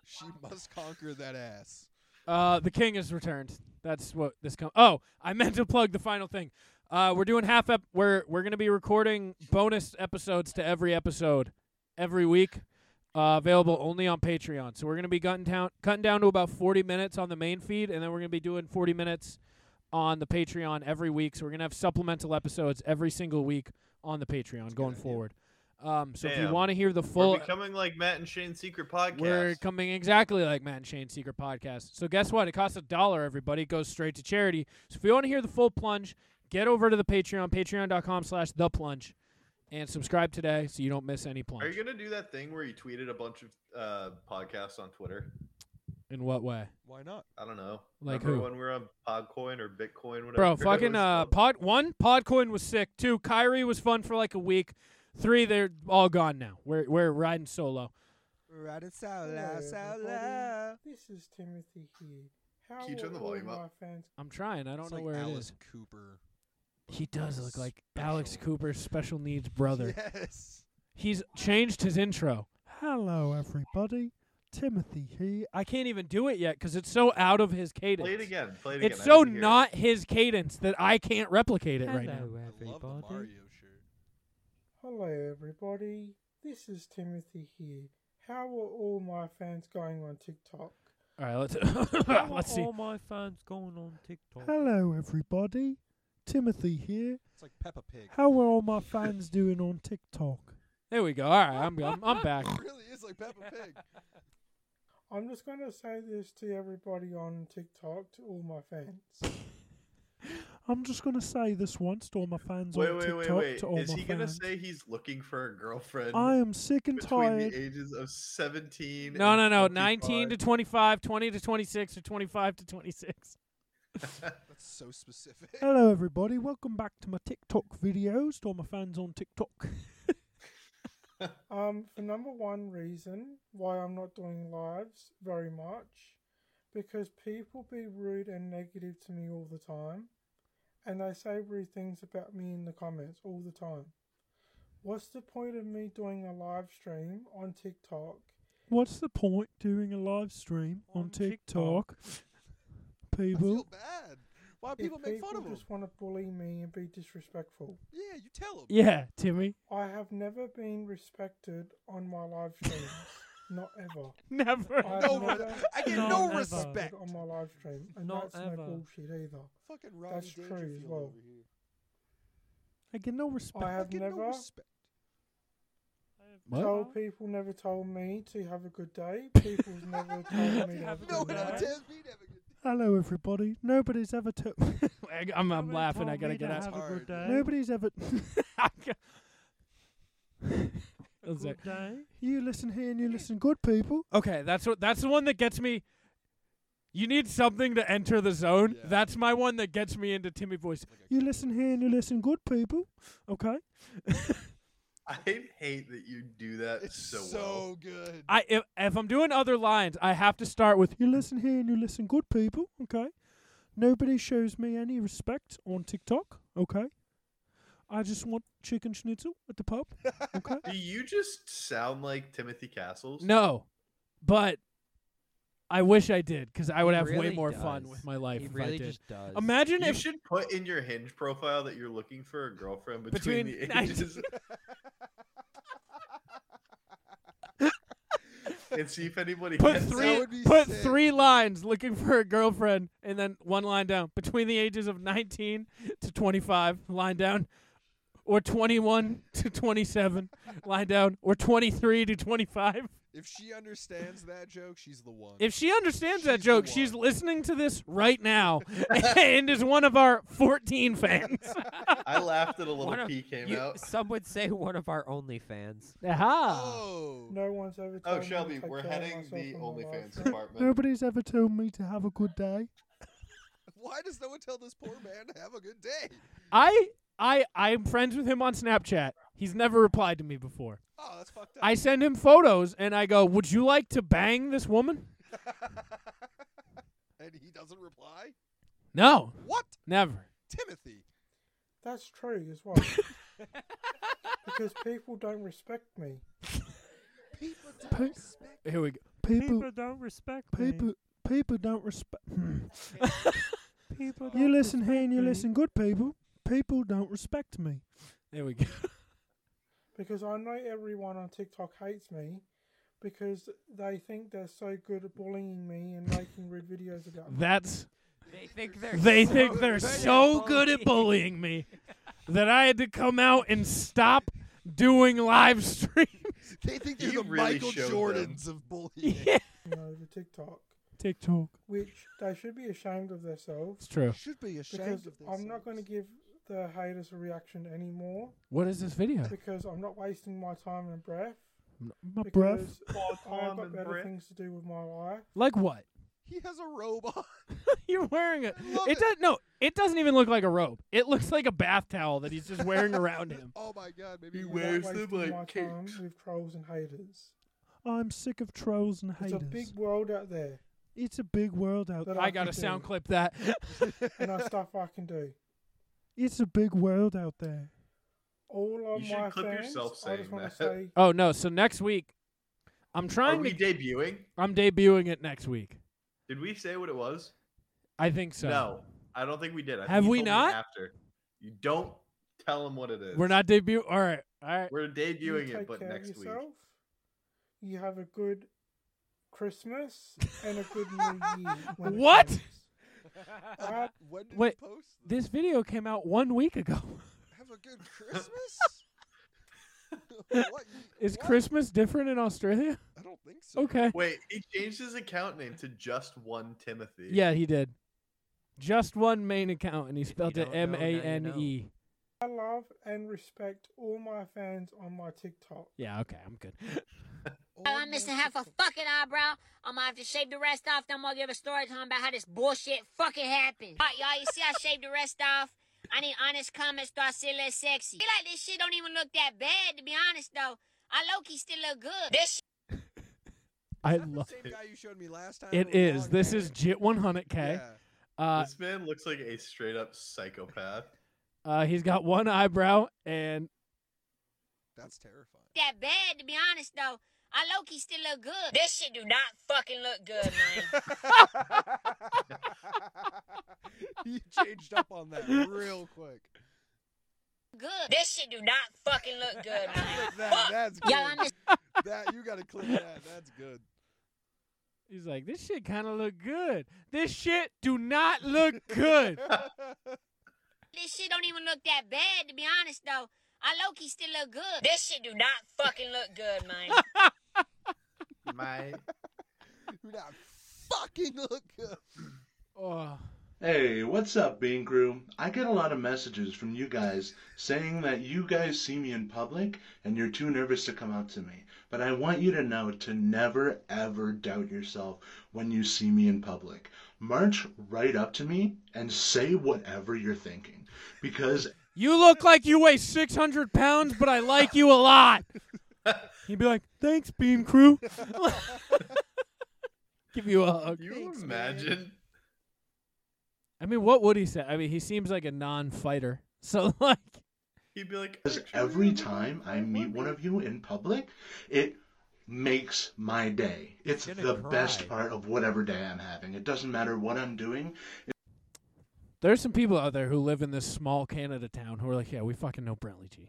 Speaker 9: She must conquer that ass.
Speaker 2: Uh, the king has returned. That's what this com- Oh, I [laughs] meant to plug the final thing. Uh, we're doing half ep. We're we're gonna be recording bonus episodes to every episode every week. Uh, available only on Patreon. So we're gonna be cutting down cutting down to about forty minutes on the main feed, and then we're gonna be doing forty minutes on the Patreon every week. So we're gonna have supplemental episodes every single week on the Patreon going forward. Um, so if you
Speaker 1: Damn.
Speaker 2: want to hear the
Speaker 1: We're
Speaker 2: full
Speaker 1: becoming like Matt and Shane's secret podcast.
Speaker 2: we're coming exactly like Matt and Shane's Secret Podcast. So guess what? It costs a dollar, everybody. It goes straight to charity. So if you want to hear the full plunge, get over to the Patreon, patreon.com slash the plunge, and subscribe today so you don't miss any
Speaker 1: Are
Speaker 2: plunge.
Speaker 1: you gonna do that thing where you tweeted a bunch of uh, podcasts on Twitter?
Speaker 2: In what way?
Speaker 9: Why not?
Speaker 1: I don't know.
Speaker 2: Like
Speaker 1: Remember
Speaker 2: who?
Speaker 1: when we were on Podcoin or Bitcoin, whatever.
Speaker 2: Bro,
Speaker 1: it
Speaker 2: fucking
Speaker 1: was?
Speaker 2: uh pod one, Podcoin was sick. Two, Kyrie was fun for like a week. Three, they're all gone now. We're we're riding solo.
Speaker 9: Riding
Speaker 15: Hello,
Speaker 9: solo,
Speaker 15: everybody.
Speaker 9: solo.
Speaker 15: This is Timothy here. How
Speaker 9: Can you turn
Speaker 15: are
Speaker 9: the
Speaker 15: all
Speaker 9: volume
Speaker 15: my
Speaker 9: up?
Speaker 15: Fans?
Speaker 2: I'm trying. I don't
Speaker 9: It's
Speaker 2: know
Speaker 9: like
Speaker 2: where
Speaker 9: Alice
Speaker 2: it
Speaker 9: Cooper.
Speaker 2: is. He does look like Alex Cooper's special needs brother.
Speaker 9: Yes.
Speaker 2: He's changed his intro.
Speaker 16: Hello, everybody. Timothy here.
Speaker 2: I can't even do it yet because it's so out of his cadence.
Speaker 1: Play it again. Play it
Speaker 2: It's
Speaker 1: again. I
Speaker 2: so
Speaker 1: didn't hear it.
Speaker 2: not his cadence that I can't replicate it right now.
Speaker 15: Hello, everybody. This is Timothy here. How are all my fans going on TikTok?
Speaker 2: All right, let's [laughs] let's see.
Speaker 15: my fans going on TikTok?
Speaker 16: Hello, everybody. Timothy here.
Speaker 9: It's like Peppa Pig.
Speaker 16: How are all my fans [laughs] doing on TikTok?
Speaker 2: There we go. All right, I'm I'm, I'm back.
Speaker 9: It [laughs] really
Speaker 14: [laughs]
Speaker 9: is like Peppa Pig.
Speaker 15: I'm just going to say this to everybody on TikTok, to all my fans.
Speaker 16: I'm just going to say this once to all my fans
Speaker 1: Wait,
Speaker 16: on
Speaker 1: wait,
Speaker 16: TikTok.
Speaker 1: wait, wait.
Speaker 16: To all
Speaker 1: Is
Speaker 16: my
Speaker 1: he gonna
Speaker 16: fans.
Speaker 1: say he's looking for a girlfriend?
Speaker 16: I am sick and
Speaker 1: between
Speaker 16: tired.
Speaker 1: the ages of seventeen.
Speaker 2: No, no,
Speaker 1: and
Speaker 2: no.
Speaker 1: 25?
Speaker 2: 19 to 25, 20 to 26, or 25 to 26.
Speaker 9: [laughs] That's so
Speaker 2: [laughs]
Speaker 9: specific.
Speaker 16: Hello, [laughs] everybody. Welcome back to my TikTok videos to all my fans on TikTok.
Speaker 15: um, for number one reason why I'm not doing lives very much, because people be rude and negative to me all the time, and they say rude things about me in the comments all the time. What's the point of me doing a live stream on TikTok?
Speaker 16: What's the point doing a live stream on, TikTok? People.
Speaker 14: bad. Why
Speaker 15: if
Speaker 14: people make fun of
Speaker 15: people
Speaker 14: him?
Speaker 15: just want to bully me and be disrespectful.
Speaker 14: Yeah, you tell them.
Speaker 16: Yeah, Timmy.
Speaker 15: I have never been respected on my live streams.
Speaker 16: [laughs]
Speaker 15: Not ever.
Speaker 16: Never.
Speaker 15: I have
Speaker 16: No,
Speaker 15: never
Speaker 16: I get
Speaker 15: been
Speaker 16: no
Speaker 15: respected
Speaker 16: respect.
Speaker 15: on my live stream, and
Speaker 16: Not
Speaker 15: that's
Speaker 16: ever.
Speaker 15: no bullshit either.
Speaker 14: Fucking Rodney
Speaker 15: That's true as
Speaker 14: Dangerfield
Speaker 15: well.
Speaker 16: I get no respect.
Speaker 15: I have
Speaker 14: Get
Speaker 15: never
Speaker 14: no respect.
Speaker 16: What?
Speaker 15: told people never told me to have a good day.
Speaker 16: [laughs]
Speaker 15: People's never
Speaker 14: [laughs]
Speaker 15: told me to have a
Speaker 14: No one
Speaker 15: good day.
Speaker 14: ever tells me
Speaker 16: Hello, everybody. Nobody's ever [laughs] took.
Speaker 2: I'm, I'm laughing. I gotta
Speaker 16: me to
Speaker 2: get out.
Speaker 16: have a good day. Nobody's
Speaker 2: [laughs]
Speaker 16: ever. [laughs]
Speaker 2: That's it.
Speaker 16: You listen here and you listen good, people.
Speaker 2: Okay, that's what. That's the one that gets me. You need something to enter the zone. That's my one that gets me into Timmy voice.
Speaker 16: You listen here and you listen good, people. Okay.
Speaker 8: I hate that you do that so, well.
Speaker 14: good.
Speaker 2: [laughs] I if, if I'm doing other lines, I have to start with
Speaker 16: You listen here and you listen good, people. Okay. Nobody shows me any respect on TikTok. Okay. I just want chicken schnitzel at the pub.
Speaker 1: [laughs]
Speaker 16: Okay.
Speaker 8: Do you just sound like Timothy Castles?
Speaker 2: no, but I wish I did because I would
Speaker 8: He
Speaker 2: have way
Speaker 8: really
Speaker 2: more fun
Speaker 8: does.
Speaker 2: with my life
Speaker 8: He
Speaker 2: if I
Speaker 8: really
Speaker 2: did.
Speaker 8: just
Speaker 7: does.
Speaker 2: Imagine
Speaker 8: you
Speaker 2: if
Speaker 8: should put in your hinge profile that you're looking for a girlfriend between,
Speaker 2: Between [laughs]
Speaker 8: the
Speaker 2: 19
Speaker 8: ages. [laughs] and see if anybody
Speaker 2: put
Speaker 8: gets it.
Speaker 2: three put three lines looking for a girlfriend and then one line down between the ages of 19 to 25 line down or 21 to 27 line down or 23 to 25
Speaker 14: If she understands that joke, she's the one.
Speaker 2: if she understands that joke she's listening to this
Speaker 8: [laughs]
Speaker 2: right now and is one of our [laughs] 14 fans
Speaker 8: I laughed at a little
Speaker 7: One of-
Speaker 8: pee came
Speaker 7: you-
Speaker 8: out.
Speaker 7: Some would say one of our OnlyFans.
Speaker 2: Aha.
Speaker 15: No one's ever. Told
Speaker 8: Oh,
Speaker 15: me to
Speaker 8: Shelby,
Speaker 15: take
Speaker 8: we're
Speaker 15: care of
Speaker 8: heading
Speaker 15: myself
Speaker 8: the
Speaker 15: on my live
Speaker 8: OnlyFans
Speaker 15: stream.
Speaker 8: department.
Speaker 2: [laughs]
Speaker 16: Nobody's ever told me to have a good day.
Speaker 14: Why does no one tell this poor man to have a good day?
Speaker 2: i i i'm friends with him on snapchat he's never replied to me before
Speaker 14: Oh, that's fucked up.
Speaker 2: I send him photos and I go, "Would you like to bang
Speaker 8: [laughs]
Speaker 2: this woman?"
Speaker 14: and he doesn't
Speaker 15: [laughs]
Speaker 14: reply.
Speaker 2: No.
Speaker 14: What?
Speaker 2: Never.
Speaker 14: Timothy.
Speaker 15: That's true as well. [laughs] because people don't respect me.
Speaker 14: People don't
Speaker 16: Pe-
Speaker 14: respect
Speaker 2: Here we go.
Speaker 16: People,
Speaker 15: don't respect
Speaker 16: people, people don't respect.
Speaker 2: [laughs]
Speaker 15: People
Speaker 16: [laughs] you listen here and you listen good, people. People don't respect me.
Speaker 2: There we go.
Speaker 15: Because I know everyone on TikTok hates me because they think they're so good at bullying me and making rude videos about me.
Speaker 2: That's
Speaker 7: They think they're.
Speaker 2: they
Speaker 7: so
Speaker 2: think they're
Speaker 7: good at
Speaker 2: so good at bullying me that I had to come out and stop doing live streams.
Speaker 14: [laughs] They think they're
Speaker 8: You
Speaker 14: the
Speaker 8: really
Speaker 14: Michael
Speaker 8: showed
Speaker 14: Jordans of bullying.
Speaker 15: You know, the TikTok.
Speaker 16: TikTok.
Speaker 15: Which they should be ashamed of themselves.
Speaker 2: It's true.
Speaker 14: Should be ashamed
Speaker 15: Because
Speaker 14: of
Speaker 15: I'm not going to give the haters a reaction anymore.
Speaker 2: What is this video?
Speaker 15: Because I'm not wasting my time and breath.
Speaker 16: My breath.
Speaker 15: because I've got better
Speaker 14: breath.
Speaker 15: things to do with my life.
Speaker 2: Like what? [laughs]
Speaker 14: He has a robot.
Speaker 2: You're wearing a It does no, it doesn't even look like a robe. It looks like a bath towel that he's just
Speaker 14: [laughs]
Speaker 2: wearing around him.
Speaker 14: Oh my god, maybe he
Speaker 15: I'm not wasting my time with trolls and haters.
Speaker 16: I'm sick of trolls and
Speaker 15: It's
Speaker 16: haters.
Speaker 15: a big world out there.
Speaker 16: It's a big world out
Speaker 15: That
Speaker 16: there.
Speaker 2: I got to
Speaker 15: can
Speaker 2: sound
Speaker 15: do.
Speaker 2: clip that.
Speaker 15: and I stuff I can do.
Speaker 16: It's a big world out
Speaker 15: [laughs]
Speaker 16: there.
Speaker 15: All of
Speaker 8: You should
Speaker 15: my
Speaker 8: clip
Speaker 15: fans,
Speaker 8: yourself
Speaker 15: I
Speaker 8: saying
Speaker 15: just want
Speaker 8: that.
Speaker 15: to
Speaker 8: [laughs]
Speaker 15: say
Speaker 2: Oh no, so next week I'm
Speaker 8: Are
Speaker 2: trying
Speaker 8: we
Speaker 2: to
Speaker 8: debuting?
Speaker 2: I'm debuting it next week.
Speaker 8: Did we say what it was?
Speaker 2: I think so.
Speaker 8: No, I don't think we did. I think
Speaker 2: Have
Speaker 8: you
Speaker 2: we
Speaker 8: told me
Speaker 2: not?
Speaker 8: After you don't tell him what it is.
Speaker 2: We're not debut. All right, all right.
Speaker 8: We're
Speaker 15: you
Speaker 8: debuting
Speaker 15: take
Speaker 8: it, but
Speaker 15: care
Speaker 8: next
Speaker 15: of
Speaker 8: week.
Speaker 15: yourself. You have a good Christmas and a good
Speaker 8: [laughs]
Speaker 15: New Year. when it
Speaker 2: What?
Speaker 15: comes. I-
Speaker 14: When did
Speaker 2: Wait,
Speaker 14: he post?
Speaker 2: this video came out one week ago. [laughs]
Speaker 14: Have a good
Speaker 8: [laughs]
Speaker 14: Christmas. what?
Speaker 2: Is
Speaker 14: What?
Speaker 2: Christmas different in Australia?
Speaker 14: I don't think so.
Speaker 2: Okay.
Speaker 8: Wait, he changed his account name to just one Timothy.
Speaker 2: Yeah, he did. Just one main account, and he spelled it
Speaker 8: don't know,
Speaker 2: M A
Speaker 8: now you
Speaker 2: N E.
Speaker 15: I love and respect all my fans on my TikTok.
Speaker 2: Yeah. Okay, I'm good.
Speaker 17: I'm missing half a fucking eyebrow. I'm gonna have to shave the rest off. Then I'm gonna give a story time about how this bullshit fucking happened. All right, y'all, you see I shaved the rest off? I need honest comments, though I see a little sexy. I feel like this shit don't even look that bad, to be honest, though. I low key still look good. This
Speaker 2: I love
Speaker 14: Same guy you showed me last time.
Speaker 2: it.
Speaker 14: with
Speaker 2: Is
Speaker 14: long
Speaker 2: this
Speaker 14: hair?
Speaker 2: is Jit 100K? Uh,
Speaker 8: this man looks like a straight up psychopath.
Speaker 2: uh, he's got one eyebrow and
Speaker 14: [laughs] That's terrifying.
Speaker 17: that bad to be honest though. I low key still look good. This shit do not fucking look good, man.
Speaker 14: [laughs] you changed up on that real quick.
Speaker 17: good. This shit do not fucking look good, man.
Speaker 14: That, that's good.
Speaker 17: Y'all understand?
Speaker 14: that you gotta click that. That's good.
Speaker 2: he's like, this shit kind of look good. This shit do not look [laughs] good.
Speaker 14: [laughs]
Speaker 17: This shit don't even look that bad to be honest though. I low key still look good. This shit do not fucking look good, man.
Speaker 8: My
Speaker 14: You not fucking look good.
Speaker 2: oh.
Speaker 18: Hey, what's up, Bean Crew? I get a lot of messages from you guys saying that you guys see me in public and you're too nervous to come up to me. But I want you to know to never ever doubt yourself when you see me in public. March right up to me and say whatever you're thinking. Because
Speaker 2: You look like you weigh 600 pounds, but I like you
Speaker 14: [laughs]
Speaker 2: a lot. He'd be like, thanks, Beam Crew. [laughs] Give you a hug.
Speaker 8: You imagine?
Speaker 2: I mean, what would he say? I mean, he seems like a non fighter. [laughs] So, like,
Speaker 8: He'd be like,
Speaker 18: Because every time I meet one of you in public, it makes my day. It's the best part of whatever day I'm having. It doesn't matter what I'm doing.
Speaker 2: there's some people out there who live in this small Canada town who are like, yeah, we fucking know Brentley G.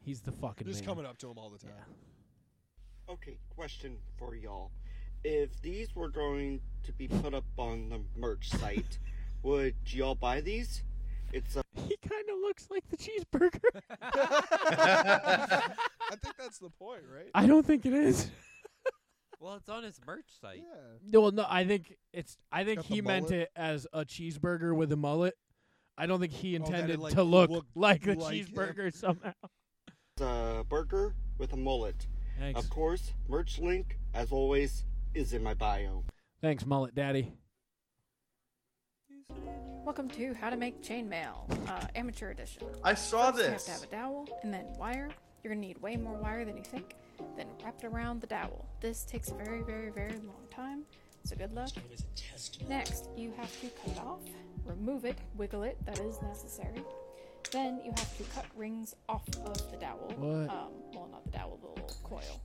Speaker 2: He's the fucking
Speaker 14: Just
Speaker 2: man.
Speaker 8: [laughs]
Speaker 14: coming up to him all the time.
Speaker 12: Okay, question for y'all. If these were going to be put up on the merch
Speaker 2: [laughs]
Speaker 12: site, would y'all buy these? It's a
Speaker 2: He kind of looks like
Speaker 12: [laughs]
Speaker 2: the [laughs] cheeseburger.
Speaker 14: [laughs] I think that's the point, right?
Speaker 2: I don't think it is.
Speaker 7: Well, it's on his merch site.
Speaker 2: No, well, no, I think [laughs] it's. I think
Speaker 7: got the
Speaker 2: he meant
Speaker 7: mullet.
Speaker 2: it as a cheeseburger with a mullet. I don't think he
Speaker 12: Oh, that it,
Speaker 2: intended
Speaker 12: like,
Speaker 2: to look
Speaker 12: looked
Speaker 2: like a
Speaker 12: like him.
Speaker 2: cheeseburger somehow.
Speaker 12: It's a burger with a mullet.
Speaker 2: Thanks.
Speaker 12: Of course, merch link, as always, is in my bio.
Speaker 2: Thanks, mullet daddy.
Speaker 19: Welcome to How to Make Chainmail, uh, Amateur Edition.
Speaker 8: I saw
Speaker 19: First, You have
Speaker 8: this.
Speaker 19: to have a dowel and then wire. You're gonna need way more wire than you think. Then wrap it around the dowel. This takes a very, very, very long time. So good luck. Next, you have to cut it off, remove it, wiggle it. That is necessary. Then you have to cut rings off of the dowel.
Speaker 2: What?
Speaker 19: Um, well, not the dowel, the little coil.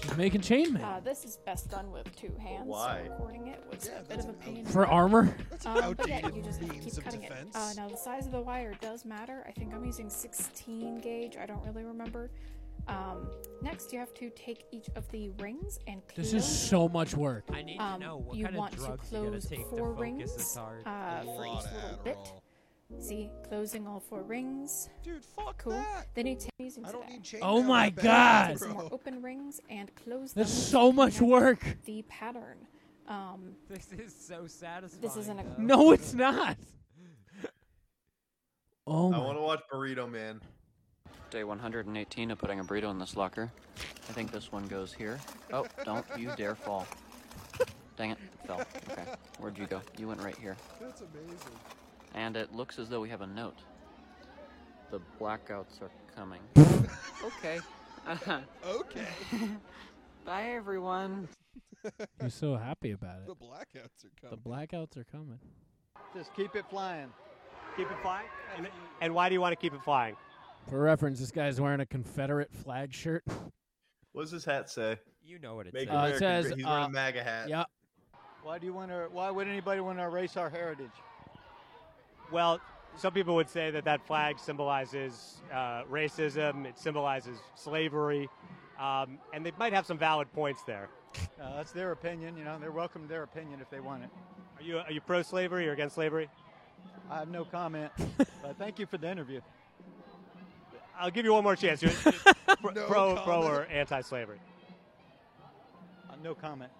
Speaker 2: She's making chainmail.
Speaker 19: Uh, this is best done with two hands.
Speaker 2: Why?
Speaker 19: So recording it was a bit of a pain.
Speaker 2: For armor? That's an
Speaker 19: Um, but yeah,
Speaker 2: outdated
Speaker 19: you just have to
Speaker 2: means
Speaker 19: keep
Speaker 2: of
Speaker 19: cutting it.
Speaker 2: defense.
Speaker 19: Uh, now the size of the wire does matter. I think I'm using 16 gauge. I don't really remember. Um, next, you have to take each of the rings and
Speaker 2: This
Speaker 19: peel
Speaker 2: is so much work.
Speaker 7: I need
Speaker 19: um,
Speaker 7: to know what
Speaker 19: you
Speaker 7: kind
Speaker 19: want
Speaker 7: of drugs
Speaker 19: to
Speaker 7: you gotta
Speaker 19: close
Speaker 7: take
Speaker 19: four
Speaker 7: to focus
Speaker 19: rings
Speaker 7: It's hard.
Speaker 19: uh, for each little bit. See, closing all four rings. Dude, fuck cool. Then you take using
Speaker 14: I don't
Speaker 19: today.
Speaker 14: need chain
Speaker 2: Oh
Speaker 14: mail
Speaker 2: my
Speaker 14: that bad,
Speaker 2: God.
Speaker 19: Some more
Speaker 14: bro.
Speaker 19: open rings and close
Speaker 2: That's
Speaker 19: them
Speaker 2: so
Speaker 19: to
Speaker 2: much
Speaker 19: connect
Speaker 2: work.
Speaker 19: The pattern. Um,
Speaker 7: This is so satisfying.
Speaker 19: this isn't a
Speaker 7: though.
Speaker 2: No, it's not.
Speaker 1: [laughs]
Speaker 2: Oh
Speaker 1: I
Speaker 2: my-
Speaker 1: want to watch Burrito Man.
Speaker 20: Day 118 of putting a burrito in this locker. I think this one goes here. Oh, don't you dare fall. Dang it, it fell. Okay, where'd you go? You went right here.
Speaker 14: That's amazing.
Speaker 20: And it looks as though we have a note. The blackouts are coming. okay. [laughs]
Speaker 14: okay.
Speaker 20: Bye, everyone.
Speaker 2: He's so happy about it.
Speaker 14: The blackouts are
Speaker 2: The
Speaker 14: coming.
Speaker 2: blackouts are coming.
Speaker 21: Just keep it flying. Keep it flying? And, and why do you want to keep it flying?
Speaker 2: For reference, this guy's wearing a Confederate flag shirt. [laughs]
Speaker 8: What does his hat say?
Speaker 7: You know what it
Speaker 8: Make
Speaker 2: says. Uh, it
Speaker 8: America
Speaker 2: says,
Speaker 8: great. He's wearing
Speaker 2: uh,
Speaker 8: a MAGA hat.
Speaker 2: yeah.
Speaker 21: Why do you want to? Why would anybody want to erase our heritage? Well, some people would say that that flag symbolizes uh, racism. It symbolizes slavery, um, and they might have some valid points there. Uh, that's their opinion. You know, they're welcome to their opinion if they want it. Are you are you pro-slavery or against slavery? I have no [laughs] comment. but thank you for the interview. I'll give you one more chance. You're, you're [laughs] pro, No pro, pro comment. or anti-slavery? Uh, no comment.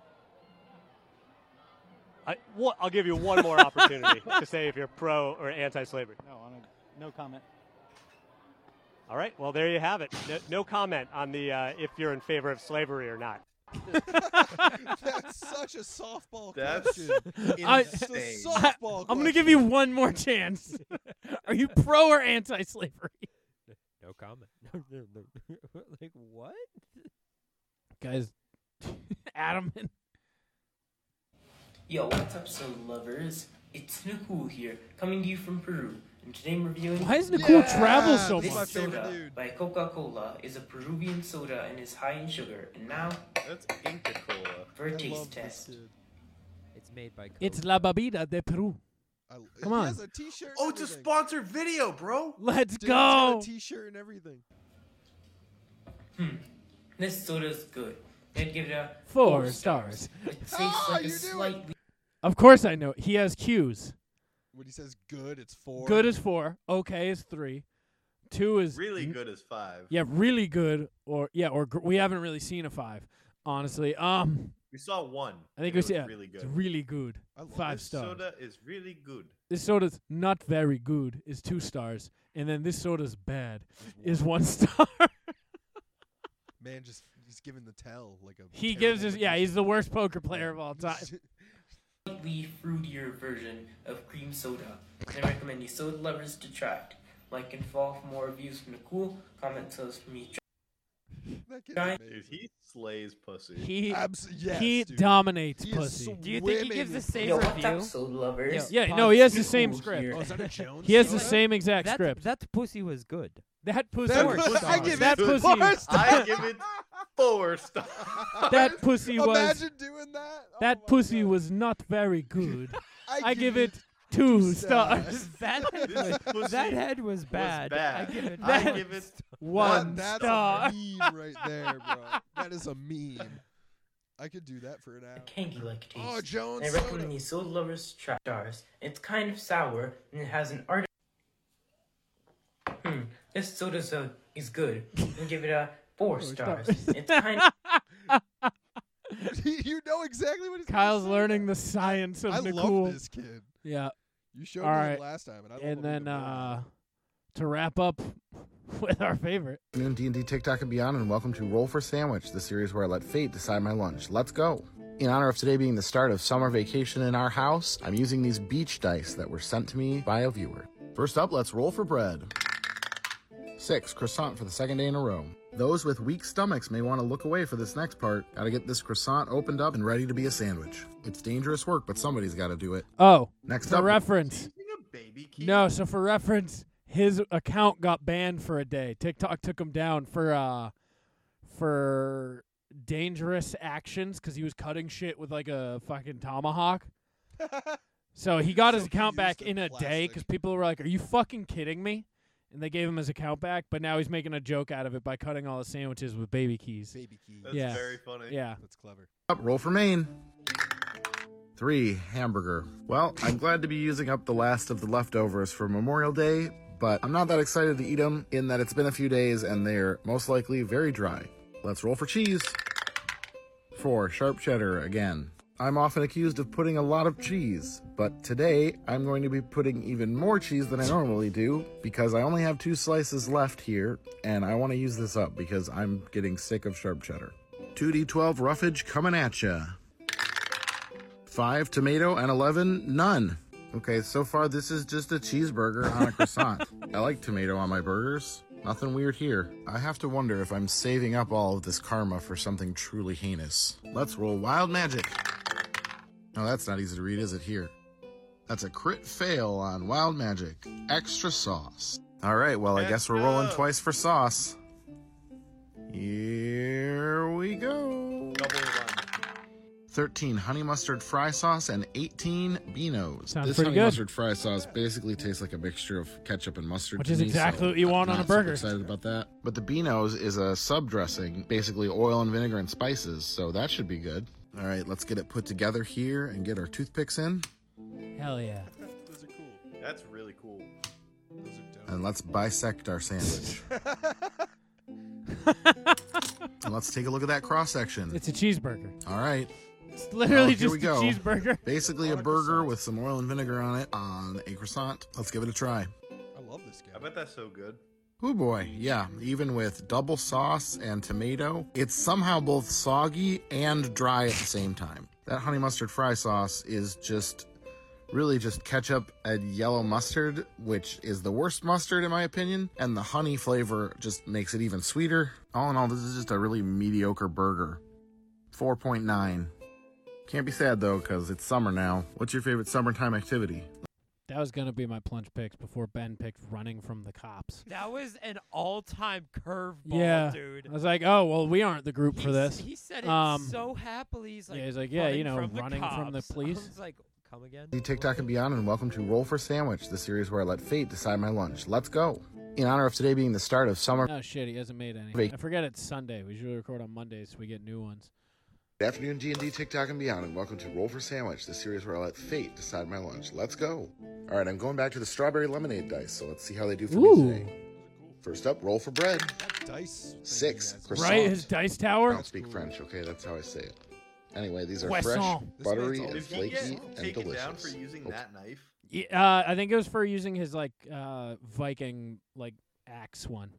Speaker 21: I, wha- I'll give you one [laughs] more opportunity to say if you're pro or anti-slavery. No, I don't, no comment. All right. Well, there you have it. No, no comment on the uh, if you're in favor of slavery or not.
Speaker 14: [laughs] That's such a softball
Speaker 2: That's
Speaker 14: question.
Speaker 2: I,
Speaker 14: It's a
Speaker 2: I,
Speaker 14: softball
Speaker 2: I'm gonna
Speaker 14: question.
Speaker 7: [laughs]
Speaker 2: give you one more chance. Are you pro or anti-slavery?
Speaker 7: No comment. [laughs] like what?
Speaker 2: Guys, [laughs] adamant.
Speaker 4: Yo, what's up, soul lovers? It's Nicole here, coming to you from Peru, and today I'm reviewing.
Speaker 2: Why does Nicole travel so
Speaker 4: this
Speaker 2: much?
Speaker 4: soda by Coca-Cola is a Peruvian soda and is high in sugar. And now that's Inca Cola for a taste test.
Speaker 7: It's made by. Coke.
Speaker 2: It's La Babida de Peru. Come on.
Speaker 8: Oh, it's a sponsored video, bro.
Speaker 2: Let's
Speaker 14: Dude, it's got
Speaker 2: go.
Speaker 14: a T-shirt and everything.
Speaker 4: This soda's good. I'd give it a
Speaker 2: Four stars.
Speaker 12: [laughs]
Speaker 2: [laughs]
Speaker 4: It tastes
Speaker 12: Ah,
Speaker 4: like a slight.
Speaker 2: Of course I know. He has cues.
Speaker 14: When he says good, it's four.
Speaker 2: Good is four. Mm-hmm. Okay is three. Two is
Speaker 1: Really
Speaker 2: n-
Speaker 1: good is five.
Speaker 2: Yeah, really good or yeah or gr- we haven't really seen a five, honestly. Um,
Speaker 1: We saw one.
Speaker 2: I
Speaker 1: and
Speaker 2: think we
Speaker 1: it
Speaker 2: see
Speaker 1: was
Speaker 2: yeah,
Speaker 1: really
Speaker 2: it's
Speaker 1: good.
Speaker 2: Really good. Five
Speaker 1: this
Speaker 2: stars.
Speaker 1: Soda is really
Speaker 14: [laughs]
Speaker 1: good.
Speaker 2: This soda's not very good is two stars, and then this soda's bad is one star. [laughs]
Speaker 14: Man, just he's giving the tell like a.
Speaker 2: he
Speaker 14: terrible
Speaker 2: gives us yeah.
Speaker 14: magician.
Speaker 2: He's the worst poker player of all time.
Speaker 4: slightly fruitier version of cream soda. I recommend you soda lovers to try it. Like and follow for more reviews from Nicole, comments us from me.
Speaker 1: Dude, he slays pussy.
Speaker 2: He he dominates pussy.
Speaker 7: Do you think he gives the same
Speaker 4: Yo, what's
Speaker 7: review?
Speaker 4: up, soul lovers?
Speaker 2: Yeah,
Speaker 7: Pop
Speaker 2: no, he has the
Speaker 7: Snoop
Speaker 2: same
Speaker 7: Dogg
Speaker 2: script.
Speaker 7: here.
Speaker 2: Oh, is that a Jones He has the soda? same exact
Speaker 7: That-
Speaker 2: script.
Speaker 7: That pussy was good.
Speaker 2: That pussy
Speaker 7: That
Speaker 2: was
Speaker 7: pussy- I
Speaker 2: good.
Speaker 7: give
Speaker 2: that
Speaker 7: it
Speaker 2: pussy.
Speaker 7: four
Speaker 1: I give it four stars.
Speaker 2: [laughs]
Speaker 14: [laughs]
Speaker 2: that pussy was.
Speaker 14: Imagine doing that. Oh
Speaker 2: that pussy was not very good.
Speaker 14: [laughs] I
Speaker 2: I,
Speaker 14: give
Speaker 2: give, it two, stars.
Speaker 7: That head
Speaker 2: This
Speaker 7: was,
Speaker 2: pussy
Speaker 7: that head was bad.
Speaker 1: bad.
Speaker 7: I give it.
Speaker 1: I
Speaker 7: one
Speaker 1: give
Speaker 2: [laughs]
Speaker 1: it
Speaker 7: star.
Speaker 2: one
Speaker 14: That's
Speaker 2: star.
Speaker 14: a meme right there, bro. That is a meme. I could do that for an hour.
Speaker 4: Tangy like taste.
Speaker 14: Oh, Jones
Speaker 4: I
Speaker 14: soda.
Speaker 4: recommend you soda lovers to try stars. It's kind of sour and it has an art. Hmm, this soda so- is good. I give it a [laughs]
Speaker 2: Oh,
Speaker 4: four stars. It's kind
Speaker 2: [laughs]
Speaker 4: of.
Speaker 14: [laughs] you know exactly what he's gonna
Speaker 2: Kyle's
Speaker 14: say
Speaker 2: learning the science of
Speaker 14: I love
Speaker 2: Nicole.
Speaker 14: this kid.
Speaker 2: Yeah.
Speaker 14: You showed
Speaker 2: All
Speaker 14: me him
Speaker 2: right.
Speaker 14: last time, and I love him
Speaker 2: and
Speaker 14: even
Speaker 2: then uh, to wrap up [laughs] with our favorite.
Speaker 22: Afternoon, D&D TikTok and beyond, and welcome to Roll for Sandwich, the series where I let fate decide my lunch. Let's go! In honor of today being the start of summer vacation in our house, I'm using these beach dice that were sent to me by a viewer. First up, let's roll for bread. Six, croissant for the second day in a row. Those with weak stomachs may want to look away for this next part. Gotta get this croissant opened up and ready to be a sandwich. It's dangerous work, but somebody's gotta do it.
Speaker 2: Oh,
Speaker 22: Next
Speaker 2: for
Speaker 22: up-
Speaker 2: reference. No, so for reference, his account got banned for a day. TikTok took him down for uh for dangerous actions because he was cutting shit with like a fucking tomahawk. so he got his account back in a day 'cause day because people were like, "Are you fucking kidding me?" And they gave him his account back, but now he's making a joke out of it by cutting all the sandwiches with baby keys.
Speaker 14: Baby keys.
Speaker 1: That's
Speaker 2: yeah.
Speaker 1: very funny.
Speaker 2: Yeah.
Speaker 14: That's clever.
Speaker 22: Up, roll for Maine. Three, hamburger. Well, I'm glad to be using up the last of the leftovers for Memorial Day, but I'm not that excited to eat them in that it's been a few days and they're most likely very dry. Let's roll for cheese. Four, sharp cheddar again. I'm often accused of putting a lot of cheese, but today I'm going to be putting even more cheese than I normally do because I only have two slices left here and I want to use this up because I'm getting sick of sharp cheddar. 2d12 roughage coming at ya. 5 tomato and 11 none. Okay, so far this is just a cheeseburger on a croissant. I like tomato on my burgers. Nothing weird here. I have to wonder if I'm saving up all of this karma for something truly heinous. Let's roll wild magic. Now that's not easy to read, is it here? That's a crit fail on wild magic. Extra sauce. All right, well, I guess we're rolling twice for sauce. Here we go. 13 honey mustard fry sauce and 18 beanos.
Speaker 2: Sounds
Speaker 22: this
Speaker 2: pretty
Speaker 22: honey
Speaker 2: good.
Speaker 22: mustard fry sauce basically tastes like a mixture of ketchup and mustard.
Speaker 2: Which
Speaker 22: to
Speaker 2: is
Speaker 22: me,
Speaker 2: exactly
Speaker 22: so
Speaker 2: what you want on
Speaker 22: not
Speaker 2: a burger.
Speaker 22: Super excited about that. But the beanos is a sub dressing, basically oil and vinegar and spices, so that should be good. All right, let's get it put together here and get our toothpicks in.
Speaker 2: Hell yeah.
Speaker 14: [laughs]
Speaker 1: Those are cool. That's really cool.
Speaker 22: And let's bisect
Speaker 2: [laughs]
Speaker 22: our sandwich. and let's take a look at that cross section.
Speaker 2: It's a cheeseburger.
Speaker 22: All right. Oh, It's
Speaker 2: literally just a cheeseburger.
Speaker 22: Basically, a burger with some oil and vinegar on it on a croissant. Let's give it a try.
Speaker 14: I love this guy.
Speaker 1: I bet that's so good.
Speaker 22: Oh boy, yeah. Even with double sauce and tomato, it's somehow both soggy and dry at the same time. That honey mustard fry sauce is just really just ketchup and yellow mustard, which is the worst mustard in my opinion, and the honey flavor just makes it even sweeter. All in all, this is just a really mediocre burger. 4.9. Can't be sad though, because it's summer now. What's your favorite summertime activity?
Speaker 2: That was gonna be my plunge picks before Ben picked running from the cops.
Speaker 7: That was an all-time curveball,
Speaker 2: yeah,
Speaker 7: dude.
Speaker 2: I was like, oh well, we aren't the group for
Speaker 7: He's-
Speaker 2: this.
Speaker 7: He said it
Speaker 2: um,
Speaker 7: so happily. He's like,
Speaker 2: yeah, he's like, yeah,
Speaker 7: running
Speaker 2: you know,
Speaker 7: from the
Speaker 2: running from the
Speaker 7: cops." [laughs] I
Speaker 2: police.
Speaker 7: was like, come again.
Speaker 22: The TikTok and beyond, and welcome to Roll for Sandwich, the series where I let fate decide my lunch. Let's go. In honor of today being the start of summer
Speaker 2: Oh shit, he hasn't made any.
Speaker 22: Vac-
Speaker 2: I forget it's Sunday. We usually record on Mondays, so we get new ones.
Speaker 22: Good afternoon, D&D, TikTok, and beyond, and welcome to Roll for Sandwich, the series where I let fate decide my lunch. Let's go. All right, I'm going back to the strawberry lemonade dice, so let's see how they do for
Speaker 2: Ooh.
Speaker 22: me today. First up, roll for bread.
Speaker 14: Dice.
Speaker 22: Six. Croissant.
Speaker 2: Right, his dice tower.
Speaker 22: I don't speak French, okay? That's how I say it. Anyway, these are fresh,
Speaker 2: Croissant. This man's
Speaker 22: buttery,
Speaker 2: all-
Speaker 22: and
Speaker 2: Did he
Speaker 22: flaky,
Speaker 2: get
Speaker 22: and
Speaker 8: taken
Speaker 22: delicious.
Speaker 8: down for using
Speaker 22: Oh,
Speaker 8: that knife?
Speaker 2: Ye- Uh, I think it was for using his like uh, Viking like axe one.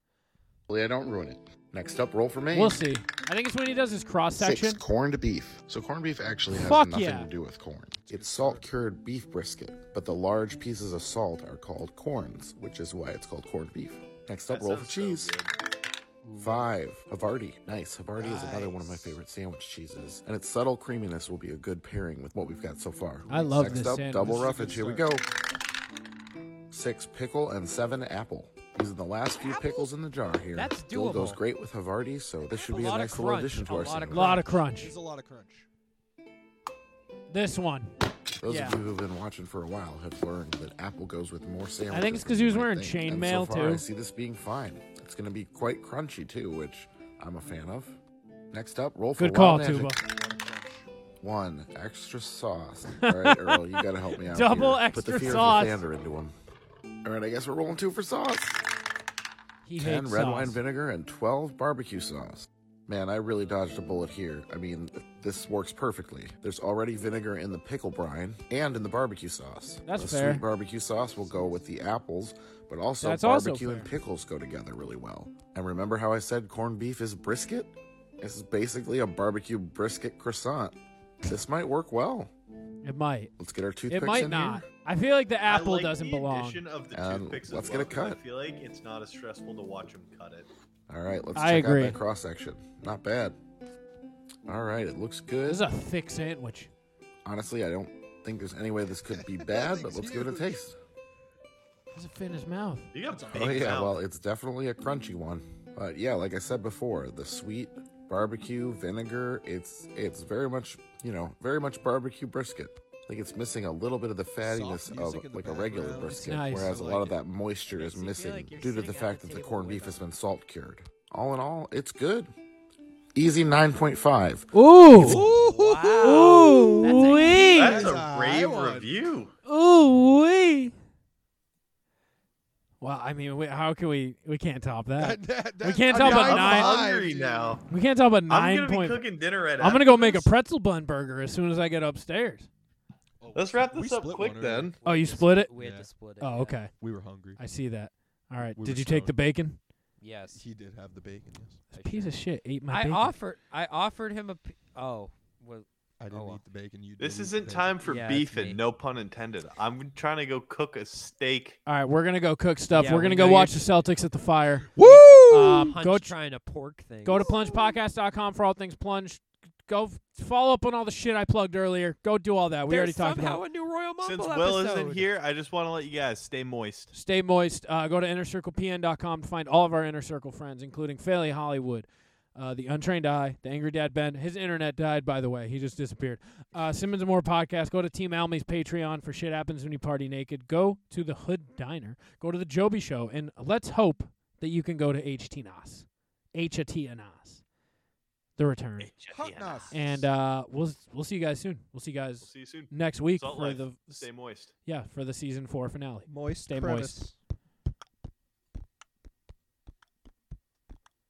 Speaker 22: Hopefully, I don't ruin it. Next up, roll for Maine.
Speaker 2: We'll see. I think it's when he does his cross section.
Speaker 22: Six, corned beef. So corned beef actually has
Speaker 2: Fuck
Speaker 22: nothing
Speaker 2: yeah.
Speaker 22: to do with corn. It's salt cured beef brisket, but the large pieces of salt are called corns, which is why it's called corned beef. Next up,
Speaker 8: That
Speaker 22: roll for
Speaker 8: sounds
Speaker 22: cheese. Five. Havarti. Nice. Havarti is another one of my favorite sandwich cheeses, and its subtle creaminess will be a good pairing with what we've got so far.
Speaker 2: I love
Speaker 22: Next
Speaker 2: this
Speaker 22: up,
Speaker 2: sandwich.
Speaker 22: double
Speaker 2: This is a
Speaker 22: roughage.
Speaker 2: good
Speaker 22: Here we go. Six pickle and seven apple. These are the last few pickles in the jar here.
Speaker 7: That's
Speaker 22: Still goes
Speaker 7: doable.
Speaker 22: great with Havarti, so this should
Speaker 7: A
Speaker 22: be a
Speaker 7: lot of
Speaker 22: nice little
Speaker 7: crunch,
Speaker 22: addition
Speaker 7: a
Speaker 22: to our
Speaker 7: lot of
Speaker 22: sandwich.
Speaker 2: Lot of crunch.
Speaker 14: There's a lot of crunch.
Speaker 2: This one.
Speaker 22: Those
Speaker 2: yeah.
Speaker 22: of you who've been watching for a while have learned that apple goes with more sandwiches.
Speaker 2: I think it's
Speaker 22: than
Speaker 2: 'cause
Speaker 22: you
Speaker 2: he was
Speaker 22: might
Speaker 2: wearing
Speaker 22: think.
Speaker 2: chain
Speaker 22: And
Speaker 2: mail,
Speaker 22: so far, I
Speaker 2: too.
Speaker 22: see this being fine. It's going to be quite crunchy too, which I'm a fan of. Next up, roll for
Speaker 2: Good
Speaker 22: Wild
Speaker 2: call,
Speaker 22: Magic. One extra sauce. All
Speaker 2: [laughs]
Speaker 22: right, Earl, you got to help me out.
Speaker 2: Double
Speaker 22: here. Put
Speaker 2: extra
Speaker 22: the fear
Speaker 2: sauce.
Speaker 22: Of the Thunder into him. All right, I guess we're rolling two for sauce.
Speaker 2: He
Speaker 22: Ten
Speaker 2: hates
Speaker 22: red
Speaker 2: sauce.
Speaker 22: wine vinegar and twelve barbecue sauce. Man, I really dodged a bullet here. I mean, th- this works perfectly. There's already vinegar in the pickle brine and in the barbecue sauce.
Speaker 2: That's
Speaker 22: the
Speaker 2: fair.
Speaker 22: Sweet barbecue sauce will go with the apples, but also
Speaker 2: That's also
Speaker 22: barbecue and
Speaker 2: fair.
Speaker 22: pickles go together really well. And remember how I said corned beef is brisket? This is basically a barbecue brisket croissant. This might work well.
Speaker 2: It might.
Speaker 22: Let's get our toothpicks
Speaker 2: It might
Speaker 22: in
Speaker 2: not.
Speaker 22: here.
Speaker 2: I feel like the apple
Speaker 8: like
Speaker 2: doesn't
Speaker 8: the
Speaker 2: belong.
Speaker 8: addition of the
Speaker 22: And
Speaker 8: toothpicks as
Speaker 22: let's
Speaker 8: well,
Speaker 22: get a
Speaker 8: 'cause
Speaker 22: cut.
Speaker 8: I feel like it's not as stressful to watch him cut it.
Speaker 22: All right, let's
Speaker 2: I
Speaker 22: check
Speaker 2: agree.
Speaker 22: out that cross section. Not bad. All right, it looks good.
Speaker 2: This is a thick sandwich.
Speaker 22: Honestly, I don't think there's any way this could be bad, but let's give it a taste.
Speaker 2: Does it fit in his mouth?
Speaker 8: You got big
Speaker 22: Oh yeah,
Speaker 8: mouth.
Speaker 22: well, it's definitely a crunchy one. But yeah, like I said before, the sweet barbecue vinegar, it's it's very much, you know, very much barbecue brisket. Like it's missing a little bit of the fattiness of like a regular brisket,
Speaker 2: nice.
Speaker 22: whereas
Speaker 2: I
Speaker 22: a lot of that moisture is missing due to the fact that the corned beef has been salt cured. All in all, it's good. Easy 9.5.
Speaker 2: Ooh. Ooh wee.
Speaker 8: That's a brave review.
Speaker 2: Ooh wee. Well, I mean, we, how can we? We can't top that. we can't top a
Speaker 8: I'm
Speaker 2: nine.
Speaker 8: hungry now.
Speaker 2: We can't top a
Speaker 8: I'm
Speaker 2: nine
Speaker 8: gonna be
Speaker 2: point.
Speaker 8: cooking dinner right
Speaker 2: I'm gonna
Speaker 8: after
Speaker 2: go make a
Speaker 8: this.
Speaker 2: pretzel bun burger as soon as I get upstairs.
Speaker 7: Oh,
Speaker 1: Let's wrap this up quick then.
Speaker 2: Oh, you split it?
Speaker 7: We had to split it.
Speaker 2: Oh,
Speaker 7: yeah.
Speaker 2: okay.
Speaker 14: We were hungry.
Speaker 2: I see that. All right.
Speaker 14: We
Speaker 2: Did
Speaker 14: were
Speaker 2: you take the
Speaker 14: stoned.
Speaker 2: bacon?
Speaker 7: Yes.
Speaker 14: He did have the bacon. Yes.
Speaker 2: Piece of shit ate my
Speaker 7: I
Speaker 2: bacon.
Speaker 7: offered. I offered him a. P- oh, well,
Speaker 14: I didn't
Speaker 7: oh, well.
Speaker 14: eat the bacon. You
Speaker 8: This
Speaker 14: did eat
Speaker 8: isn't
Speaker 14: the
Speaker 8: time
Speaker 14: bacon.
Speaker 8: for
Speaker 7: Yeah, it's me.
Speaker 8: beefing, no pun intended. I'm trying to go cook a steak.
Speaker 2: All right, we're gonna go cook stuff.
Speaker 7: Yeah,
Speaker 2: we're
Speaker 7: we
Speaker 2: gonna
Speaker 7: know
Speaker 2: go
Speaker 7: you're-
Speaker 2: watch the Celtics at the fire.
Speaker 7: Woo!
Speaker 2: Um,
Speaker 7: Hunt's
Speaker 2: go
Speaker 7: trying to pork things.
Speaker 2: Go to plungepodcast.com for all things plunge. Go f- follow up on all the shit I plugged earlier. Go do all that. We
Speaker 7: There's
Speaker 2: already talked
Speaker 7: somehow
Speaker 2: about. it.
Speaker 7: a new Royal Mumble
Speaker 8: Since Will
Speaker 7: episode.
Speaker 8: isn't here, I just want to let you guys stay moist.
Speaker 2: Stay moist. Uh, go to innercirclepn.com to find all of our inner circle friends, including Failey Hollywood, uh, the Untrained Eye, the Angry Dad Ben. His internet died, by the way. He just disappeared. Uh, Simmons and More podcast. Go to Team Almy's Patreon for shit happens when you party naked. Go to the Hood Diner. Go to the Joby Show, and let's hope that you can go to HT Nas, HT Nas, the return. And uh, we'll we'll see you guys soon. We'll see you guys
Speaker 8: see you soon.
Speaker 2: next week
Speaker 8: Salt
Speaker 2: for
Speaker 8: Life.
Speaker 2: the
Speaker 8: Stay moist.
Speaker 2: yeah for the season four finale.
Speaker 14: Moist
Speaker 2: stay
Speaker 14: crevice.
Speaker 2: moist.